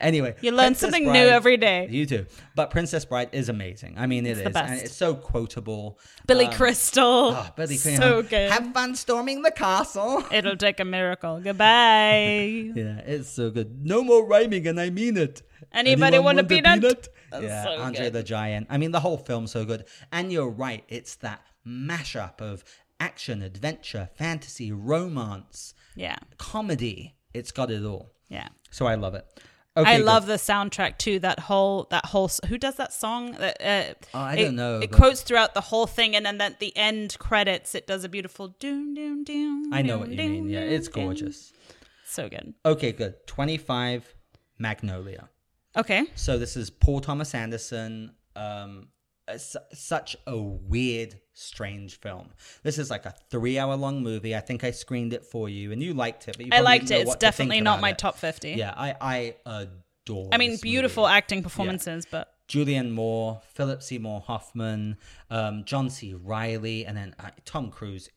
Speaker 2: Anyway,
Speaker 3: You learn
Speaker 2: Princess
Speaker 3: something new
Speaker 2: Bride-
Speaker 3: every day.
Speaker 2: You do. But Princess Bride is amazing. I mean, it is,
Speaker 3: the
Speaker 2: And
Speaker 3: best.
Speaker 2: it's so quotable.
Speaker 3: Billy
Speaker 2: Um,
Speaker 3: Crystal.
Speaker 2: Oh, Billy
Speaker 3: So
Speaker 2: Cunningham.
Speaker 3: good.
Speaker 2: Have fun storming the castle.
Speaker 3: It'll take a miracle. Goodbye.
Speaker 2: Yeah, it's so good. No more rhyming, and I mean it.
Speaker 3: Anybody want a
Speaker 2: want
Speaker 3: peanut?
Speaker 2: Yeah,
Speaker 3: so
Speaker 2: Andre
Speaker 3: good.
Speaker 2: the Giant. I mean, the whole film's so good. And you're right, it's that mashup of action, adventure, fantasy, romance,
Speaker 3: yeah.
Speaker 2: comedy. It's got it all.
Speaker 3: Yeah.
Speaker 2: So I love it.
Speaker 3: I
Speaker 2: good.
Speaker 3: love the soundtrack too. That whole that whole s- who does that song? That, Uh,
Speaker 2: Oh, I
Speaker 3: it-
Speaker 2: don't know,
Speaker 3: It
Speaker 2: but-
Speaker 3: quotes throughout the whole thing, and then at the end credits, it does a beautiful doom doom doom.
Speaker 2: I know
Speaker 3: doom,
Speaker 2: what you
Speaker 3: doom,
Speaker 2: mean. Yeah,
Speaker 3: doom,
Speaker 2: it's
Speaker 3: doom.
Speaker 2: gorgeous.
Speaker 3: So good.
Speaker 2: Okay, good. 25 Magnolia.
Speaker 3: Okay.
Speaker 2: So this is Paul Thomas Anderson. Um, it's such a weird, strange film. This is like a three-hour-long movie. I think I screened it for you, and you liked it. But you
Speaker 3: I
Speaker 2: probably
Speaker 3: liked
Speaker 2: didn't know
Speaker 3: it. It's
Speaker 2: what to think
Speaker 3: definitely not
Speaker 2: about
Speaker 3: my
Speaker 2: it.
Speaker 3: top fifty.
Speaker 2: Yeah, I I adore.
Speaker 3: I mean,
Speaker 2: this
Speaker 3: beautiful
Speaker 2: movie.
Speaker 3: acting performances, but
Speaker 2: Julianne Moore, Philip Seymour Hoffman, um, John C. Riley, and then uh, Tom Cruise.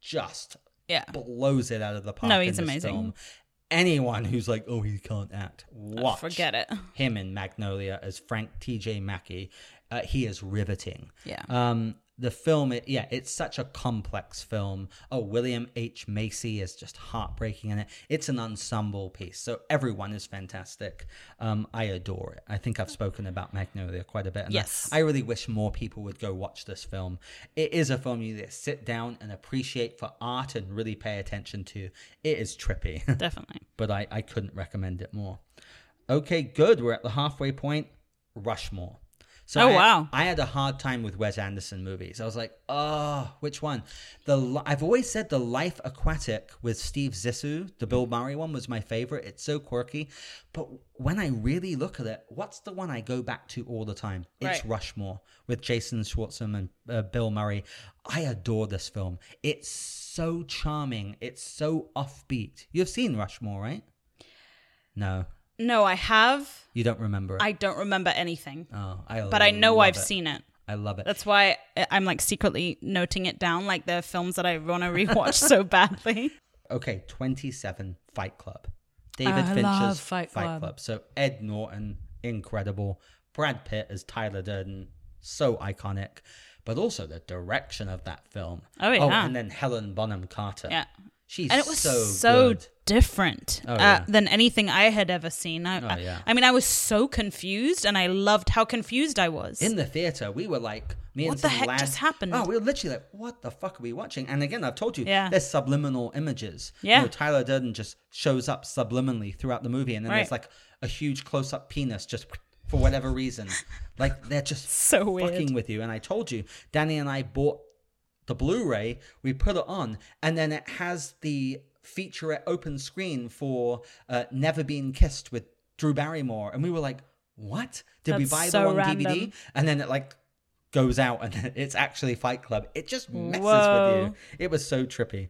Speaker 2: Just
Speaker 3: yeah.
Speaker 2: blows it out of the park.
Speaker 3: No,
Speaker 2: in
Speaker 3: he's
Speaker 2: this
Speaker 3: amazing.
Speaker 2: film. Anyone who's like, oh, he can't act, watch
Speaker 3: Forget it.
Speaker 2: him in Magnolia as Frank T.J. Mackey. Uh, he is riveting.
Speaker 3: Yeah.
Speaker 2: Um, the film, it, yeah, it's such a complex film. Oh, William H. Macy is just heartbreaking in it. It's an ensemble piece, so everyone is fantastic. Um, I adore it. I think I've spoken about Magnolia quite a bit. And I-
Speaker 3: Yes.
Speaker 2: I really wish more people would go watch this film. It is a film you need to sit down and appreciate for art and really pay attention to. It is trippy.
Speaker 3: Definitely.
Speaker 2: but I, I couldn't recommend it more. Okay, good. We're at the halfway point. Rushmore. So
Speaker 3: Oh,
Speaker 2: I-
Speaker 3: wow.
Speaker 2: I had a hard time with Wes Anderson movies. I was like, oh, which one? The Li- I've always said the Life Aquatic with Steve Zissou, the
Speaker 3: Mm.
Speaker 2: Bill Murray one, was my favorite. It's so quirky, but when I really look at it, what's the one I go back to all the time? It's
Speaker 3: Right.
Speaker 2: Rushmore with Jason Schwartzman and uh, Bill Murray. I adore this film. It's so charming. It's so offbeat. You've seen Rushmore, right? No,
Speaker 3: No, I have.
Speaker 2: you don't remember it.
Speaker 3: I don't remember anything,
Speaker 2: oh, I
Speaker 3: but I know
Speaker 2: love
Speaker 3: I've
Speaker 2: it.
Speaker 3: seen it.
Speaker 2: I love it.
Speaker 3: That's why I- I'm like secretly noting it down, like the films that I want to rewatch so badly.
Speaker 2: Okay, 27 Fight Club. David
Speaker 3: I
Speaker 2: Fincher's
Speaker 3: love Fight Club.
Speaker 2: So Ed Norton, incredible. Brad Pitt as Tyler Durden, so iconic. But also the direction of that film.
Speaker 3: Oh, yeah.
Speaker 2: Oh, and then Helen Bonham Carter.
Speaker 3: Yeah.
Speaker 2: She's
Speaker 3: and it was so,
Speaker 2: good. Oh,
Speaker 3: different uh,
Speaker 2: yeah. Oh,
Speaker 3: than anything I had ever seen. I, I-
Speaker 2: yeah.
Speaker 3: I, mean, I was so confused, and I loved how confused I was.
Speaker 2: In the theater, we were like, me and
Speaker 3: What the
Speaker 2: some
Speaker 3: heck
Speaker 2: lads-
Speaker 3: just happened?
Speaker 2: Oh, we were literally like, what the fuck are we watching? And again, I've told you,
Speaker 3: Yeah.
Speaker 2: there's subliminal images.
Speaker 3: Yeah.
Speaker 2: You know, Tyler Durden just shows up subliminally throughout the movie, and then there's
Speaker 3: Right.
Speaker 2: like a huge close up penis just for whatever reason. like, they're just
Speaker 3: So weird.
Speaker 2: fucking with you. And I told you, Danny and I bought the Blu ray, we put it on, and then it has the feature at open screen for uh, Never Been Kissed with Drew Barrymore. And we were like, what? Did we
Speaker 3: That's
Speaker 2: buy the
Speaker 3: so
Speaker 2: wrong DVD?
Speaker 3: random.
Speaker 2: And then it like goes out and it's actually Fight Club. It just messes
Speaker 3: Whoa.
Speaker 2: with you. It was so trippy.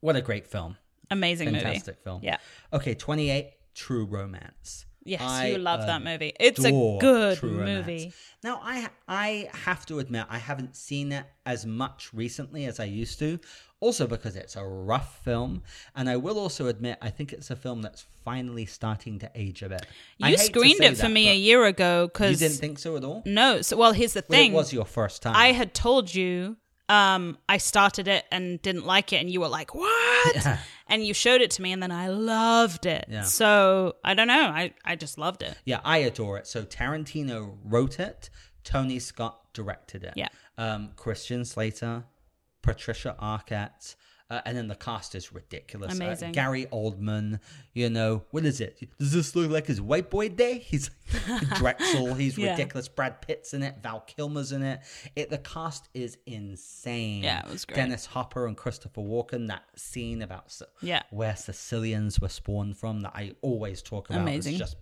Speaker 2: What a great film.
Speaker 3: Amazing
Speaker 2: Fantastic film.
Speaker 3: Yeah.
Speaker 2: Okay, 28 True Romance.
Speaker 3: movie. Yes,
Speaker 2: I um,
Speaker 3: you love that movie. It's a
Speaker 2: adore
Speaker 3: good
Speaker 2: True Romance.
Speaker 3: movie.
Speaker 2: Now I I have to admit I haven't seen it as much recently as I used to. Also because it's a rough film, and I will also admit I think it's a film that's finally starting to age a bit. I
Speaker 3: You
Speaker 2: hate to
Speaker 3: screened
Speaker 2: say
Speaker 3: it for
Speaker 2: that,
Speaker 3: me
Speaker 2: but
Speaker 3: a year ago
Speaker 2: You didn't
Speaker 3: because
Speaker 2: think so at all.
Speaker 3: no. So well, here's the
Speaker 2: Well,
Speaker 3: thing.
Speaker 2: it was your first time.
Speaker 3: I had told you um, I started it and didn't like it, and you were like, "What?" And you showed it to me, and then I loved it.
Speaker 2: Yeah.
Speaker 3: So I don't know. I I just loved it.
Speaker 2: Yeah, I adore it. So Tarantino wrote it, Tony Scott directed it.
Speaker 3: Yeah.
Speaker 2: Um, Christian Slater, Patricia Arquette, uh, and then the cast is ridiculous. Uh,
Speaker 3: Amazing.
Speaker 2: Gary Oldman, you know, what is it? Does this look like his white boy day? He's Drexel, he's
Speaker 3: Yeah.
Speaker 2: ridiculous. Brad Pitt's in it, Val Kilmer's in it. it. The cast is insane.
Speaker 3: Yeah, it was great.
Speaker 2: Dennis Hopper and Christopher Walken, that scene about S-
Speaker 3: Yeah.
Speaker 2: where Sicilians were spawned from that I always talk about. It's
Speaker 3: Amazing.
Speaker 2: just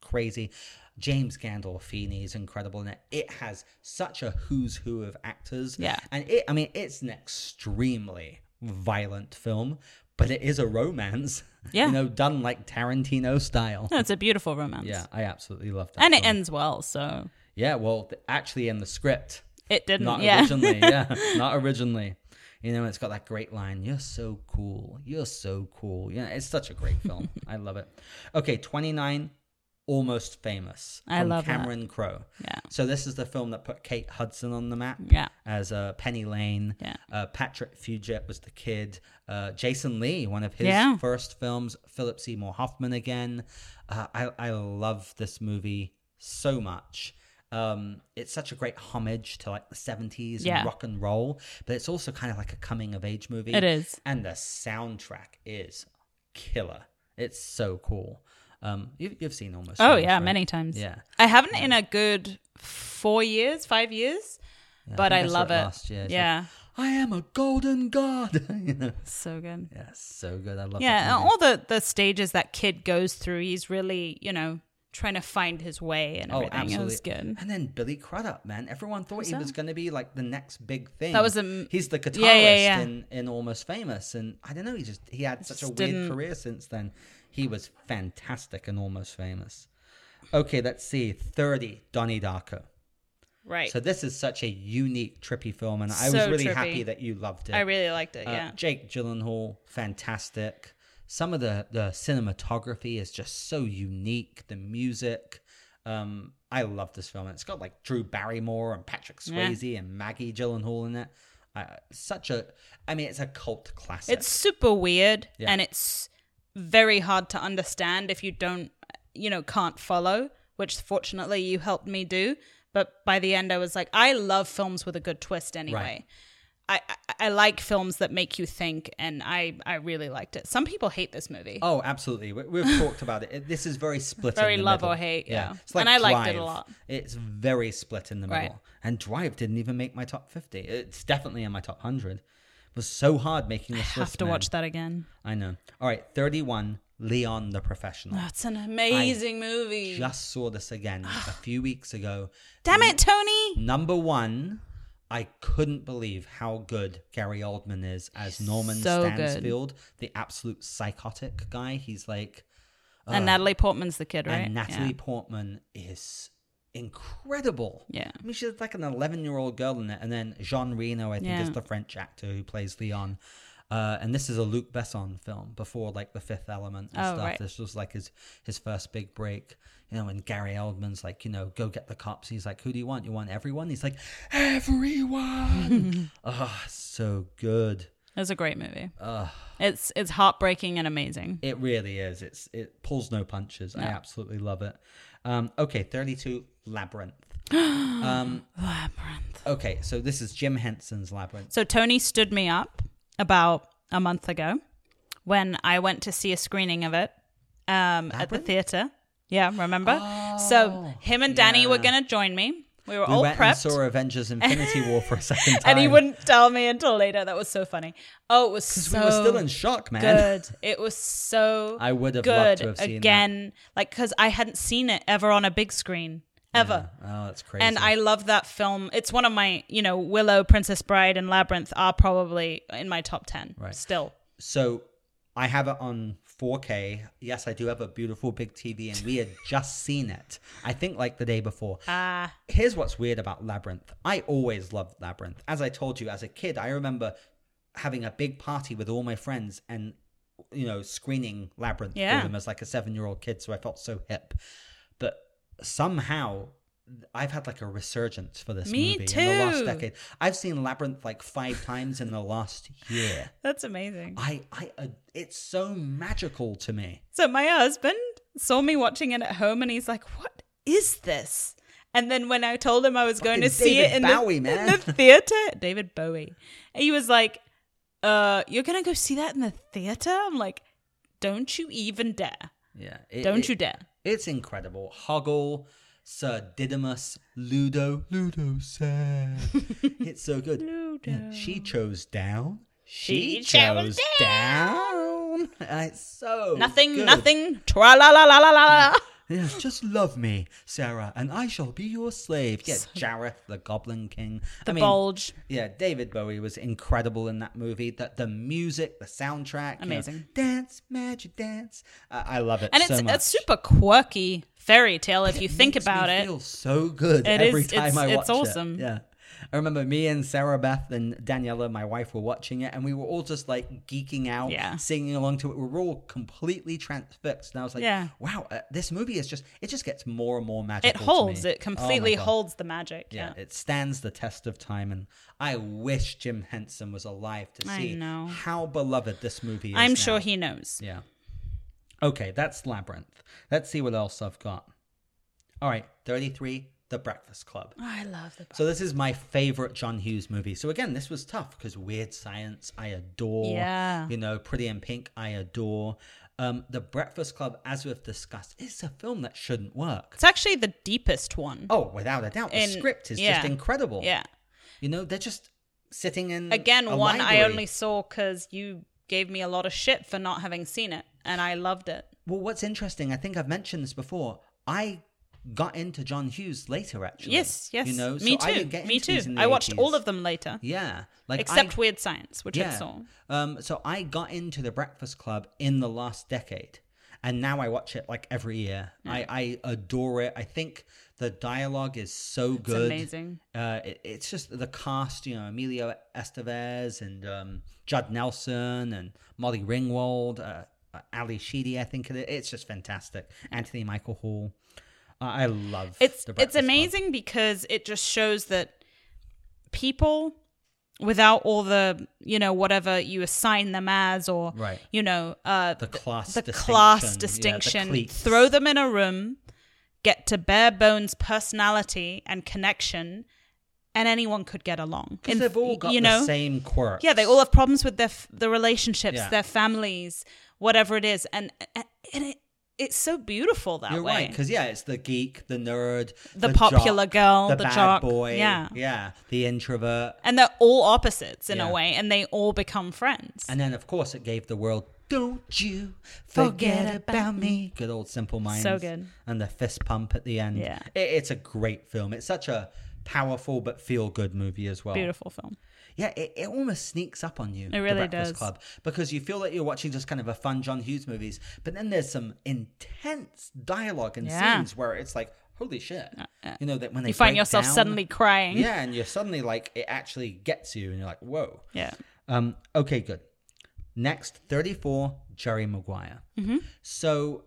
Speaker 2: crazy. James Gandolfini is incredible in it. It has such a who's who of actors.
Speaker 3: Yeah.
Speaker 2: And it, I mean, it's an extremely violent film, but it is a romance.
Speaker 3: Yeah.
Speaker 2: you know, done like Tarantino style.
Speaker 3: No, it's a beautiful romance.
Speaker 2: Yeah, I absolutely love that.
Speaker 3: And it
Speaker 2: film.
Speaker 3: ends well, so
Speaker 2: Yeah, well, th- actually, in the script,
Speaker 3: it didn't.
Speaker 2: not
Speaker 3: yeah.
Speaker 2: originally. Yeah, not originally. You know, it's got that great line. You're so cool. You're so cool. Yeah, it's such a great film. I love it. Okay, twenty nine, almost famous.
Speaker 3: I
Speaker 2: from
Speaker 3: love that.
Speaker 2: Cameron Crowe.
Speaker 3: Yeah.
Speaker 2: So this is the film that put Kate Hudson on the map.
Speaker 3: Yeah.
Speaker 2: As uh, Penny Lane.
Speaker 3: Yeah.
Speaker 2: Uh, Patrick Fugit was the kid. Uh, Jason Lee, one of his
Speaker 3: Yeah.
Speaker 2: first films. Philip Seymour Hoffman again. Uh, I I love this movie so much. Um, it's such a great homage to like the seventies
Speaker 3: Yeah.
Speaker 2: and rock and roll, but it's also kind of like a coming of age movie.
Speaker 3: It is.
Speaker 2: and the soundtrack is killer. It's so cool. Um, you've you've seen almost.
Speaker 3: Oh
Speaker 2: Famous,
Speaker 3: yeah,
Speaker 2: right?
Speaker 3: many times.
Speaker 2: Yeah.
Speaker 3: I haven't in a good four years, five years,
Speaker 2: Yeah,
Speaker 3: but I,
Speaker 2: think saw
Speaker 3: love it.
Speaker 2: Last year. It's like,
Speaker 3: yeah,
Speaker 2: I am a golden god. you know?
Speaker 3: so good.
Speaker 2: Yeah, it's so good. I love. that
Speaker 3: Yeah, and
Speaker 2: movie.
Speaker 3: all the the stages that kid goes through, he's really you know trying to find his way and everything. It was good.
Speaker 2: Oh, And then Billy Crudup, man. Everyone thought he was going to be like the next big thing.
Speaker 3: That was a-
Speaker 2: he's the guitarist
Speaker 3: yeah, yeah.
Speaker 2: In, in Almost Famous, and I don't know. He just he had such a
Speaker 3: Just
Speaker 2: weird
Speaker 3: didn't-
Speaker 2: career since then. He was fantastic in Almost Famous. Okay, let's see. Thirty, Donnie Darko.
Speaker 3: Right.
Speaker 2: So this is such a unique, trippy film, and I was
Speaker 3: So
Speaker 2: really
Speaker 3: trippy.
Speaker 2: happy that you loved it.
Speaker 3: I really liked it.
Speaker 2: Uh,
Speaker 3: yeah.
Speaker 2: Jake Gyllenhaal, fantastic. Some of the the cinematography is just so unique. The music, um, I love this film. It's got like Drew Barrymore and Patrick
Speaker 3: Yeah.
Speaker 2: Swayze and Maggie Gyllenhaal in it. Uh, such a, I mean, it's a cult classic.
Speaker 3: It's super weird
Speaker 2: Yeah.
Speaker 3: and it's very hard to understand if you don't, you know, can't follow, which fortunately you helped me do. But by the end, I was like, I love films with a good twist anyway. I I, I like films that make you think, and I, I really liked it. Some people hate this movie.
Speaker 2: oh, absolutely. We, we've talked about it. it. This is very split.
Speaker 3: Very
Speaker 2: in the
Speaker 3: love
Speaker 2: middle.
Speaker 3: or hate, yeah.
Speaker 2: It's like
Speaker 3: And I liked it a
Speaker 2: Drive.
Speaker 3: lot.
Speaker 2: It's very split in the middle.
Speaker 3: Right.
Speaker 2: And Drive didn't even make my top fifty. It's definitely in my top hundred. It was so hard making this
Speaker 3: Have
Speaker 2: list.
Speaker 3: to
Speaker 2: man.
Speaker 3: watch that again.
Speaker 2: I know. All right, 31, Leon the Professional.
Speaker 3: That's an amazing movie.
Speaker 2: Just saw this again
Speaker 3: Ah.
Speaker 2: a few weeks ago.
Speaker 3: Damn it, Tony!
Speaker 2: Number one, I couldn't believe how good Gary Oldman is as Norman
Speaker 3: so good.
Speaker 2: Stansfield, the absolute psychotic guy. He's like,
Speaker 3: and Natalie Portman's the kid, right?
Speaker 2: and Natalie
Speaker 3: Yeah.
Speaker 2: Portman is incredible.
Speaker 3: Yeah.
Speaker 2: I mean, she's like an 11 year old girl in it. And then Jean Reno, I think,
Speaker 3: Yeah.
Speaker 2: is the French actor who plays Leon. Uh, and this is a Luc Besson film before like The Fifth Element and
Speaker 3: Oh,
Speaker 2: stuff.
Speaker 3: right.
Speaker 2: This was like his his first big break. You know, and Gary Oldman's like, you know, go get the cops. He's like, who do you want? You want everyone? He's like, everyone. Ah, so good.
Speaker 3: It was a great movie.
Speaker 2: Ugh.
Speaker 3: It's it's heartbreaking and amazing.
Speaker 2: It really is. It's it pulls no punches. I absolutely love it. Um, okay, thirty-two labyrinth. um, labyrinth. Okay, so this is Jim Henson's labyrinth.
Speaker 3: So Tony stood me up about a month ago when I went to see a screening of it um, at the
Speaker 2: Labyrinth? Oh,
Speaker 3: theater. Yeah, remember? so him and Danny were
Speaker 2: yeah.
Speaker 3: going to join me. We were
Speaker 2: We
Speaker 3: all
Speaker 2: went
Speaker 3: prepped.
Speaker 2: and saw Avengers: Infinity War for a second time,
Speaker 3: and he wouldn't tell me until later. That was so funny. Oh, it was so
Speaker 2: We were still in shock, man.
Speaker 3: good. It was so
Speaker 2: I would have
Speaker 3: good
Speaker 2: loved to have seen that.
Speaker 3: again, like because I hadn't seen it ever on a big screen ever.
Speaker 2: Oh, that's crazy.
Speaker 3: And I love that film. It's one of my, you know, Willow, Princess Bride, and Labyrinth are probably in my top 10
Speaker 2: Right.
Speaker 3: still.
Speaker 2: so I have it on 4K. Yes, I do have a beautiful big TV, and we had just seen it. I think like the day before.
Speaker 3: Ah,
Speaker 2: here's what's weird about labyrinth i always loved labyrinth as i told you as a kid i remember having a big party with all my friends and you know screening labyrinth
Speaker 3: Yeah.
Speaker 2: for them as like a seven year old kid so i felt so hip but somehow i've had like a resurgence for this
Speaker 3: Me
Speaker 2: movie in the last
Speaker 3: too.
Speaker 2: decade i've seen labyrinth like five times in the last year
Speaker 3: that's amazing.
Speaker 2: i i uh, it's so magical to me
Speaker 3: So my husband saw me watching it at home and he's like, "What is this?" And then when I told him I was going to
Speaker 2: Fucking
Speaker 3: see it
Speaker 2: David
Speaker 3: in,
Speaker 2: Bowie,
Speaker 3: the,
Speaker 2: man.
Speaker 3: in the theater, David Bowie, he was like, "Uh, you're gonna go see that in the theater?" I'm like, "Don't you even dare!
Speaker 2: yeah it-
Speaker 3: Don't
Speaker 2: it-
Speaker 3: you dare!"
Speaker 2: It's incredible. Hoggle, Sir Didymus, Ludo, Ludo Sad. it's so good. Yeah, she chose down. She, chose, down. Uh, It's so
Speaker 3: Nothing,
Speaker 2: good. Mm.
Speaker 3: nothing. Tra la la la la la.
Speaker 2: Yeah, just love me, Sarah, and I shall be your slave. Yeah, Jareth, the Goblin King.
Speaker 3: The
Speaker 2: I mean,
Speaker 3: bulge.
Speaker 2: Yeah, David Bowie was incredible in that movie. That the music, the soundtrack, you know,
Speaker 3: Amazing.
Speaker 2: dance, magic dance. Uh, I love it
Speaker 3: And
Speaker 2: so
Speaker 3: it's
Speaker 2: much.
Speaker 3: a super quirky fairy tale if you think
Speaker 2: makes me
Speaker 3: about it.
Speaker 2: feel so good
Speaker 3: It
Speaker 2: every
Speaker 3: is-
Speaker 2: time
Speaker 3: it's-
Speaker 2: I watch
Speaker 3: it's
Speaker 2: it.
Speaker 3: awesome.
Speaker 2: Yeah. I remember me and Sarah Beth and Daniela, my wife, were watching it, and we were all just like geeking out,
Speaker 3: Yeah.
Speaker 2: singing along to it. We were all completely transfixed, and I was like,
Speaker 3: Yeah.
Speaker 2: "Wow, uh, this movie is just—it just gets more and more magical."
Speaker 3: It
Speaker 2: to
Speaker 3: holds.
Speaker 2: me.
Speaker 3: It
Speaker 2: Oh my
Speaker 3: completely
Speaker 2: God.
Speaker 3: holds the magic.
Speaker 2: Yeah,
Speaker 3: Yeah.
Speaker 2: it stands the test of time, and I wish Jim Henson was alive to
Speaker 3: I
Speaker 2: see
Speaker 3: know.
Speaker 2: how beloved this movie is.
Speaker 3: I'm
Speaker 2: now.
Speaker 3: sure he knows.
Speaker 2: Yeah. Okay, that's Labyrinth. Let's see what else I've got. All right, 33, The Breakfast Club.
Speaker 3: I love the
Speaker 2: So this is my favorite John Hughes movie. So again, this was tough because Weird Science I adore.
Speaker 3: Yeah.
Speaker 2: You know, Pretty in Pink I adore. Um, the Breakfast Club, as we've discussed, is a film that shouldn't work.
Speaker 3: It's actually the deepest one.
Speaker 2: Oh, without a doubt, the
Speaker 3: In-
Speaker 2: script is
Speaker 3: yeah.
Speaker 2: just incredible.
Speaker 3: Yeah.
Speaker 2: You know, they're just sitting in
Speaker 3: Again,
Speaker 2: Mm, a
Speaker 3: one I
Speaker 2: library.
Speaker 3: only saw because you gave me a lot of shit for not having seen it, and I loved it.
Speaker 2: Well, what's interesting, I think I've mentioned this before. I got into John Hughes later, actually.
Speaker 3: Yes, yes.
Speaker 2: You know,
Speaker 3: me
Speaker 2: so
Speaker 3: too.
Speaker 2: I didn't get
Speaker 3: me
Speaker 2: into
Speaker 3: too.
Speaker 2: these in the
Speaker 3: I watched
Speaker 2: 80s.
Speaker 3: all of them later,
Speaker 2: Yeah, like
Speaker 3: except
Speaker 2: I,
Speaker 3: Weird Science, which I
Speaker 2: yeah.
Speaker 3: saw.
Speaker 2: Um, so I got into the Breakfast Club in the last decade, and now I watch it like every year. I, I adore it. I think the dialogue is so
Speaker 3: It's
Speaker 2: good.
Speaker 3: amazing.
Speaker 2: Uh, it, it's just the cast, you know, Emilio Estevez and um, Judd Nelson and Molly Ringwald, uh, uh, Ali Sheedy, I think it is. It's just fantastic. Anthony Michael Hall. Uh, I love
Speaker 3: It's
Speaker 2: The Breakfast
Speaker 3: it's
Speaker 2: Club.
Speaker 3: amazing because it just shows that people without all the you know whatever you assign them as or
Speaker 2: Right.
Speaker 3: you know uh
Speaker 2: The class
Speaker 3: the
Speaker 2: distinction.
Speaker 3: class
Speaker 2: Yeah, the
Speaker 3: distinction.
Speaker 2: cliques.
Speaker 3: throw them in a room, get to bare bones personality and connection, and anyone could get along.
Speaker 2: 'Cause
Speaker 3: In-
Speaker 2: they've all got
Speaker 3: you
Speaker 2: the
Speaker 3: know,
Speaker 2: same quirks.
Speaker 3: yeah, they all have problems with their f- the relationships,
Speaker 2: Yeah.
Speaker 3: their families, whatever it is, and and and it, it's so beautiful that
Speaker 2: You're
Speaker 3: way.
Speaker 2: right, because yeah, it's the geek, the nerd,
Speaker 3: The popular
Speaker 2: jock,
Speaker 3: girl,
Speaker 2: the,
Speaker 3: the
Speaker 2: bad
Speaker 3: jock,
Speaker 2: boy,
Speaker 3: yeah.
Speaker 2: yeah, the introvert,
Speaker 3: and they're all opposites in
Speaker 2: Yeah.
Speaker 3: a way, and they all become friends.
Speaker 2: and then of course it gave the world. Don't you forget about me? Good old Simple Minds.
Speaker 3: So good.
Speaker 2: And the fist pump at the end.
Speaker 3: Yeah.
Speaker 2: It, it's a great film. It's such a powerful but feel good movie as well.
Speaker 3: Beautiful film.
Speaker 2: Yeah, it, it almost sneaks up on you. The
Speaker 3: really
Speaker 2: Breakfast
Speaker 3: does.
Speaker 2: Club because you feel like you're watching just kind of a fun John Hughes movies, but then there's some intense dialogue and
Speaker 3: Yeah. Uh,
Speaker 2: scenes where it's like, holy shit, you know that when they
Speaker 3: You find
Speaker 2: break
Speaker 3: yourself
Speaker 2: down-
Speaker 3: suddenly crying.
Speaker 2: yeah, and you're suddenly like, it actually gets you, and you're like, whoa.
Speaker 3: Yeah.
Speaker 2: Um, okay, good. Next, 34, Jerry Maguire. So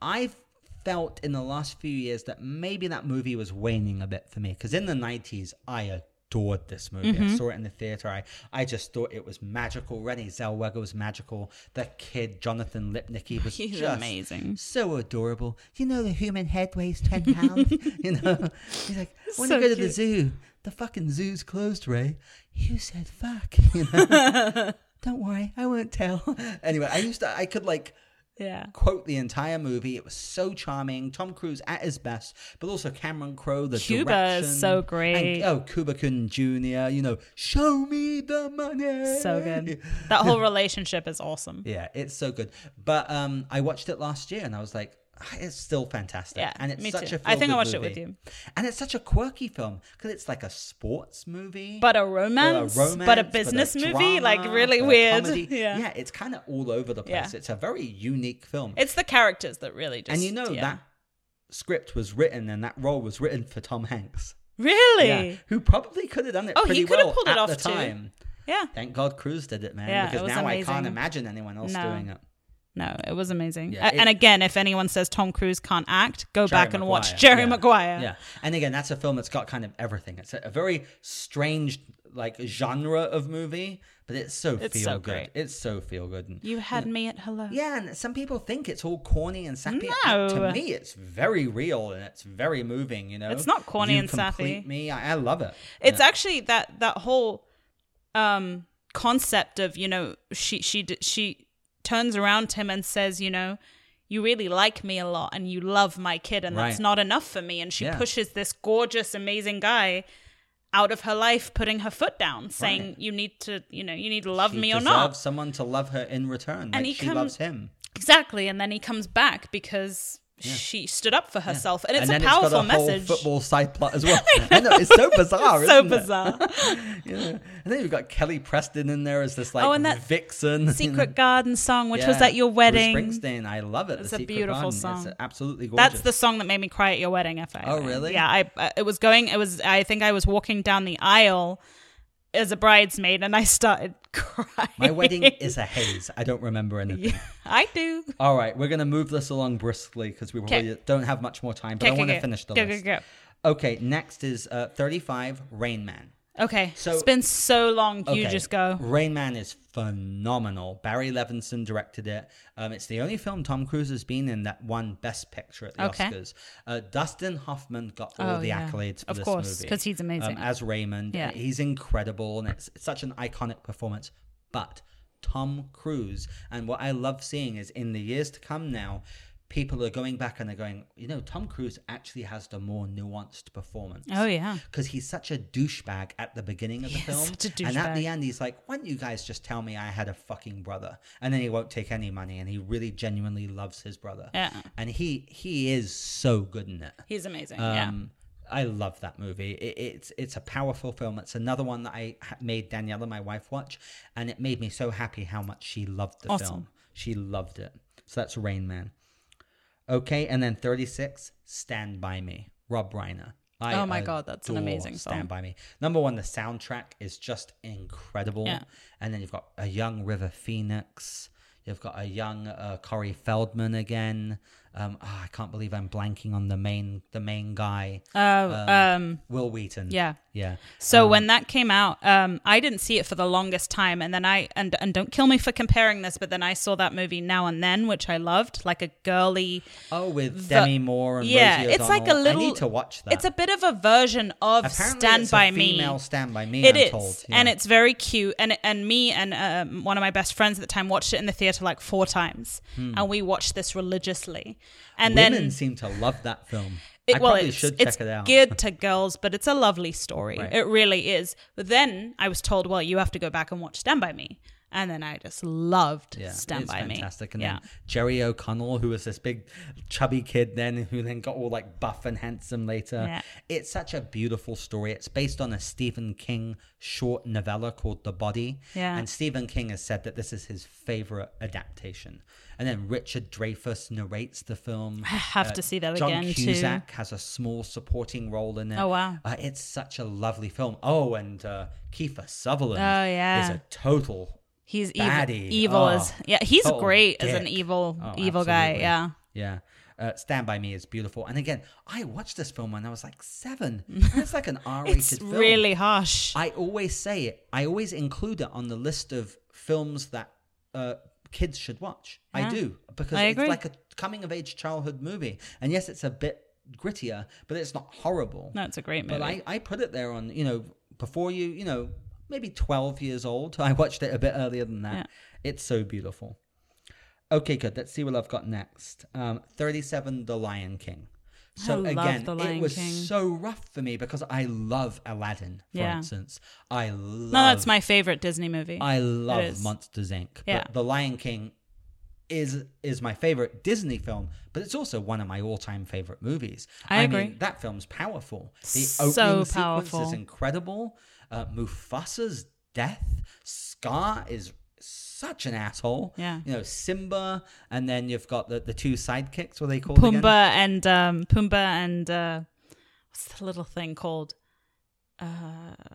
Speaker 2: I've felt in the last few years that maybe that movie was waning a bit for me because in the 90s, I adored this movie. I saw it in the theater. I, I just thought it was magical. Rennie Zellweger was magical. The kid, Jonathan Lipnicki, was
Speaker 3: He's
Speaker 2: just
Speaker 3: amazing.
Speaker 2: so adorable. You know the human head weighs ten pounds. you know, he's like, when
Speaker 3: So
Speaker 2: you go to the
Speaker 3: cute.
Speaker 2: zoo, the fucking zoo's closed, Ray. You said fuck. You know? Don't worry, I won't tell. Anyway, I used to, I could like
Speaker 3: Yeah.
Speaker 2: quote the entire movie. It was so charming. Tom Cruise at his best, but also Cameron Crowe, the
Speaker 3: Cuba
Speaker 2: direction.
Speaker 3: is so great.
Speaker 2: And, oh, Cuba Kun Jr., you know, show me the money.
Speaker 3: So good. That whole relationship is awesome.
Speaker 2: Yeah, it's so good. But um, I watched it last year and I was like, "Ah, it's still fantastic.
Speaker 3: Yeah,
Speaker 2: and it's
Speaker 3: me
Speaker 2: such
Speaker 3: too.
Speaker 2: a
Speaker 3: I think I
Speaker 2: feel-good
Speaker 3: watched it with
Speaker 2: movie.
Speaker 3: you.
Speaker 2: And it's such a quirky film because it's like a sports movie.
Speaker 3: But a romance, but a, business movie, like
Speaker 2: drama,
Speaker 3: really
Speaker 2: but a
Speaker 3: weird.
Speaker 2: comedy.
Speaker 3: Yeah.
Speaker 2: it's kind of all over the place.
Speaker 3: Yeah.
Speaker 2: It's a very unique film.
Speaker 3: It's the characters that really just
Speaker 2: and you know
Speaker 3: yeah.
Speaker 2: that script was written and that role was written for Tom Hanks.
Speaker 3: really
Speaker 2: Yeah, who probably could have done it
Speaker 3: Oh, he
Speaker 2: pretty
Speaker 3: could have
Speaker 2: well
Speaker 3: pulled it
Speaker 2: at
Speaker 3: off
Speaker 2: the
Speaker 3: too.
Speaker 2: time.
Speaker 3: yeah.
Speaker 2: Thank God Cruz did it, man,
Speaker 3: Yeah, it
Speaker 2: because
Speaker 3: was
Speaker 2: now I can't
Speaker 3: amazing.
Speaker 2: imagine anyone else
Speaker 3: No.
Speaker 2: doing it.
Speaker 3: No, it was amazing.
Speaker 2: Yeah,
Speaker 3: A- and
Speaker 2: it-
Speaker 3: again, if anyone says Tom Cruise can't act, go
Speaker 2: Jerry
Speaker 3: back and watch
Speaker 2: Maguire.
Speaker 3: Jerry
Speaker 2: Yeah.
Speaker 3: Maguire.
Speaker 2: Yeah, and again, that's a film that's got kind of everything. It's a, a very strange like genre of movie, but it's so
Speaker 3: It's
Speaker 2: feel
Speaker 3: so
Speaker 2: good.
Speaker 3: great.
Speaker 2: It's so feel good. And,
Speaker 3: You had me at hello.
Speaker 2: yeah, and some people think it's all corny and sappy.
Speaker 3: No.
Speaker 2: To me, it's very real and it's very moving. You know,
Speaker 3: It's not corny
Speaker 2: You
Speaker 3: and sappy.
Speaker 2: complete Me, I, I love it.
Speaker 3: It's actually that that whole um concept of, you know, she she d- she turns around to him and says, you know, you really like me a lot and you love my kid and that's
Speaker 2: Right.
Speaker 3: not enough for me and she
Speaker 2: Yeah.
Speaker 3: pushes this gorgeous amazing guy out of her life putting her foot down saying you need to, you know, you need to love
Speaker 2: She
Speaker 3: me or
Speaker 2: deserves
Speaker 3: not.
Speaker 2: Someone to love her in return, like
Speaker 3: he
Speaker 2: she
Speaker 3: come-
Speaker 2: loves him.
Speaker 3: Exactly. And then he comes back because she stood up for herself, and it's
Speaker 2: and then
Speaker 4: then
Speaker 3: a
Speaker 4: it's got
Speaker 3: powerful
Speaker 2: it's got a
Speaker 3: message.
Speaker 2: whole football side plot as well. I know it's so bizarre.
Speaker 3: so
Speaker 2: isn't it?
Speaker 3: bizarre.
Speaker 2: Yeah. And then you've got Kelly Preston in there as this like
Speaker 3: Oh, and that
Speaker 2: vixen.
Speaker 3: Secret Garden song, which
Speaker 2: Yeah.
Speaker 3: was at your
Speaker 2: Bruce
Speaker 3: wedding.
Speaker 2: Springsteen. I love it. It's
Speaker 3: a beautiful
Speaker 2: It's
Speaker 3: song.
Speaker 2: absolutely gorgeous.
Speaker 3: That's the song that made me cry at your wedding. If I
Speaker 2: Oh, really?
Speaker 3: Yeah, I uh, it was going. It was. I think I was walking down the aisle as a bridesmaid, and I started crying.
Speaker 2: My wedding is a haze. I don't remember anything.
Speaker 3: I do.
Speaker 2: All right, we're going to move this along briskly because we probably don't have much more time, but I
Speaker 3: Okay,
Speaker 2: want to
Speaker 3: okay.
Speaker 2: finish the
Speaker 3: Go, go,
Speaker 2: list.
Speaker 3: go.
Speaker 2: Okay, next is uh, 35 Rain Man.
Speaker 3: Okay,
Speaker 2: So-
Speaker 3: it's been so long. You
Speaker 2: Okay,
Speaker 3: just go.
Speaker 2: Rain Man is phenomenal. Barry Levinson directed it. Um, it's the only film Tom Cruise has been in that won Best Picture at the
Speaker 3: Okay.
Speaker 2: Oscars. Uh, Dustin Hoffman got all
Speaker 3: Oh,
Speaker 2: the
Speaker 3: yeah.
Speaker 2: accolades for
Speaker 3: Of
Speaker 2: this
Speaker 3: course,
Speaker 2: movie um,
Speaker 3: 'cause he's amazing.
Speaker 2: as Raymond.
Speaker 3: Yeah.
Speaker 2: he's incredible, and it's, it's such an iconic performance. But Tom Cruise, and what I love seeing is in the years to come now. People are going back and they're going, you know, Tom Cruise actually has the more nuanced performance
Speaker 3: Oh yeah.
Speaker 2: because he's such a douchebag at the beginning of the film,
Speaker 3: such a
Speaker 2: and at
Speaker 3: douchebag.
Speaker 2: the end he's like, "Why don't you guys just tell me I had a fucking brother?" And then he won't take any money, and he really genuinely loves his brother.
Speaker 3: Yeah.
Speaker 2: and he he is so good in it.
Speaker 3: He's amazing. yeah.
Speaker 2: Um, I love that movie. It, it's it's a powerful film. It's another one that I ha- made Daniela, my wife, watch, and it made me so happy how much she loved the film. She loved it. So that's Rain Man. Okay, and then thirty six, Stand by Me, Rob Reiner. I
Speaker 3: Oh my God, that's an
Speaker 2: adore
Speaker 3: amazing song.
Speaker 2: Stand by Me. Number one, the soundtrack is just incredible.
Speaker 3: Yeah.
Speaker 2: And then you've got a young River Phoenix. You've got a young uh, Corey Feldman again. Um, ah, I can't believe I'm blanking on the main the main guy,
Speaker 3: Uh, um.
Speaker 2: Will Wheaton.
Speaker 3: Yeah.
Speaker 2: yeah.
Speaker 3: So when that came out, um, I didn't see it for the longest time, and then I and and don't kill me for comparing this, but then I saw that movie now and then, which I loved, like a girly.
Speaker 2: Oh, with Demi Moore and
Speaker 3: yeah,
Speaker 2: Rosie
Speaker 3: it's like a
Speaker 2: O'Donnell.
Speaker 3: little.
Speaker 2: I need to watch that.
Speaker 3: It's a bit of a version of
Speaker 2: Apparently
Speaker 3: Stand
Speaker 2: it's a
Speaker 3: by
Speaker 2: Female
Speaker 3: Me.
Speaker 2: Stand by Me.
Speaker 3: It
Speaker 2: I'm
Speaker 3: is,
Speaker 2: told.
Speaker 3: and
Speaker 2: Yeah.
Speaker 3: it's very cute. And and me and um, one of my best friends at the time watched it in the theater like four times, and we watched this religiously. And
Speaker 2: Hmm. women
Speaker 3: then
Speaker 2: seem to love that film. I
Speaker 3: it, well,
Speaker 2: probably
Speaker 3: it's,
Speaker 2: should
Speaker 3: it's
Speaker 2: check it out.
Speaker 3: geared to girls, but it's a lovely story.
Speaker 2: Right.
Speaker 3: It really is. But then I was told, well, you have to go back and watch Stand by Me, and then I just loved
Speaker 2: Yeah,
Speaker 3: Stand
Speaker 2: it's
Speaker 3: by
Speaker 2: fantastic.
Speaker 3: Me.
Speaker 2: And then Jerry O'Connell, who was this big chubby kid then, who then got all like buff and handsome later.
Speaker 3: Yeah.
Speaker 2: It's such a beautiful story. It's based on a Stephen King short novella called The Body.
Speaker 3: Yeah.
Speaker 2: And Stephen King has said that this is his favorite adaptation. And then Richard Dreyfuss narrates the film. I
Speaker 3: have to see that
Speaker 2: uh, John
Speaker 3: again, too.
Speaker 2: Cusack has a small supporting role in it.
Speaker 3: Oh, wow.
Speaker 2: Uh, it's such a lovely film. Oh, and uh, Kiefer Sutherland
Speaker 3: Oh, yeah.
Speaker 2: is a total
Speaker 3: He's evil,
Speaker 2: Baddie.
Speaker 3: evil
Speaker 2: Oh,
Speaker 3: as yeah. He's
Speaker 2: total
Speaker 3: great as an
Speaker 2: dick.
Speaker 3: evil
Speaker 2: Oh,
Speaker 3: evil guy.
Speaker 2: absolutely.
Speaker 3: Yeah.
Speaker 2: Yeah. Uh, Stand by Me is beautiful, and again, I watched this film when I was like seven. and it's like an R-rated
Speaker 3: It's
Speaker 2: film.
Speaker 3: really harsh.
Speaker 2: I always say it. I always include it on the list of films that uh, kids should watch. I
Speaker 3: Yeah.
Speaker 2: do because
Speaker 3: I
Speaker 2: it's
Speaker 3: agree.
Speaker 2: like a coming-of-age childhood movie, and yes, it's a bit grittier, but it's not horrible.
Speaker 3: no, it's a great movie.
Speaker 2: But I, I put it there on, you know, before you, you know, maybe 12 years old. I watched it a bit earlier than that. It's so beautiful. Okay, good. Let's see what I've got next. Um, 37, The Lion King. So
Speaker 3: I love
Speaker 2: again,
Speaker 3: The
Speaker 2: it
Speaker 3: Lion
Speaker 2: was
Speaker 3: King.
Speaker 2: so rough for me because I love Aladdin, for
Speaker 3: Yeah.
Speaker 2: instance. I love.
Speaker 3: no, that's my favorite Disney movie.
Speaker 2: I love
Speaker 3: is.
Speaker 2: Monsters Inc.
Speaker 3: Yeah.
Speaker 2: But The Lion King is is my favorite Disney film, but it's also one of my all time favorite movies.
Speaker 3: I agree.
Speaker 2: Mean, that film's powerful. The
Speaker 3: So
Speaker 2: opening sequence
Speaker 3: powerful.
Speaker 2: is incredible. Uh, Mufasa's death. Scar is such an asshole.
Speaker 3: Yeah.
Speaker 2: You know Simba, and then you've got the the two sidekicks. What are they called
Speaker 3: Pumbaa
Speaker 2: again?
Speaker 3: and um, Pumbaa and uh, what's the little thing called? Uh,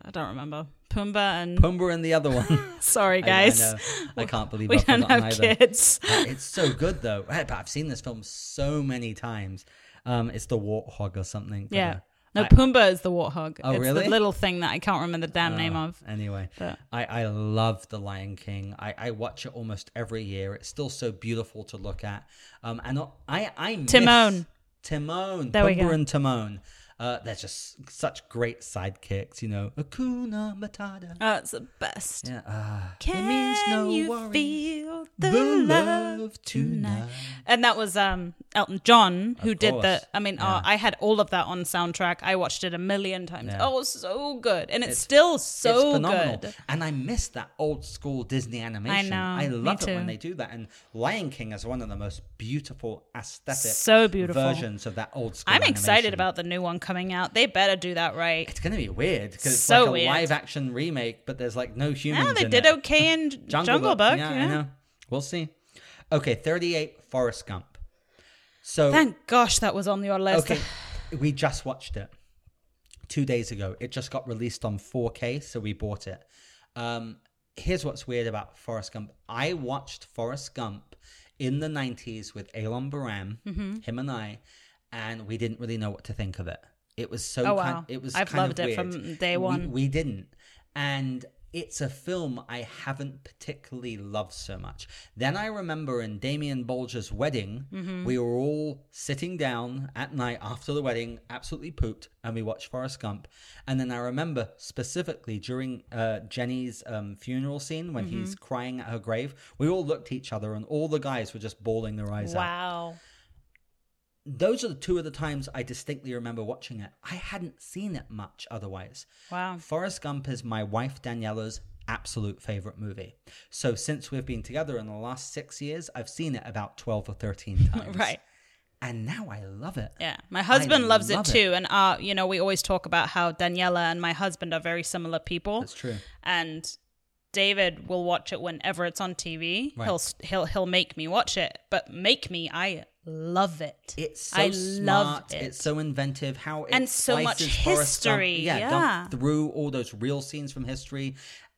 Speaker 3: I don't remember. Pumbaa and
Speaker 2: Pumbaa and the other one.
Speaker 3: sorry
Speaker 2: I- I
Speaker 3: guys.
Speaker 2: know. I can't believe
Speaker 3: we
Speaker 2: I've
Speaker 3: don't
Speaker 2: forgotten
Speaker 3: have
Speaker 2: either.
Speaker 3: kids.
Speaker 2: Uh, it's so good though. Right, but I've seen this film so many times. Um, it's the warthog or something. but,
Speaker 3: Yeah.
Speaker 2: uh,
Speaker 3: No, Pumbaa is the warthog.
Speaker 2: Oh,
Speaker 3: it's
Speaker 2: really?
Speaker 3: the little thing that I can't remember the damn name
Speaker 2: Uh,
Speaker 3: of.
Speaker 2: Anyway,
Speaker 3: But-
Speaker 2: I, I love The Lion King. I, I watch it almost every year. It's still so beautiful to look at. Um, and I I miss
Speaker 3: Timon.
Speaker 2: Timon.
Speaker 3: There we
Speaker 2: Pumbaa
Speaker 3: go.
Speaker 2: and Timon. Uh, they're just such great sidekicks, you know. Akuna Matata.
Speaker 3: Oh, it's the best.
Speaker 2: Yeah. ah.
Speaker 3: Can
Speaker 2: it means no
Speaker 3: you
Speaker 2: worry.
Speaker 3: feel the,
Speaker 2: the
Speaker 3: love?
Speaker 2: love tonight.
Speaker 3: And that was um Elton John who
Speaker 2: Of
Speaker 3: did
Speaker 2: course.
Speaker 3: the. I mean, oh, I had all of that on soundtrack. I watched it a million times.
Speaker 2: Yeah.
Speaker 3: Oh, so good, and it's, still so
Speaker 2: it's phenomenal.
Speaker 3: good.
Speaker 2: And I miss that old school Disney animation.
Speaker 3: know,
Speaker 2: I
Speaker 3: me
Speaker 2: love it
Speaker 3: too.
Speaker 2: when they do that. And Lion King is one of the most beautiful aesthetic
Speaker 3: So beautiful.
Speaker 2: versions of that old school.
Speaker 3: I'm excited
Speaker 2: animation.
Speaker 3: about the new one coming out. They better do that right.
Speaker 2: It's gonna be weird because it's
Speaker 3: So
Speaker 2: like a
Speaker 3: weird.
Speaker 2: live action remake, but there's like no humans.
Speaker 3: Yeah, Ah, they
Speaker 2: in
Speaker 3: did
Speaker 2: it.
Speaker 3: okay in Jungle, Book.
Speaker 2: Yeah,
Speaker 3: yeah.
Speaker 2: I know. We'll see. Okay, 38 Forrest Gump. So
Speaker 3: Thank gosh that was on your list.
Speaker 2: okay, we just watched it two days ago. It just got released on 4K, so we bought it. Um, here's what's weird about Forrest Gump. I watched Forrest Gump in the 90s with Elon Baram,
Speaker 3: Mm-hmm.
Speaker 2: him and I, and we didn't really know what to think of it. It was so
Speaker 3: Oh,
Speaker 2: kind,
Speaker 3: wow.
Speaker 2: it was
Speaker 3: I've
Speaker 2: kind
Speaker 3: loved
Speaker 2: of
Speaker 3: it
Speaker 2: weird.
Speaker 3: from day
Speaker 2: We-
Speaker 3: one.
Speaker 2: we didn't. And it's a film I haven't particularly loved so much. Then I remember in Damien Bolger's wedding, we were all sitting down at night after the wedding, absolutely pooped, and we watched Forrest Gump. And then I remember specifically during uh, Jenny's um, funeral scene when he's crying at her grave, we all looked at each other and all the guys were just bawling their eyes out
Speaker 3: Wow.
Speaker 2: those are the two of the times I distinctly remember watching it. I hadn't seen it much otherwise.
Speaker 3: Wow.
Speaker 2: Forrest Gump is my wife Daniela's absolute favorite movie. So since we've been together in the last six years, I've seen it about 12 or 13 times.
Speaker 3: Right.
Speaker 2: And now I love it.
Speaker 3: Yeah, my husband loves
Speaker 2: love
Speaker 3: it
Speaker 2: it.
Speaker 3: too, and uh, you know, we always talk about how Daniela and my husband are very similar people,
Speaker 2: That's true.
Speaker 3: and David will watch it whenever it's on TV.
Speaker 2: Right.
Speaker 3: He'll s- he'll he'll make me watch it, but make me, I love it.
Speaker 2: It's so
Speaker 3: I
Speaker 2: smart.
Speaker 3: love it.
Speaker 2: It's so inventive. How it
Speaker 3: And so much
Speaker 2: slices Forrest Gump-
Speaker 3: history,
Speaker 2: yeah,
Speaker 3: yeah.
Speaker 2: Gump through all those real scenes from history.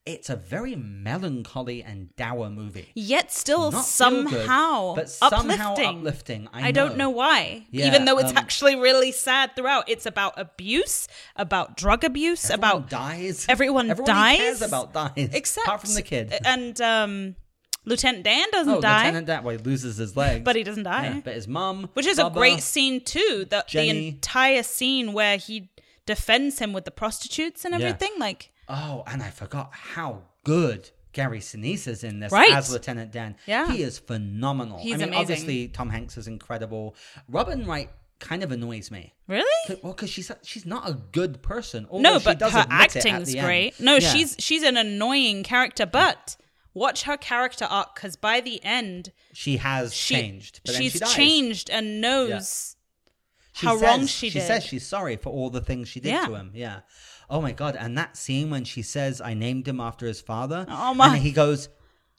Speaker 2: It's a very melancholy and dour movie.
Speaker 3: Yet still
Speaker 2: Not feel good,
Speaker 3: somehow
Speaker 2: but somehow
Speaker 3: uplifting.
Speaker 2: uplifting. I,
Speaker 3: I, don't know why,
Speaker 2: Yeah,
Speaker 3: even though it's
Speaker 2: um,
Speaker 3: actually really sad throughout. It's about abuse, about drug abuse,
Speaker 2: Everyone
Speaker 3: about
Speaker 2: dies.
Speaker 3: everyone
Speaker 2: everyone
Speaker 3: dies,
Speaker 2: Who cares about dies,
Speaker 3: except
Speaker 2: apart from the kid.
Speaker 3: and um, Lieutenant Dan doesn't
Speaker 2: oh,
Speaker 3: die.
Speaker 2: Lieutenant Dan. Well, he loses his legs,
Speaker 3: But he doesn't die.
Speaker 2: Yeah, but his mum,
Speaker 3: Which is a
Speaker 2: Bubba,
Speaker 3: great scene too. The the
Speaker 2: Jenny.
Speaker 3: entire scene where he defends him with the prostitutes and
Speaker 2: Yeah.
Speaker 3: everything. Like
Speaker 2: Oh, and I forgot how good Gary Sinise is in this
Speaker 3: Right.
Speaker 2: as Lieutenant Dan.
Speaker 3: Yeah.
Speaker 2: he is phenomenal.
Speaker 3: He's
Speaker 2: I mean,
Speaker 3: amazing.
Speaker 2: obviously Tom Hanks is incredible. Robin Wright kind of annoys me.
Speaker 3: really?
Speaker 2: Well, because she's she's not a good person. although
Speaker 3: No,
Speaker 2: she
Speaker 3: but
Speaker 2: does
Speaker 3: her
Speaker 2: admit it at
Speaker 3: acting's
Speaker 2: the end.
Speaker 3: great. No,
Speaker 2: Yeah.
Speaker 3: she's she's an annoying character, but watch her character arc because by the end
Speaker 2: she has
Speaker 3: she,
Speaker 2: changed. But then
Speaker 3: she's
Speaker 2: she dies.
Speaker 3: changed and knows.
Speaker 2: She
Speaker 3: how
Speaker 2: says,
Speaker 3: wrong she
Speaker 2: She
Speaker 3: did.
Speaker 2: says she's sorry for all the things she did
Speaker 3: Yeah.
Speaker 2: to him. Yeah. Oh my god! And that scene when she says, "I named him after his father,"
Speaker 3: Oh my-
Speaker 2: and he goes,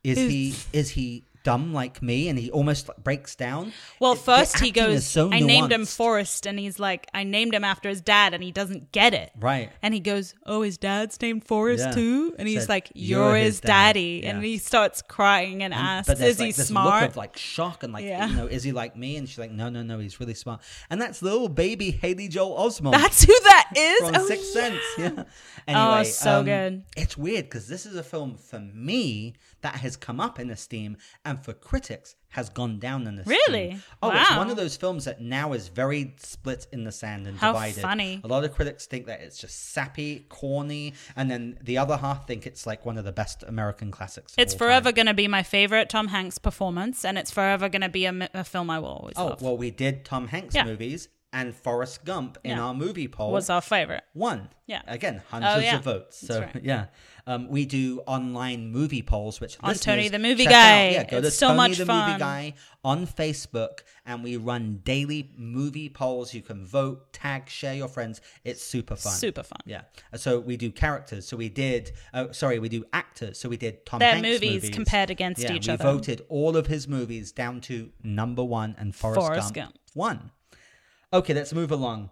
Speaker 2: "Is he? Is he dumb like me?" And he almost like, breaks down.
Speaker 3: Well,
Speaker 2: The- the
Speaker 3: first he
Speaker 2: acting
Speaker 3: goes,
Speaker 2: is so
Speaker 3: I named him
Speaker 2: nuanced."
Speaker 3: Forrest, and he's like, I named him after his dad, and he doesn't get it.
Speaker 2: Right.
Speaker 3: And he goes, Oh, his dad's named Forrest
Speaker 2: Yeah.
Speaker 3: too? And he's
Speaker 2: Said,
Speaker 3: like, You're,
Speaker 2: "You're
Speaker 3: his,
Speaker 2: his dad."
Speaker 3: daddy. And
Speaker 2: Yeah.
Speaker 3: he starts crying and,
Speaker 2: And-
Speaker 3: asks,
Speaker 2: but there's
Speaker 3: Is
Speaker 2: like
Speaker 3: he
Speaker 2: this
Speaker 3: smart?
Speaker 2: look of like shock and like
Speaker 3: Yeah.
Speaker 2: you know is he like me and she's like no no no he's really smart and that's little baby Haley Joel Osment
Speaker 3: That's who that is.
Speaker 2: from
Speaker 3: Oh,
Speaker 2: Sixth Sense. Yeah.
Speaker 3: Oh,
Speaker 2: Anyway, um,
Speaker 3: so good.
Speaker 2: It's weird because this is a film for me that has come up in esteem and for critics has gone down in esteem.
Speaker 3: Really?
Speaker 2: Oh, it's
Speaker 3: Wow.
Speaker 2: one of those films that now is very split in the sand and
Speaker 3: How
Speaker 2: divided.
Speaker 3: funny.
Speaker 2: A lot of critics think that it's just sappy, corny, and then the other half think it's like one of the best American classics. of
Speaker 3: It's
Speaker 2: all
Speaker 3: forever
Speaker 2: time.
Speaker 3: going to be my favorite Tom Hanks performance, and it's forever going to be a, mi- a film I will always
Speaker 2: Oh,
Speaker 3: love.
Speaker 2: well, we did Tom Hanks
Speaker 3: Yeah.
Speaker 2: movies and Forrest Gump in
Speaker 3: Yeah.
Speaker 2: our movie poll.
Speaker 3: was our favorite.
Speaker 2: one.
Speaker 3: Yeah. Oh,
Speaker 2: Again, hundreds
Speaker 3: yeah.
Speaker 2: of votes. So
Speaker 3: That's right.
Speaker 2: yeah, um, we do online movie polls, which
Speaker 3: On
Speaker 2: listeners
Speaker 3: Tony the Movie
Speaker 2: check
Speaker 3: Guy.
Speaker 2: out. Yeah, go
Speaker 3: It's
Speaker 2: to
Speaker 3: so
Speaker 2: Tony
Speaker 3: much
Speaker 2: the
Speaker 3: fun.
Speaker 2: Movie Guy on Facebook, and we run daily movie polls. You can vote, tag, share your friends. It's super fun.
Speaker 3: Super fun.
Speaker 2: Yeah. Uh, So we do characters. So we did. Oh, sorry, we do actors. So we did Tom
Speaker 3: Their
Speaker 2: Hanks
Speaker 3: movies compared against
Speaker 2: yeah,
Speaker 3: each
Speaker 2: we
Speaker 3: other.
Speaker 2: voted all of his movies down to number one, and Forrest,
Speaker 3: Forrest
Speaker 2: Gump
Speaker 3: Gump.
Speaker 2: one. Okay, let's move along.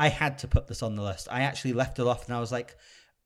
Speaker 2: I had to put this on the list. I actually left it off and I was like,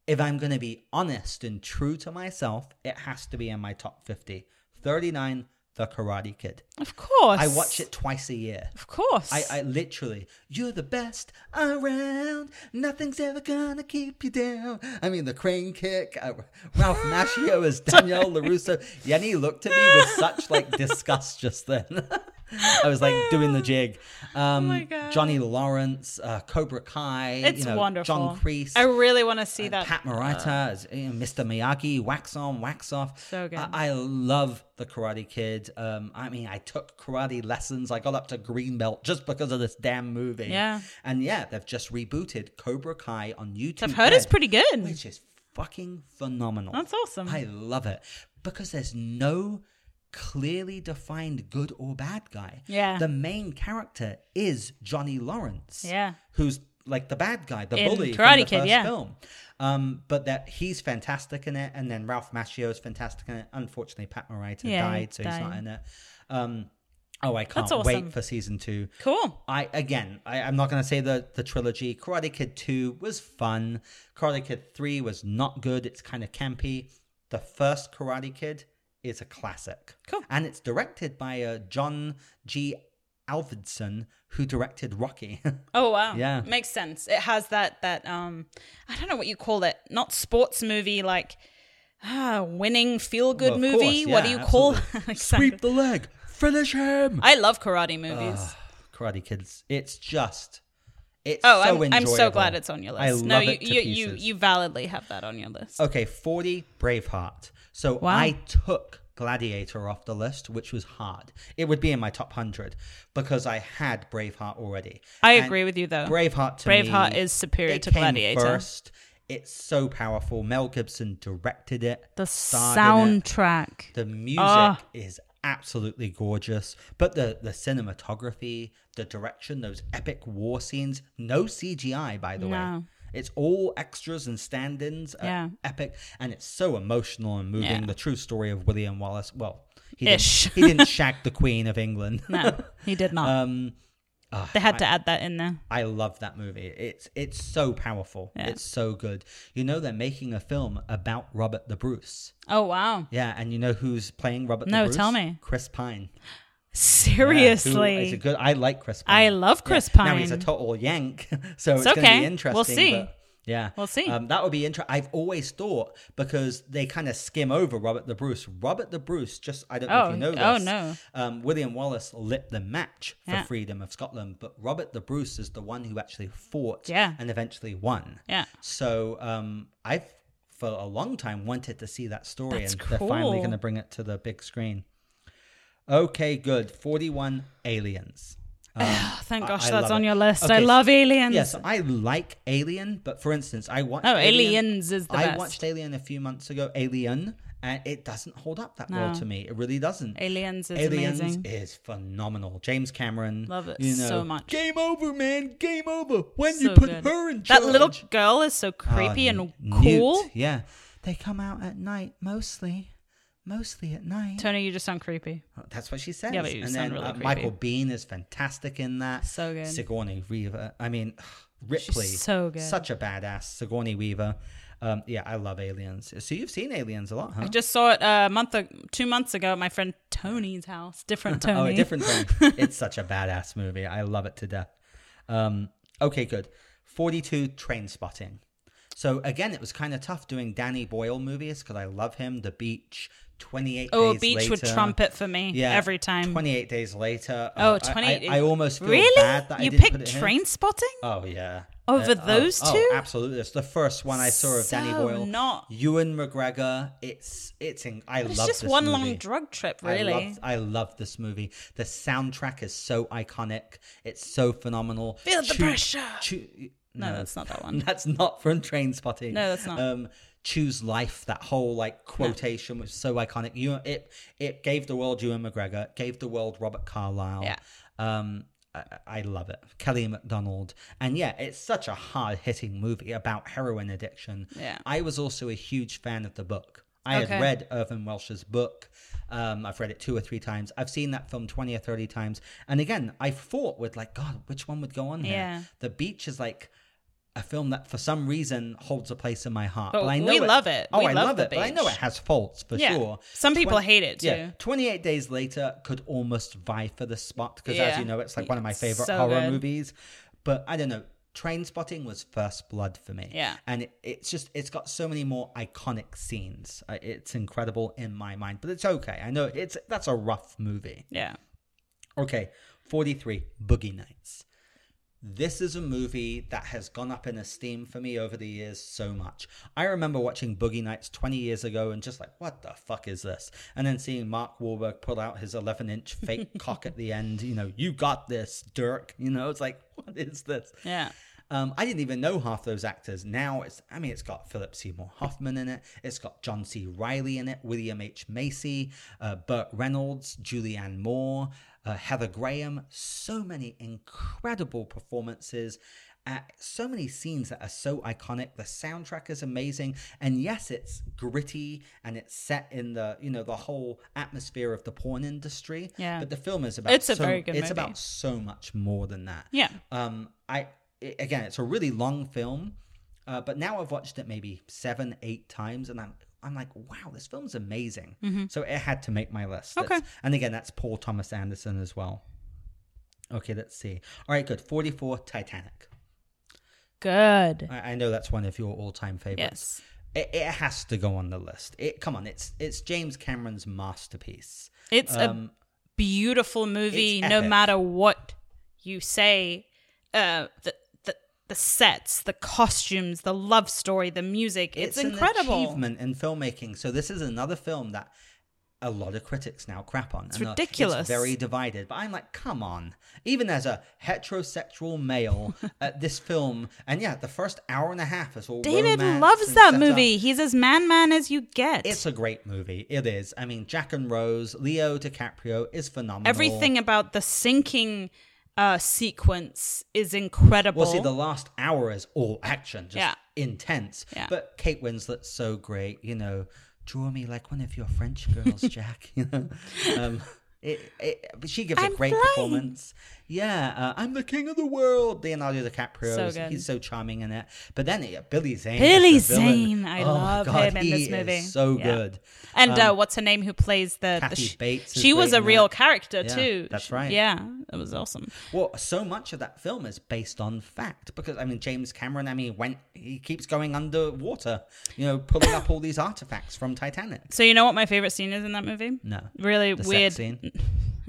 Speaker 2: if I'm going to be honest and true to myself, it has to be in my top 50. 39, The Karate Kid.
Speaker 3: Of course.
Speaker 2: I watch it twice a year.
Speaker 3: Of course.
Speaker 2: I, I literally, you're the best around. Nothing's ever gonna keep you down. I mean, the crane kick. Uh, Ralph Macchio as Danielle Larusso. Yenny looked at me with such like disgust just then. I was like doing the jig. Um,
Speaker 3: Oh my God.
Speaker 2: Johnny Lawrence, uh, Cobra Kai.
Speaker 3: It's
Speaker 2: you know,
Speaker 3: wonderful.
Speaker 2: John Kreese.
Speaker 3: I really want to see that. Uh,
Speaker 2: Pat Morita, is, you know, Mr. Miyagi, wax on, wax off.
Speaker 3: So good.
Speaker 2: I, I love the Karate Kid. Um, I mean, I took karate lessons. I got up to green belt just because of this damn movie.
Speaker 3: Yeah.
Speaker 2: And yeah, they've just rebooted Cobra Kai on YouTube.
Speaker 3: I've heard it's
Speaker 2: Red,
Speaker 3: pretty good.
Speaker 2: which is fucking phenomenal.
Speaker 3: That's awesome.
Speaker 2: I love it because there's no clearly defined good or bad guy.
Speaker 3: Yeah.
Speaker 2: The main character is Johnny Lawrence.
Speaker 3: Yeah.
Speaker 2: Who's like the bad guy, the
Speaker 3: In
Speaker 2: bully from
Speaker 3: Karate
Speaker 2: the
Speaker 3: Kid,
Speaker 2: first
Speaker 3: yeah.
Speaker 2: film. Um, but that he's fantastic in it, and then Ralph Macchio is fantastic in it. Unfortunately, Pat Morita
Speaker 3: Yeah, he
Speaker 2: died, so he's not
Speaker 3: died.
Speaker 2: in it. Um, oh, I can't
Speaker 3: That's awesome.
Speaker 2: wait for season two.
Speaker 3: Cool.
Speaker 2: I again, I, I'm not going to say the the trilogy. Karate Kid Two was fun. Karate Kid Three was not good. It's kind of campy. The first Karate Kid is a classic.
Speaker 3: Cool.
Speaker 2: and it's directed by uh, John G. Alfredson, who directed Rocky.
Speaker 3: Oh wow.
Speaker 2: Yeah.
Speaker 3: Makes sense. It has that that um I don't know what you call it. Not sports movie like ah, winning feel good
Speaker 2: Well, of
Speaker 3: movie.
Speaker 2: course,
Speaker 3: what do
Speaker 2: yeah,
Speaker 3: you call
Speaker 2: absolutely.
Speaker 3: Alexander.
Speaker 2: Sweep the leg, finish him.
Speaker 3: I love karate movies.
Speaker 2: Ugh, Karate Kids. It's just. It's
Speaker 3: oh,
Speaker 2: so
Speaker 3: I'm, I'm so
Speaker 2: enjoyable.
Speaker 3: glad it's on your list.
Speaker 2: I
Speaker 3: no,
Speaker 2: love
Speaker 3: you
Speaker 2: it to
Speaker 3: you, you
Speaker 2: pieces.
Speaker 3: you validly have that on your list.
Speaker 2: Okay, 40 Braveheart. So I took Gladiator off the list, which was hard. It would be in my top 100 because I had Braveheart already.
Speaker 3: I
Speaker 2: And
Speaker 3: agree with you though.
Speaker 2: Braveheart to
Speaker 3: Braveheart
Speaker 2: me,
Speaker 3: is superior
Speaker 2: it
Speaker 3: to
Speaker 2: came
Speaker 3: Gladiator.
Speaker 2: First. It's so powerful. Mel Gibson directed it.
Speaker 3: the
Speaker 2: starred in it.
Speaker 3: soundtrack.
Speaker 2: The music
Speaker 3: Ah.
Speaker 2: is absolutely gorgeous, but the the cinematography, the direction, those epic war scenes, no CGI by the way.
Speaker 3: No.
Speaker 2: It's all extras and stand-ins. uh,
Speaker 3: Yeah.
Speaker 2: Epic, and it's so emotional and moving. The true story of William Wallace. Well, he
Speaker 3: Ish.
Speaker 2: didn't, he didn't shag the Queen of England.
Speaker 3: no, he did not.
Speaker 2: um, ah,
Speaker 3: they had to add that in there.
Speaker 2: I love that movie. It's it's so powerful.
Speaker 3: Yeah.
Speaker 2: It's so good. You know they're making a film about Robert the Bruce.
Speaker 3: Oh wow.
Speaker 2: Yeah, and you know who's playing Robert?
Speaker 3: No,
Speaker 2: the Bruce?
Speaker 3: tell me.
Speaker 2: Chris Pine. Yeah, who is
Speaker 3: Seriously.
Speaker 2: a good. I like Chris Pine.
Speaker 3: I love Chris
Speaker 2: Now he's a
Speaker 3: Pine.
Speaker 2: total yank, so it's, going to
Speaker 3: okay.
Speaker 2: be
Speaker 3: We'll
Speaker 2: interesting.
Speaker 3: see.
Speaker 2: but- yeah,
Speaker 3: We'll see.
Speaker 2: Um, that would be interesting. I've always thought because they kind of skim over Robert the Bruce. Robert the Bruce, just I don't know if
Speaker 3: Oh,
Speaker 2: you know this.
Speaker 3: oh, no.
Speaker 2: Um, William Wallace lit the match for
Speaker 3: Yeah.
Speaker 2: freedom of Scotland, but Robert the Bruce is the one who actually fought
Speaker 3: Yeah.
Speaker 2: and eventually won.
Speaker 3: yeah.
Speaker 2: So um, I've for a long time wanted to see that story,
Speaker 3: That's
Speaker 2: and they're finally
Speaker 3: cool.
Speaker 2: going to bring it to the big screen. Okay, good. Forty-one aliens.
Speaker 3: Oh, thank
Speaker 2: I-
Speaker 3: gosh
Speaker 2: I
Speaker 3: that's
Speaker 2: love
Speaker 3: on
Speaker 2: it.
Speaker 3: your list. I
Speaker 2: Okay,
Speaker 3: love aliens.
Speaker 2: Yes, I like Alien, but for instance, I watched.
Speaker 3: Oh,
Speaker 2: Alien.
Speaker 3: Aliens is the
Speaker 2: I
Speaker 3: best.
Speaker 2: watched Alien a few months ago. Alien, and it doesn't hold up that well
Speaker 3: No.
Speaker 2: to me. It really doesn't.
Speaker 3: Aliens is
Speaker 2: Aliens
Speaker 3: amazing.
Speaker 2: is phenomenal. James Cameron,
Speaker 3: Love it so much.
Speaker 2: Game over, man. Game over. When you
Speaker 3: So
Speaker 2: put
Speaker 3: good.
Speaker 2: her in charge.
Speaker 3: That little girl is so creepy
Speaker 2: Oh,
Speaker 3: and
Speaker 2: Newt,
Speaker 3: cool.
Speaker 2: Yeah, they come out at night mostly. Mostly at night. Oh,
Speaker 3: Tony, you just sound creepy.
Speaker 2: That's what she says.
Speaker 3: Yeah, but you
Speaker 2: and
Speaker 3: sound
Speaker 2: then uh,
Speaker 3: really creepy.
Speaker 2: Michael Bean is fantastic in that.
Speaker 3: So good.
Speaker 2: Sigourney Weaver. I mean, Ripley.
Speaker 3: so good.
Speaker 2: Such a badass. Sigourney Weaver. Um, yeah, I love Aliens. So you've seen Aliens a lot, huh?
Speaker 3: I just saw it uh, a month, ag- two months ago at my friend Tony's house. Different Tony.
Speaker 2: oh, a different thing. it's such a badass movie. I love it to death. Um, okay, good. 42 Train Spotting. So again, it was kind of tough doing Danny Boyle movies because I love him. The Beach, 28
Speaker 3: Oh,
Speaker 2: Days
Speaker 3: Beach would
Speaker 2: Later.
Speaker 3: trump it for me
Speaker 2: Yeah,
Speaker 3: every time.
Speaker 2: 28 days later.
Speaker 3: Oh,
Speaker 2: uh, I-
Speaker 3: 28
Speaker 2: I, I almost feel
Speaker 3: really?
Speaker 2: bad that I
Speaker 3: you
Speaker 2: didn't
Speaker 3: picked
Speaker 2: put it in.
Speaker 3: Train Spotting?
Speaker 2: Oh yeah.
Speaker 3: Over
Speaker 2: oh,
Speaker 3: those
Speaker 2: oh,
Speaker 3: two?
Speaker 2: absolutely. It's the first one I saw of Danny
Speaker 3: So
Speaker 2: Boyle.
Speaker 3: not-
Speaker 2: Ewan McGregor. It's it's in, I
Speaker 3: It's
Speaker 2: love
Speaker 3: just
Speaker 2: this
Speaker 3: one
Speaker 2: movie.
Speaker 3: long drug trip,
Speaker 2: I
Speaker 3: really.
Speaker 2: love, I love this movie. The soundtrack is so iconic. It's so phenomenal.
Speaker 3: Feel the pressure.
Speaker 2: choo-
Speaker 3: no, that's not that one.
Speaker 2: that's not from Train Spotting.
Speaker 3: No, that's not.
Speaker 2: Um, Choose life. That whole like quotation was so iconic. You it it gave the world Ewan McGregor, it gave the world Robert Carlyle.
Speaker 3: Yeah.
Speaker 2: Um, I, I love it. Kelly MacDonald, and yeah, it's such a hard hitting movie about heroin addiction.
Speaker 3: Yeah.
Speaker 2: I was also a huge fan of the book. I
Speaker 3: Okay.
Speaker 2: had read Irvin Welsh's book. Um, I've read it two or three times. I've seen that film 20 or 30 times. And again, I fought with, like, God, which one would go on here?
Speaker 3: Yeah.
Speaker 2: The Beach is like a film that for some reason holds a place in my heart. But,
Speaker 3: But
Speaker 2: I know
Speaker 3: we
Speaker 2: it,
Speaker 3: love it.
Speaker 2: Oh,
Speaker 3: We
Speaker 2: I
Speaker 3: love
Speaker 2: love
Speaker 3: The
Speaker 2: it. But I know it
Speaker 3: Beach.
Speaker 2: has faults for
Speaker 3: Yeah.
Speaker 2: sure.
Speaker 3: Some people hate it,
Speaker 2: Yeah.
Speaker 3: too.
Speaker 2: 28 Days Later could almost vie for the spot because, as
Speaker 3: Yeah.
Speaker 2: you know, it's like one of my favorite
Speaker 3: So
Speaker 2: horror
Speaker 3: good.
Speaker 2: movies. But I don't know. Train Spotting was first blood for me.
Speaker 3: Yeah.
Speaker 2: And it, it's just, it's got so many more iconic scenes. Uh, It's incredible in my mind, but it's okay. I know it's, that's a rough movie.
Speaker 3: Yeah.
Speaker 2: Okay, 43, Boogie Nights. This is a movie that has gone up in esteem for me over the years so much. I remember watching Boogie Nights 20 years ago and just like, what the fuck is this? And then seeing Mark Wahlberg pull out his 11 inch fake cock at the end, you know, you got this, Dirk. You know, it's like, what is this?
Speaker 3: Yeah.
Speaker 2: Um, I didn't even know half those actors. Now it's, I mean, it's got Philip Seymour Hoffman in it. It's got John C. Riley in it, William H. Macy, uh, Burt Reynolds, Julianne Moore, uh, Heather Graham. So many incredible performances. Uh, so many scenes that are so iconic. The soundtrack is amazing, and yes, it's gritty and it's set in the you know the whole atmosphere of the porn industry.
Speaker 3: Yeah.
Speaker 2: but the film is about
Speaker 3: It's a
Speaker 2: so-
Speaker 3: very good
Speaker 2: It's
Speaker 3: movie.
Speaker 2: about so much more than that.
Speaker 3: Yeah.
Speaker 2: Um, I i- again, it's a really long film, uh, but now I've watched it maybe seven, eight times, and I'm I'm like, wow, this film's amazing. So it had to make my list. That's-
Speaker 3: Mm-hmm. Okay.
Speaker 2: and again, that's Paul Thomas Anderson as well. Okay, let's see. All right, good. Forty four, Titanic.
Speaker 3: Good.
Speaker 2: I, I know that's one of your all time favorites.
Speaker 3: Yes.
Speaker 2: It, it has to go on the list. It come on, it's it's James Cameron's masterpiece.
Speaker 3: It's a beautiful movie,
Speaker 2: Um, it's
Speaker 3: no
Speaker 2: epic.
Speaker 3: matter what you say. Uh, the, the the sets, the costumes, the love story, the music. It's,
Speaker 2: an
Speaker 3: incredible.
Speaker 2: achievement in filmmaking. So this is another film that a lot of critics now crap on. It's
Speaker 3: ridiculous.
Speaker 2: It's very divided. But I'm like, come on. Even as a heterosexual male, at this film, and yeah, the first hour and a half is all.
Speaker 3: David
Speaker 2: romance
Speaker 3: loves
Speaker 2: and
Speaker 3: that
Speaker 2: setup.
Speaker 3: movie. He's as man man as you get.
Speaker 2: It's a great movie. It is. I mean, Jack and Rose, Leo DiCaprio is phenomenal.
Speaker 3: Everything about the sinking uh, sequence is incredible.
Speaker 2: Well, see, the last hour is all action, just
Speaker 3: Yeah.
Speaker 2: intense.
Speaker 3: Yeah.
Speaker 2: But Kate Winslet's so great, you know. Draw me like one of your French girls, Jack. You know, um, it, it, but she gives
Speaker 3: I'm
Speaker 2: a great
Speaker 3: flying.
Speaker 2: performance. Yeah, uh, I'm the king of the world. Leonardo DiCaprio,
Speaker 3: So
Speaker 2: is-
Speaker 3: good.
Speaker 2: he's so charming in it. But then yeah, Billy Zane,
Speaker 3: Billy
Speaker 2: is the villain.
Speaker 3: Zane, I
Speaker 2: Oh my
Speaker 3: love
Speaker 2: God,
Speaker 3: him in
Speaker 2: he
Speaker 3: this
Speaker 2: is
Speaker 3: movie.
Speaker 2: so
Speaker 3: Yeah.
Speaker 2: good.
Speaker 3: and uh, what's her name who plays the? the
Speaker 2: um, Kathy
Speaker 3: sh-
Speaker 2: Bates is
Speaker 3: She was
Speaker 2: great
Speaker 3: a
Speaker 2: in
Speaker 3: real
Speaker 2: that.
Speaker 3: character
Speaker 2: Yeah,
Speaker 3: too.
Speaker 2: that's
Speaker 3: She-
Speaker 2: right.
Speaker 3: Yeah, it was awesome.
Speaker 2: Well, so much of that film is based on fact because I mean James Cameron. I mean, went he keeps going underwater, you know, pulling up all these artifacts from Titanic.
Speaker 3: So you know what my favorite scene is in that movie?
Speaker 2: No,
Speaker 3: Really
Speaker 2: the
Speaker 3: weird.
Speaker 2: sex scene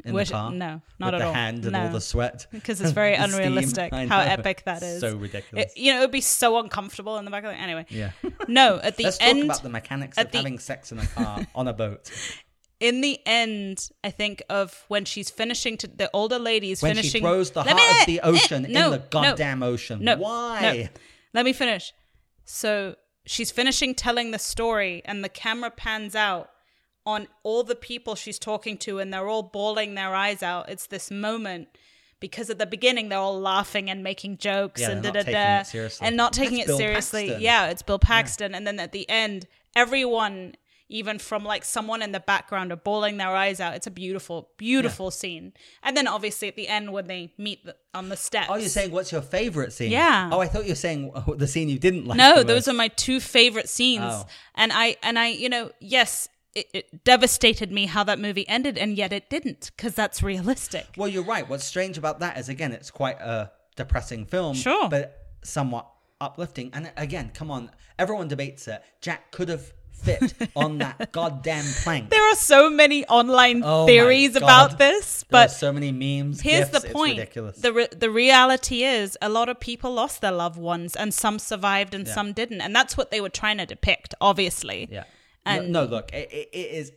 Speaker 2: in
Speaker 3: Wish-
Speaker 2: the car.
Speaker 3: no, not
Speaker 2: with
Speaker 3: at
Speaker 2: the
Speaker 3: all.
Speaker 2: hand and all
Speaker 3: No.
Speaker 2: the sweat.
Speaker 3: because it's very
Speaker 2: The steam.
Speaker 3: unrealistic
Speaker 2: I
Speaker 3: how
Speaker 2: know.
Speaker 3: epic that is.
Speaker 2: So
Speaker 3: It,
Speaker 2: ridiculous.
Speaker 3: you know, it would be so uncomfortable in the back of the anyway.
Speaker 2: yeah.
Speaker 3: No, at the
Speaker 2: Let's
Speaker 3: end,
Speaker 2: talk about the mechanics
Speaker 3: at
Speaker 2: of
Speaker 3: the-
Speaker 2: having sex in a car on a boat.
Speaker 3: in the end, I think of when she's finishing to the older ladies
Speaker 2: When
Speaker 3: finishing.
Speaker 2: she throws the
Speaker 3: Let me-
Speaker 2: heart of the
Speaker 3: eh,
Speaker 2: ocean
Speaker 3: no,
Speaker 2: in the
Speaker 3: no,
Speaker 2: goddamn ocean.
Speaker 3: No,
Speaker 2: Why?
Speaker 3: no. Let me finish. So she's finishing telling the story, and the camera pans out on all the people she's talking to, and they're all bawling their eyes out. It's this moment because at the beginning they're all laughing and making jokes
Speaker 2: Yeah,
Speaker 3: and da
Speaker 2: they're
Speaker 3: da
Speaker 2: not
Speaker 3: da,
Speaker 2: taking it seriously.
Speaker 3: and not taking
Speaker 2: That's
Speaker 3: it
Speaker 2: Bill
Speaker 3: seriously.
Speaker 2: Paxton.
Speaker 3: Yeah, it's Bill Paxton, and then at the end, everyone. Even from like someone in the background are bawling their eyes out. It's a beautiful, beautiful scene. And then obviously at the end when they meet the, on the steps.
Speaker 2: Oh, you're saying what's your favorite scene?
Speaker 3: Yeah.
Speaker 2: Oh, I thought you were saying oh, the scene you didn't like.
Speaker 3: No,
Speaker 2: the
Speaker 3: those
Speaker 2: most.
Speaker 3: are my two favorite scenes.
Speaker 2: Oh.
Speaker 3: And I and I, you know, yes, it, it devastated me how that movie ended, and yet it didn't because that's realistic.
Speaker 2: Well, you're right. What's strange about that is, again, it's quite a depressing film,
Speaker 3: Sure.
Speaker 2: but somewhat uplifting. And again, come on, everyone debates it. Jack could have fit on that goddamn plank.
Speaker 3: There are so many online
Speaker 2: Oh my
Speaker 3: theories
Speaker 2: God.
Speaker 3: about this,
Speaker 2: There are
Speaker 3: but
Speaker 2: so many memes.
Speaker 3: here's
Speaker 2: gifs,
Speaker 3: the
Speaker 2: it's
Speaker 3: point:
Speaker 2: ridiculous.
Speaker 3: the re- the reality is, a lot of people lost their loved ones, and some survived, and some didn't, and that's what they were trying to depict, obviously.
Speaker 2: Yeah.
Speaker 3: And-
Speaker 2: no, no, look, it, it it is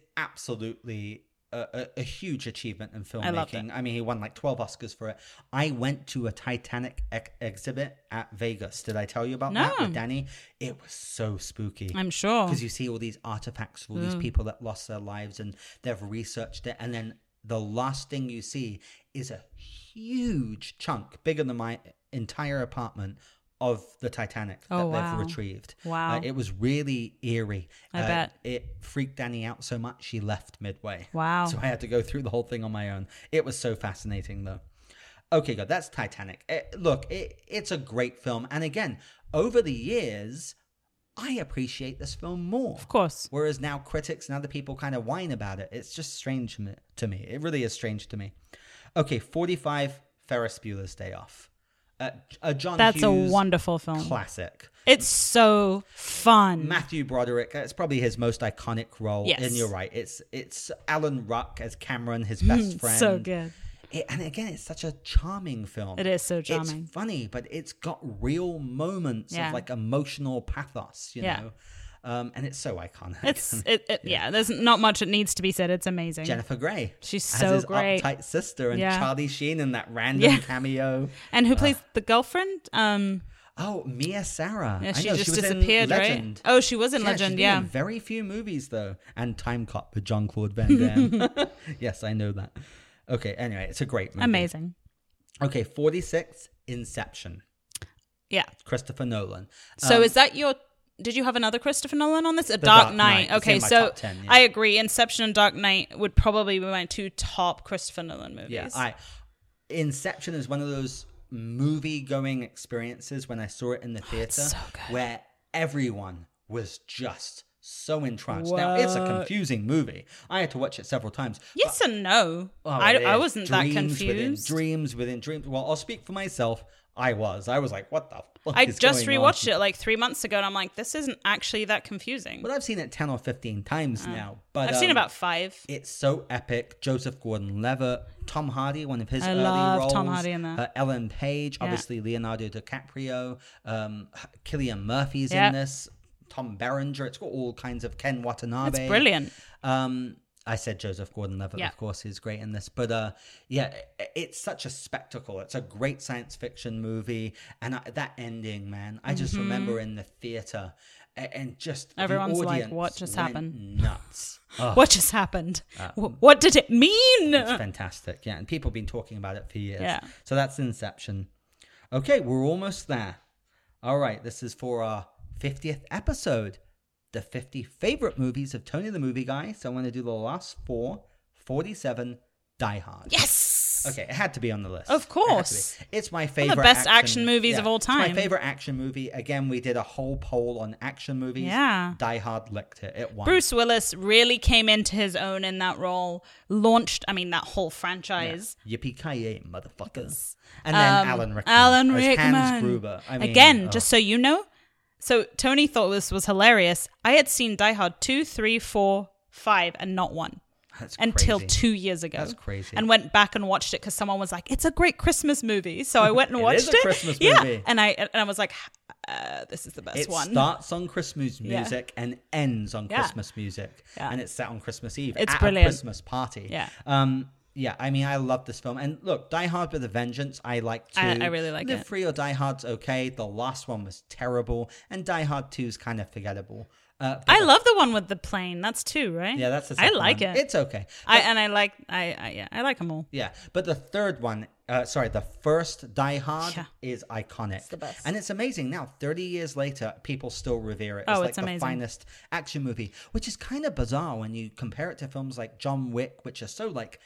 Speaker 2: absolutely a, a, a huge achievement in filmmaking. I,
Speaker 3: loved it.
Speaker 2: mean, he won like 12 Oscars for it. I went to a Titanic ex- exhibit at Vegas. Did I tell you about that with Danny? It was so spooky.
Speaker 3: I'm sure. Mm.
Speaker 2: Because you see all these artifacts of all these people that lost their lives and they've researched it. And then the last thing you see is a huge chunk, bigger than my entire apartment, of the Titanic that
Speaker 3: Oh, wow.
Speaker 2: they've retrieved.
Speaker 3: Wow.
Speaker 2: Uh, it was really eerie. Uh,
Speaker 3: I bet.
Speaker 2: It freaked Danny out so much she left midway.
Speaker 3: Wow.
Speaker 2: So I had to go through the whole thing on my own. It was so fascinating, though. Okay, good. That's Titanic. Eh, look, it, it's a great film. And again, over the years, I appreciate this film more.
Speaker 3: Of course.
Speaker 2: Whereas now critics and other people kind of whine about it. It's just strange to me- to me. It really is strange to me. Okay, 45 Ferris Bueller's Day Off. Uh, a John
Speaker 3: That's a
Speaker 2: Hughes
Speaker 3: wonderful film.
Speaker 2: classic.
Speaker 3: It's so fun.
Speaker 2: Matthew Broderick. uh, It's probably his most iconic role.
Speaker 3: Yes.
Speaker 2: And you're right. It's it's Alan Ruck as Cameron, his best friend.
Speaker 3: so good.
Speaker 2: It, and again, it's such a charming film.
Speaker 3: It is so charming.
Speaker 2: It's funny, but it's got real moments
Speaker 3: Yeah.
Speaker 2: of like emotional pathos, you
Speaker 3: Yeah.
Speaker 2: know? Um, and it's so iconic.
Speaker 3: It's it, it yeah. There's not much that needs to be said. It's amazing.
Speaker 2: Jennifer Grey.
Speaker 3: She's
Speaker 2: as
Speaker 3: so
Speaker 2: his
Speaker 3: great.
Speaker 2: uptight sister and
Speaker 3: Yeah.
Speaker 2: Charlie Sheen in that random
Speaker 3: Yeah.
Speaker 2: cameo.
Speaker 3: and who plays the girlfriend? Um,
Speaker 2: Oh, Mia Sara.
Speaker 3: yeah, she
Speaker 2: I know,
Speaker 3: just
Speaker 2: was in
Speaker 3: disappeared, right?
Speaker 2: Legend.
Speaker 3: Oh, she was in
Speaker 2: Yeah, she's
Speaker 3: Legend.
Speaker 2: been
Speaker 3: Yeah,
Speaker 2: in very few movies though, and Time Cop with John Claude Van Damme. yes, I know that. Okay, anyway, it's a great movie.
Speaker 3: amazing.
Speaker 2: Okay, 46, Inception,
Speaker 3: Yeah.
Speaker 2: Christopher Nolan.
Speaker 3: So
Speaker 2: Um,
Speaker 3: is that your? Did you have another Christopher Nolan on this? A
Speaker 2: Dark
Speaker 3: Dark, Knight.
Speaker 2: Knight. It's
Speaker 3: Okay,
Speaker 2: in my
Speaker 3: so
Speaker 2: top 10, yeah.
Speaker 3: I agree. Inception and Dark Knight would probably be my two top Christopher Nolan movies.
Speaker 2: Yeah, I Inception is one of those movie going experiences when I saw it in
Speaker 3: Oh,
Speaker 2: the theater where everyone was just so entranced. Now it's a confusing movie. I had to watch it several times.
Speaker 3: yes and no.
Speaker 2: Oh,
Speaker 3: I,
Speaker 2: it
Speaker 3: I
Speaker 2: is.
Speaker 3: wasn't that
Speaker 2: Dreams within
Speaker 3: confused.
Speaker 2: dreams within dreams. Well, I'll speak for myself. I was. I was like, what the fuck
Speaker 3: I
Speaker 2: is
Speaker 3: just
Speaker 2: going
Speaker 3: rewatched
Speaker 2: on?
Speaker 3: it like three months ago, and I'm like, this isn't actually that confusing.
Speaker 2: Well, I've seen it 10 or 15 times now. But
Speaker 3: Mm. I've seen
Speaker 2: um,
Speaker 3: about five.
Speaker 2: It's so epic. Joseph Gordon-Levitt, Tom Hardy, one of his
Speaker 3: I
Speaker 2: early roles.
Speaker 3: love Tom Hardy in that.
Speaker 2: Uh, Ellen Page,
Speaker 3: Yeah.
Speaker 2: obviously Leonardo DiCaprio, um, Killian Murphy's
Speaker 3: Yeah.
Speaker 2: in this. Tom Berenger. It's got all kinds of Ken Watanabe.
Speaker 3: It's brilliant.
Speaker 2: Um, I said Joseph Gordon-Levitt,
Speaker 3: Yeah.
Speaker 2: of course, is great in this, but uh, yeah, i- it's such a spectacle. It's a great science fiction movie, and I, that ending, man, I just remember in the theater a- and just the
Speaker 3: Mm-hmm. Everyone's like,
Speaker 2: audience
Speaker 3: "What just
Speaker 2: went
Speaker 3: happened?"
Speaker 2: Nuts. Oh, Uh.
Speaker 3: What just happened? Wh- what did it mean?
Speaker 2: it's fantastic. Yeah, and people have been talking about it for years.
Speaker 3: Yeah.
Speaker 2: So that's Inception. Okay, we're almost there. All right, this is for our 50th episode. The 50 favorite movies of Tony the Movie Guy. So I'm going to do the last four 47 Die Hard.
Speaker 3: Yes.
Speaker 2: Okay, it had to be on the list.
Speaker 3: Of
Speaker 2: It had to be.
Speaker 3: course.
Speaker 2: It's my
Speaker 3: of
Speaker 2: favorite.
Speaker 3: the best action movies of all
Speaker 2: it's
Speaker 3: time.
Speaker 2: my favorite action movie. Again, we did a whole poll on action movies.
Speaker 3: Yeah.
Speaker 2: Die Hard licked it. It won.
Speaker 3: Bruce Willis really came into his own in that role, launched, I mean, that whole franchise.
Speaker 2: Yippee ki yay, motherfuckers! And then Alan Rickman,
Speaker 3: Um, Alan
Speaker 2: as
Speaker 3: Rickman.
Speaker 2: Hans Gruber. I mean,
Speaker 3: Again,
Speaker 2: oh,
Speaker 3: just so you know. So Tony thought this was hilarious. I had seen Die Hard two, three, four, five, and not one.
Speaker 2: that's
Speaker 3: Until
Speaker 2: crazy.
Speaker 3: two years ago.
Speaker 2: That's crazy.
Speaker 3: And went back and watched it because someone was like, it's a great Christmas movie. So I went and
Speaker 2: It
Speaker 3: watched
Speaker 2: is a Christmas
Speaker 3: yeah.
Speaker 2: movie.
Speaker 3: And I and I was like, uh, this is the best
Speaker 2: It
Speaker 3: one.
Speaker 2: starts on Christmas
Speaker 3: Yeah.
Speaker 2: music and ends on
Speaker 3: Yeah.
Speaker 2: Christmas music,
Speaker 3: Yeah.
Speaker 2: and it's set on Christmas Eve.
Speaker 3: It's
Speaker 2: at
Speaker 3: brilliant.
Speaker 2: A Christmas party.
Speaker 3: Yeah.
Speaker 2: Um. Yeah. I mean, I love this film. And look, Die Hard with a Vengeance. I like too.
Speaker 3: I- I really like
Speaker 2: Live
Speaker 3: it.
Speaker 2: Free or Die Hard's okay. The last one was terrible, and Die Hard Two's kind of forgettable. Uh, but
Speaker 3: I
Speaker 2: the-
Speaker 3: love the one with the plane. That's two, right?
Speaker 2: Yeah, that's the.
Speaker 3: I
Speaker 2: second
Speaker 3: like it.
Speaker 2: one. It's okay.
Speaker 3: I and I like I, I yeah I like them all.
Speaker 2: Yeah, but the third one, uh, sorry, the first Die Hard
Speaker 3: Yeah.
Speaker 2: is iconic. It's
Speaker 3: the best.
Speaker 2: And it's amazing now, 30 years later, people still revere it.
Speaker 3: Oh,
Speaker 2: like
Speaker 3: it's
Speaker 2: the
Speaker 3: amazing.
Speaker 2: finest action movie, which is kind of bizarre when you compare it to films like John Wick, which are so like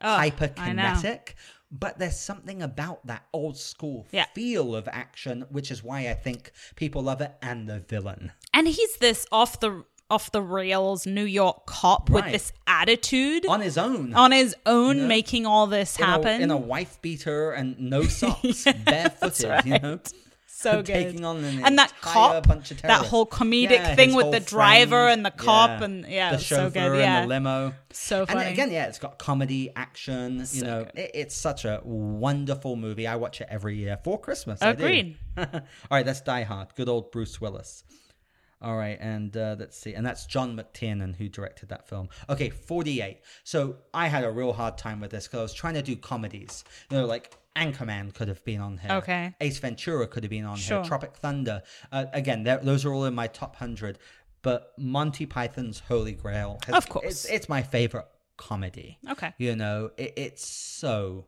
Speaker 3: Oh,
Speaker 2: hyperkinetic. But there's something about that old school
Speaker 3: Yeah.
Speaker 2: feel of action, which is why I think people love it and the villain.
Speaker 3: And he's this off the off the rails New York cop
Speaker 2: Right.
Speaker 3: with this attitude on,
Speaker 2: On his own.
Speaker 3: his own, making all this
Speaker 2: in a-
Speaker 3: happen.
Speaker 2: In a, wife beater and no socks, barefooted, you know?
Speaker 3: so good.
Speaker 2: taking on an
Speaker 3: and that
Speaker 2: entire
Speaker 3: cop,
Speaker 2: bunch of
Speaker 3: that
Speaker 2: terrorists.
Speaker 3: whole comedic
Speaker 2: Yeah,
Speaker 3: thing
Speaker 2: his
Speaker 3: with
Speaker 2: whole
Speaker 3: the driver
Speaker 2: friend,
Speaker 3: and the cop,
Speaker 2: yeah,
Speaker 3: and yeah,
Speaker 2: the
Speaker 3: it's so
Speaker 2: chauffeur
Speaker 3: good.
Speaker 2: and the
Speaker 3: Yeah,
Speaker 2: limo.
Speaker 3: So
Speaker 2: And
Speaker 3: funny.
Speaker 2: again, yeah, it's got comedy, action. you know, it, it's such a wonderful movie. I watch it every year for Christmas. I do.
Speaker 3: Agreed.
Speaker 2: All right, that's Die Hard. Good old Bruce Willis. All right, and uh, let's see, and that's John McTiernan who directed that film. Okay, forty-eight. So I had a real hard time with this because I was trying to do comedies. You know, like Anchorman could have been on here.
Speaker 3: Okay.
Speaker 2: Ace Ventura could have been on
Speaker 3: Sure.
Speaker 2: here. Tropic Thunder. Uh, again, they're- those are all in my top hundred. But Monty Python's Holy Grail, has,
Speaker 3: Of course.
Speaker 2: it's, it's my favorite comedy.
Speaker 3: okay.
Speaker 2: You know, it, it's so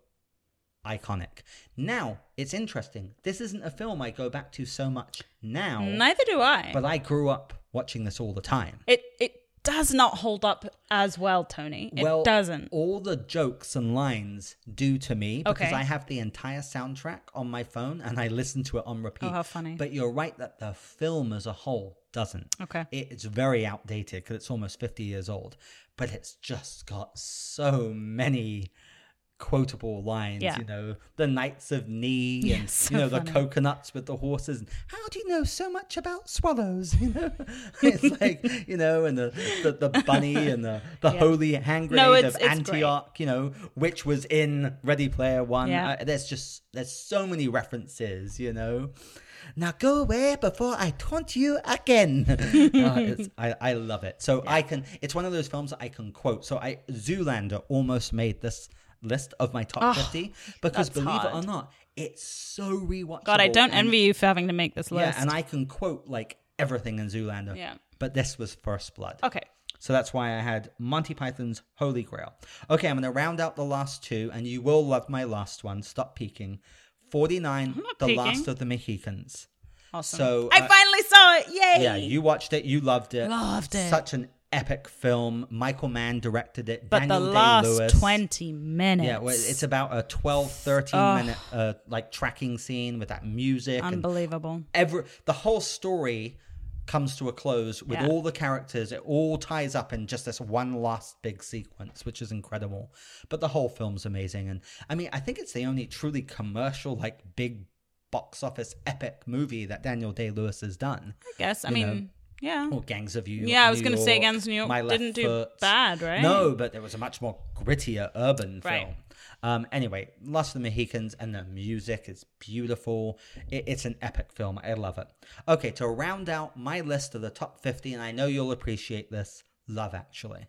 Speaker 2: iconic. Now, it's interesting. This isn't a film I go back to so much now,
Speaker 3: Neither do I.
Speaker 2: but I grew up watching this all the time.
Speaker 3: it it does not hold up as well, Tony. It
Speaker 2: well,
Speaker 3: doesn't.
Speaker 2: All the jokes and lines do to me because
Speaker 3: Okay.
Speaker 2: I have the entire soundtrack on my phone and I listen to it on repeat.
Speaker 3: Oh, how funny.
Speaker 2: But you're right that the film as a whole doesn't.
Speaker 3: Okay.
Speaker 2: It- It's very outdated because it's almost 50 years old, but it's just got so many quotable lines,
Speaker 3: Yeah.
Speaker 2: you know, the Knights of Knee
Speaker 3: Yeah,
Speaker 2: and
Speaker 3: so
Speaker 2: you know the
Speaker 3: funny.
Speaker 2: coconuts with the horses. And, How do you know so much about swallows? You know, it's like you know, and the the, the bunny and the the holy hand
Speaker 3: No,
Speaker 2: grenade
Speaker 3: it's-
Speaker 2: of
Speaker 3: it's great.
Speaker 2: Antioch, you know, which was in Ready Player One.
Speaker 3: Yeah.
Speaker 2: Uh, there's just there's so many references, you know. Now go away before I taunt you again. Uh, it's- I, I love it. So I can. It's one of those films that I can quote. So I Zoolander almost made this list of my top fifty because
Speaker 3: Ah, that's
Speaker 2: believe it or
Speaker 3: hard.
Speaker 2: not, it's so rewatchable.
Speaker 3: God, I don't
Speaker 2: and-
Speaker 3: envy you for having to make this
Speaker 2: Yeah,
Speaker 3: list.
Speaker 2: and I can quote like everything in Zoolander.
Speaker 3: Yeah.
Speaker 2: But this was First Blood.
Speaker 3: okay.
Speaker 2: So that's why I had Monty Python's Holy Grail. Okay, I'm going to round out the last two, and you will love my last one. Stop peeking. 49, The
Speaker 3: peeking.
Speaker 2: Last of the Mohicans.
Speaker 3: Awesome.
Speaker 2: So,
Speaker 4: I
Speaker 2: uh,
Speaker 4: finally saw it. Yay!
Speaker 2: yeah, you watched it, you loved it.
Speaker 3: Loved it.
Speaker 2: Such an epic film. Michael Mann directed it.
Speaker 3: but
Speaker 2: Daniel
Speaker 3: the last
Speaker 2: Day-Lewis.
Speaker 3: 20 minutes.
Speaker 2: Yeah, well, it's about a 12, 13 minute uh, like tracking scene with that music. and
Speaker 3: unbelievable.
Speaker 2: every the whole story comes to a close with
Speaker 3: Yeah.
Speaker 2: all the characters it all ties up in just this one last big sequence which is incredible but the whole film's amazing and i mean i think it's the only truly commercial like big box office epic movie that daniel day-lewis has done
Speaker 3: I guess. I
Speaker 2: you
Speaker 3: mean,
Speaker 2: know.
Speaker 3: yeah.
Speaker 2: or gangs of you
Speaker 3: Yeah, I was
Speaker 2: going
Speaker 3: gonna
Speaker 2: to
Speaker 3: say Gangs of New York
Speaker 2: My Left
Speaker 3: didn't do
Speaker 2: Foot.
Speaker 3: bad, right?
Speaker 2: no but there was a much more grittier urban
Speaker 3: Right.
Speaker 2: film um, anyway Last of the Mohicans and the music is beautiful it, it's an epic film I love it okay to round out my list of the top 50 and I know you'll appreciate this Love Actually
Speaker 3: I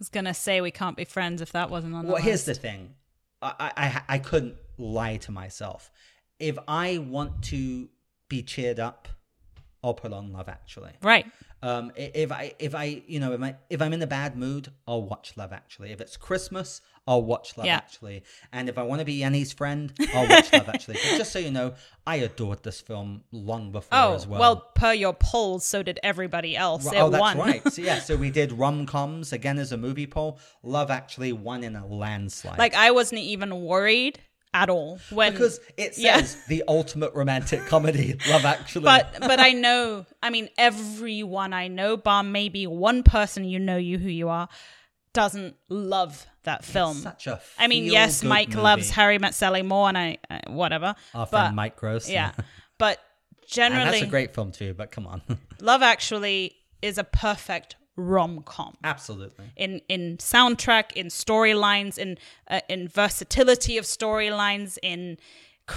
Speaker 3: was going to say we can't be friends if that wasn't on the
Speaker 2: well, here's
Speaker 3: list.
Speaker 2: the thing. I, I I- I couldn't lie to myself. If I want to be cheered up, I'll put on Love Actually.
Speaker 3: Right.
Speaker 2: Um, i- if I if I you know if I if I'm in a bad mood, I'll watch Love Actually. If it's Christmas, I'll watch Love
Speaker 3: Yeah.
Speaker 2: Actually. And if I want to be Annie's friend, I'll watch Love Actually. But just so you know, I adored this film long before
Speaker 3: Oh,
Speaker 2: as
Speaker 3: well.
Speaker 2: well.
Speaker 3: per your polls, so did everybody else.
Speaker 2: Ru-
Speaker 3: it
Speaker 2: oh, that's
Speaker 3: won.
Speaker 2: right. So, yeah, so we did rom coms again as a movie poll. Love Actually won in a landslide.
Speaker 3: Like, I wasn't even worried at all when.
Speaker 2: because it says
Speaker 3: Yeah.
Speaker 2: the ultimate romantic comedy, Love Actually.
Speaker 3: but but I know. I mean, everyone I know, bar maybe one person you know you who you are, doesn't love that film.
Speaker 2: such a
Speaker 3: I mean, yes,
Speaker 2: feel-good
Speaker 3: Mike
Speaker 2: movie.
Speaker 3: loves Harry Met Sally more, and I uh, whatever.
Speaker 2: our
Speaker 3: but
Speaker 2: friend Mike Gross.
Speaker 3: yeah, but
Speaker 2: and
Speaker 3: generally,
Speaker 2: that's a great film too. But come on,
Speaker 3: Love Actually is a perfect rom com
Speaker 2: absolutely.
Speaker 3: in in soundtrack, in storylines, in uh, in versatility of storylines, in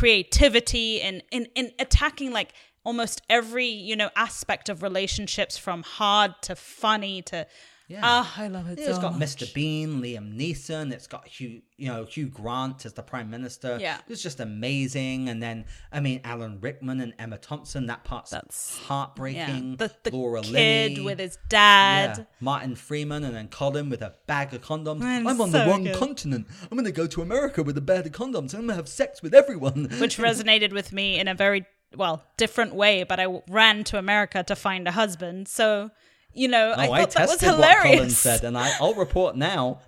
Speaker 3: creativity, in in in attacking like almost every you know aspect of relationships from hard to funny to
Speaker 2: Yeah.
Speaker 3: ah I love it.
Speaker 2: Yeah, it's
Speaker 3: so
Speaker 2: got
Speaker 3: much.
Speaker 2: Mr. Bean, Liam Neeson. It's got Hugh, you know, Hugh Grant as the prime minister.
Speaker 3: Yeah.
Speaker 2: it's just amazing. And then, I mean, Alan Rickman and Emma Thompson. That part's
Speaker 3: That's- Yeah.
Speaker 2: heartbreaking.
Speaker 3: The, the
Speaker 2: Laura
Speaker 3: kid
Speaker 2: Linney.
Speaker 3: with his
Speaker 2: Yeah,
Speaker 3: dad.
Speaker 2: Martin Freeman and then Colin with a bag of condoms.
Speaker 3: Man,
Speaker 2: I'm on the
Speaker 3: so
Speaker 2: wrong
Speaker 3: good.
Speaker 2: continent. I'm going to go to America with a bag of condoms. I'm going to have sex with everyone.
Speaker 3: which resonated with me in a very well different way but i w- ran to america to find a husband so you know i
Speaker 2: oh,
Speaker 3: thought that was
Speaker 2: I, tested what Colin
Speaker 3: hilarious
Speaker 2: said, and I, I'll report now.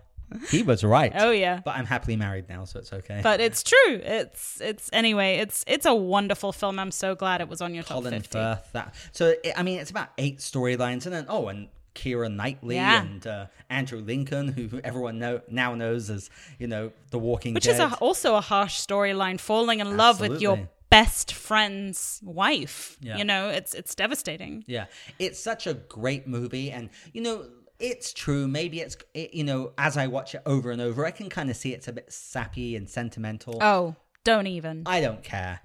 Speaker 2: He was right.
Speaker 3: oh yeah
Speaker 2: But I'm happily married now, so it's okay.
Speaker 3: but it's true it's it's anyway it's it's a wonderful film i'm so glad it was on your top
Speaker 2: Colin
Speaker 3: 50
Speaker 2: Firth. That. So it, I mean, it's about eight storylines, and then oh, and Kira Knightley
Speaker 3: Yeah.
Speaker 2: and uh, Andrew Lincoln, who everyone know, now knows as you know the Walking
Speaker 3: which
Speaker 2: Dead.
Speaker 3: is a, also a harsh storyline falling in love with your
Speaker 2: Absolutely.
Speaker 3: best friend's wife
Speaker 2: Yeah.
Speaker 3: you know it's it's devastating
Speaker 2: Yeah, it's such a great movie, and you know, it's true. Maybe it's it, you know, as I watch it over and over, I can kind of see it's a bit sappy and sentimental.
Speaker 3: oh don't even
Speaker 2: I don't care.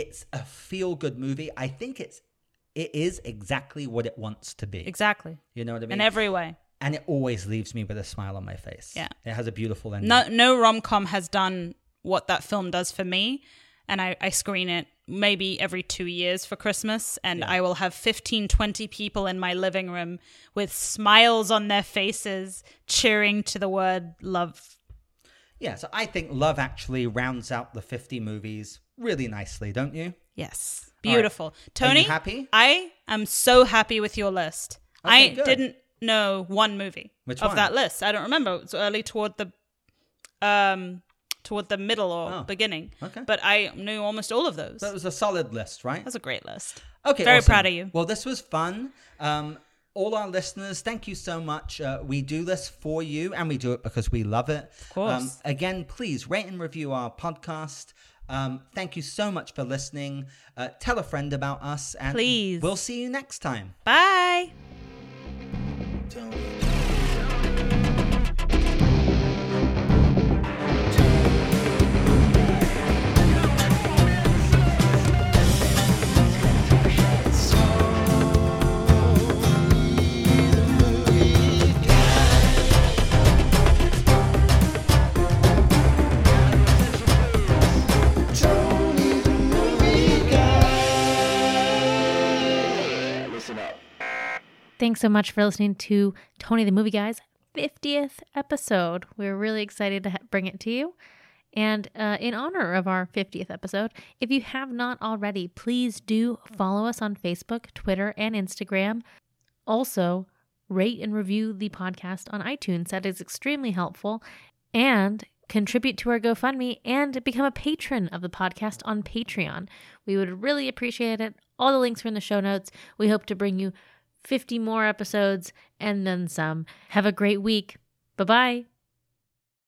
Speaker 2: It's a feel-good movie. I think it's it is exactly what it wants to be.
Speaker 3: exactly
Speaker 2: You know what I mean?
Speaker 3: in every way
Speaker 2: and it always leaves me with a smile on my face.
Speaker 3: Yeah.
Speaker 2: it has a beautiful ending.
Speaker 3: No, no rom com has done what that film does for me, and I, I screen it maybe every two years for Christmas, and I will have 15, 20 people in my living room with smiles on their faces, cheering to the word love.
Speaker 2: Yeah, so I think Love Actually rounds out the fifty movies really nicely, don't you?
Speaker 3: Yes,
Speaker 2: right.
Speaker 3: beautiful. Tony,
Speaker 2: happy?
Speaker 3: I am so happy with your list.
Speaker 2: Okay,
Speaker 3: I
Speaker 2: good.
Speaker 3: didn't know one movie
Speaker 2: Which
Speaker 3: of
Speaker 2: one?
Speaker 3: that list. I don't remember. It was early toward the um toward the middle or
Speaker 2: Oh,
Speaker 3: beginning.
Speaker 2: okay.
Speaker 3: But I knew almost all of those.
Speaker 2: So it was a solid list, right?
Speaker 3: That's a great list.
Speaker 2: Okay,
Speaker 3: Very
Speaker 2: awesome.
Speaker 3: proud of you.
Speaker 2: Well, this was fun. Um, all our listeners, thank you so much. Uh, we do this for you and we do it because we love it. Of
Speaker 3: course.
Speaker 2: again, please rate and review our podcast. Um, thank you so much for listening. Uh, tell a friend about us and
Speaker 3: Please.
Speaker 2: we'll see you next time.
Speaker 3: Bye.
Speaker 5: Listen up.
Speaker 1: Thanks so much for listening to Tony the Movie Guy's 50th episode. We're really excited to ha- bring it to you. And uh, in honor of our 50th episode, if you have not already, please do follow us on Facebook, Twitter, and Instagram. Also, rate and review the podcast on iTunes. That is extremely helpful. And contribute to our GoFundMe and become a patron of the podcast on Patreon. We would really appreciate it. All the links are in the show notes. We hope to bring you 50 more episodes and then some. Have a great week. Bye bye.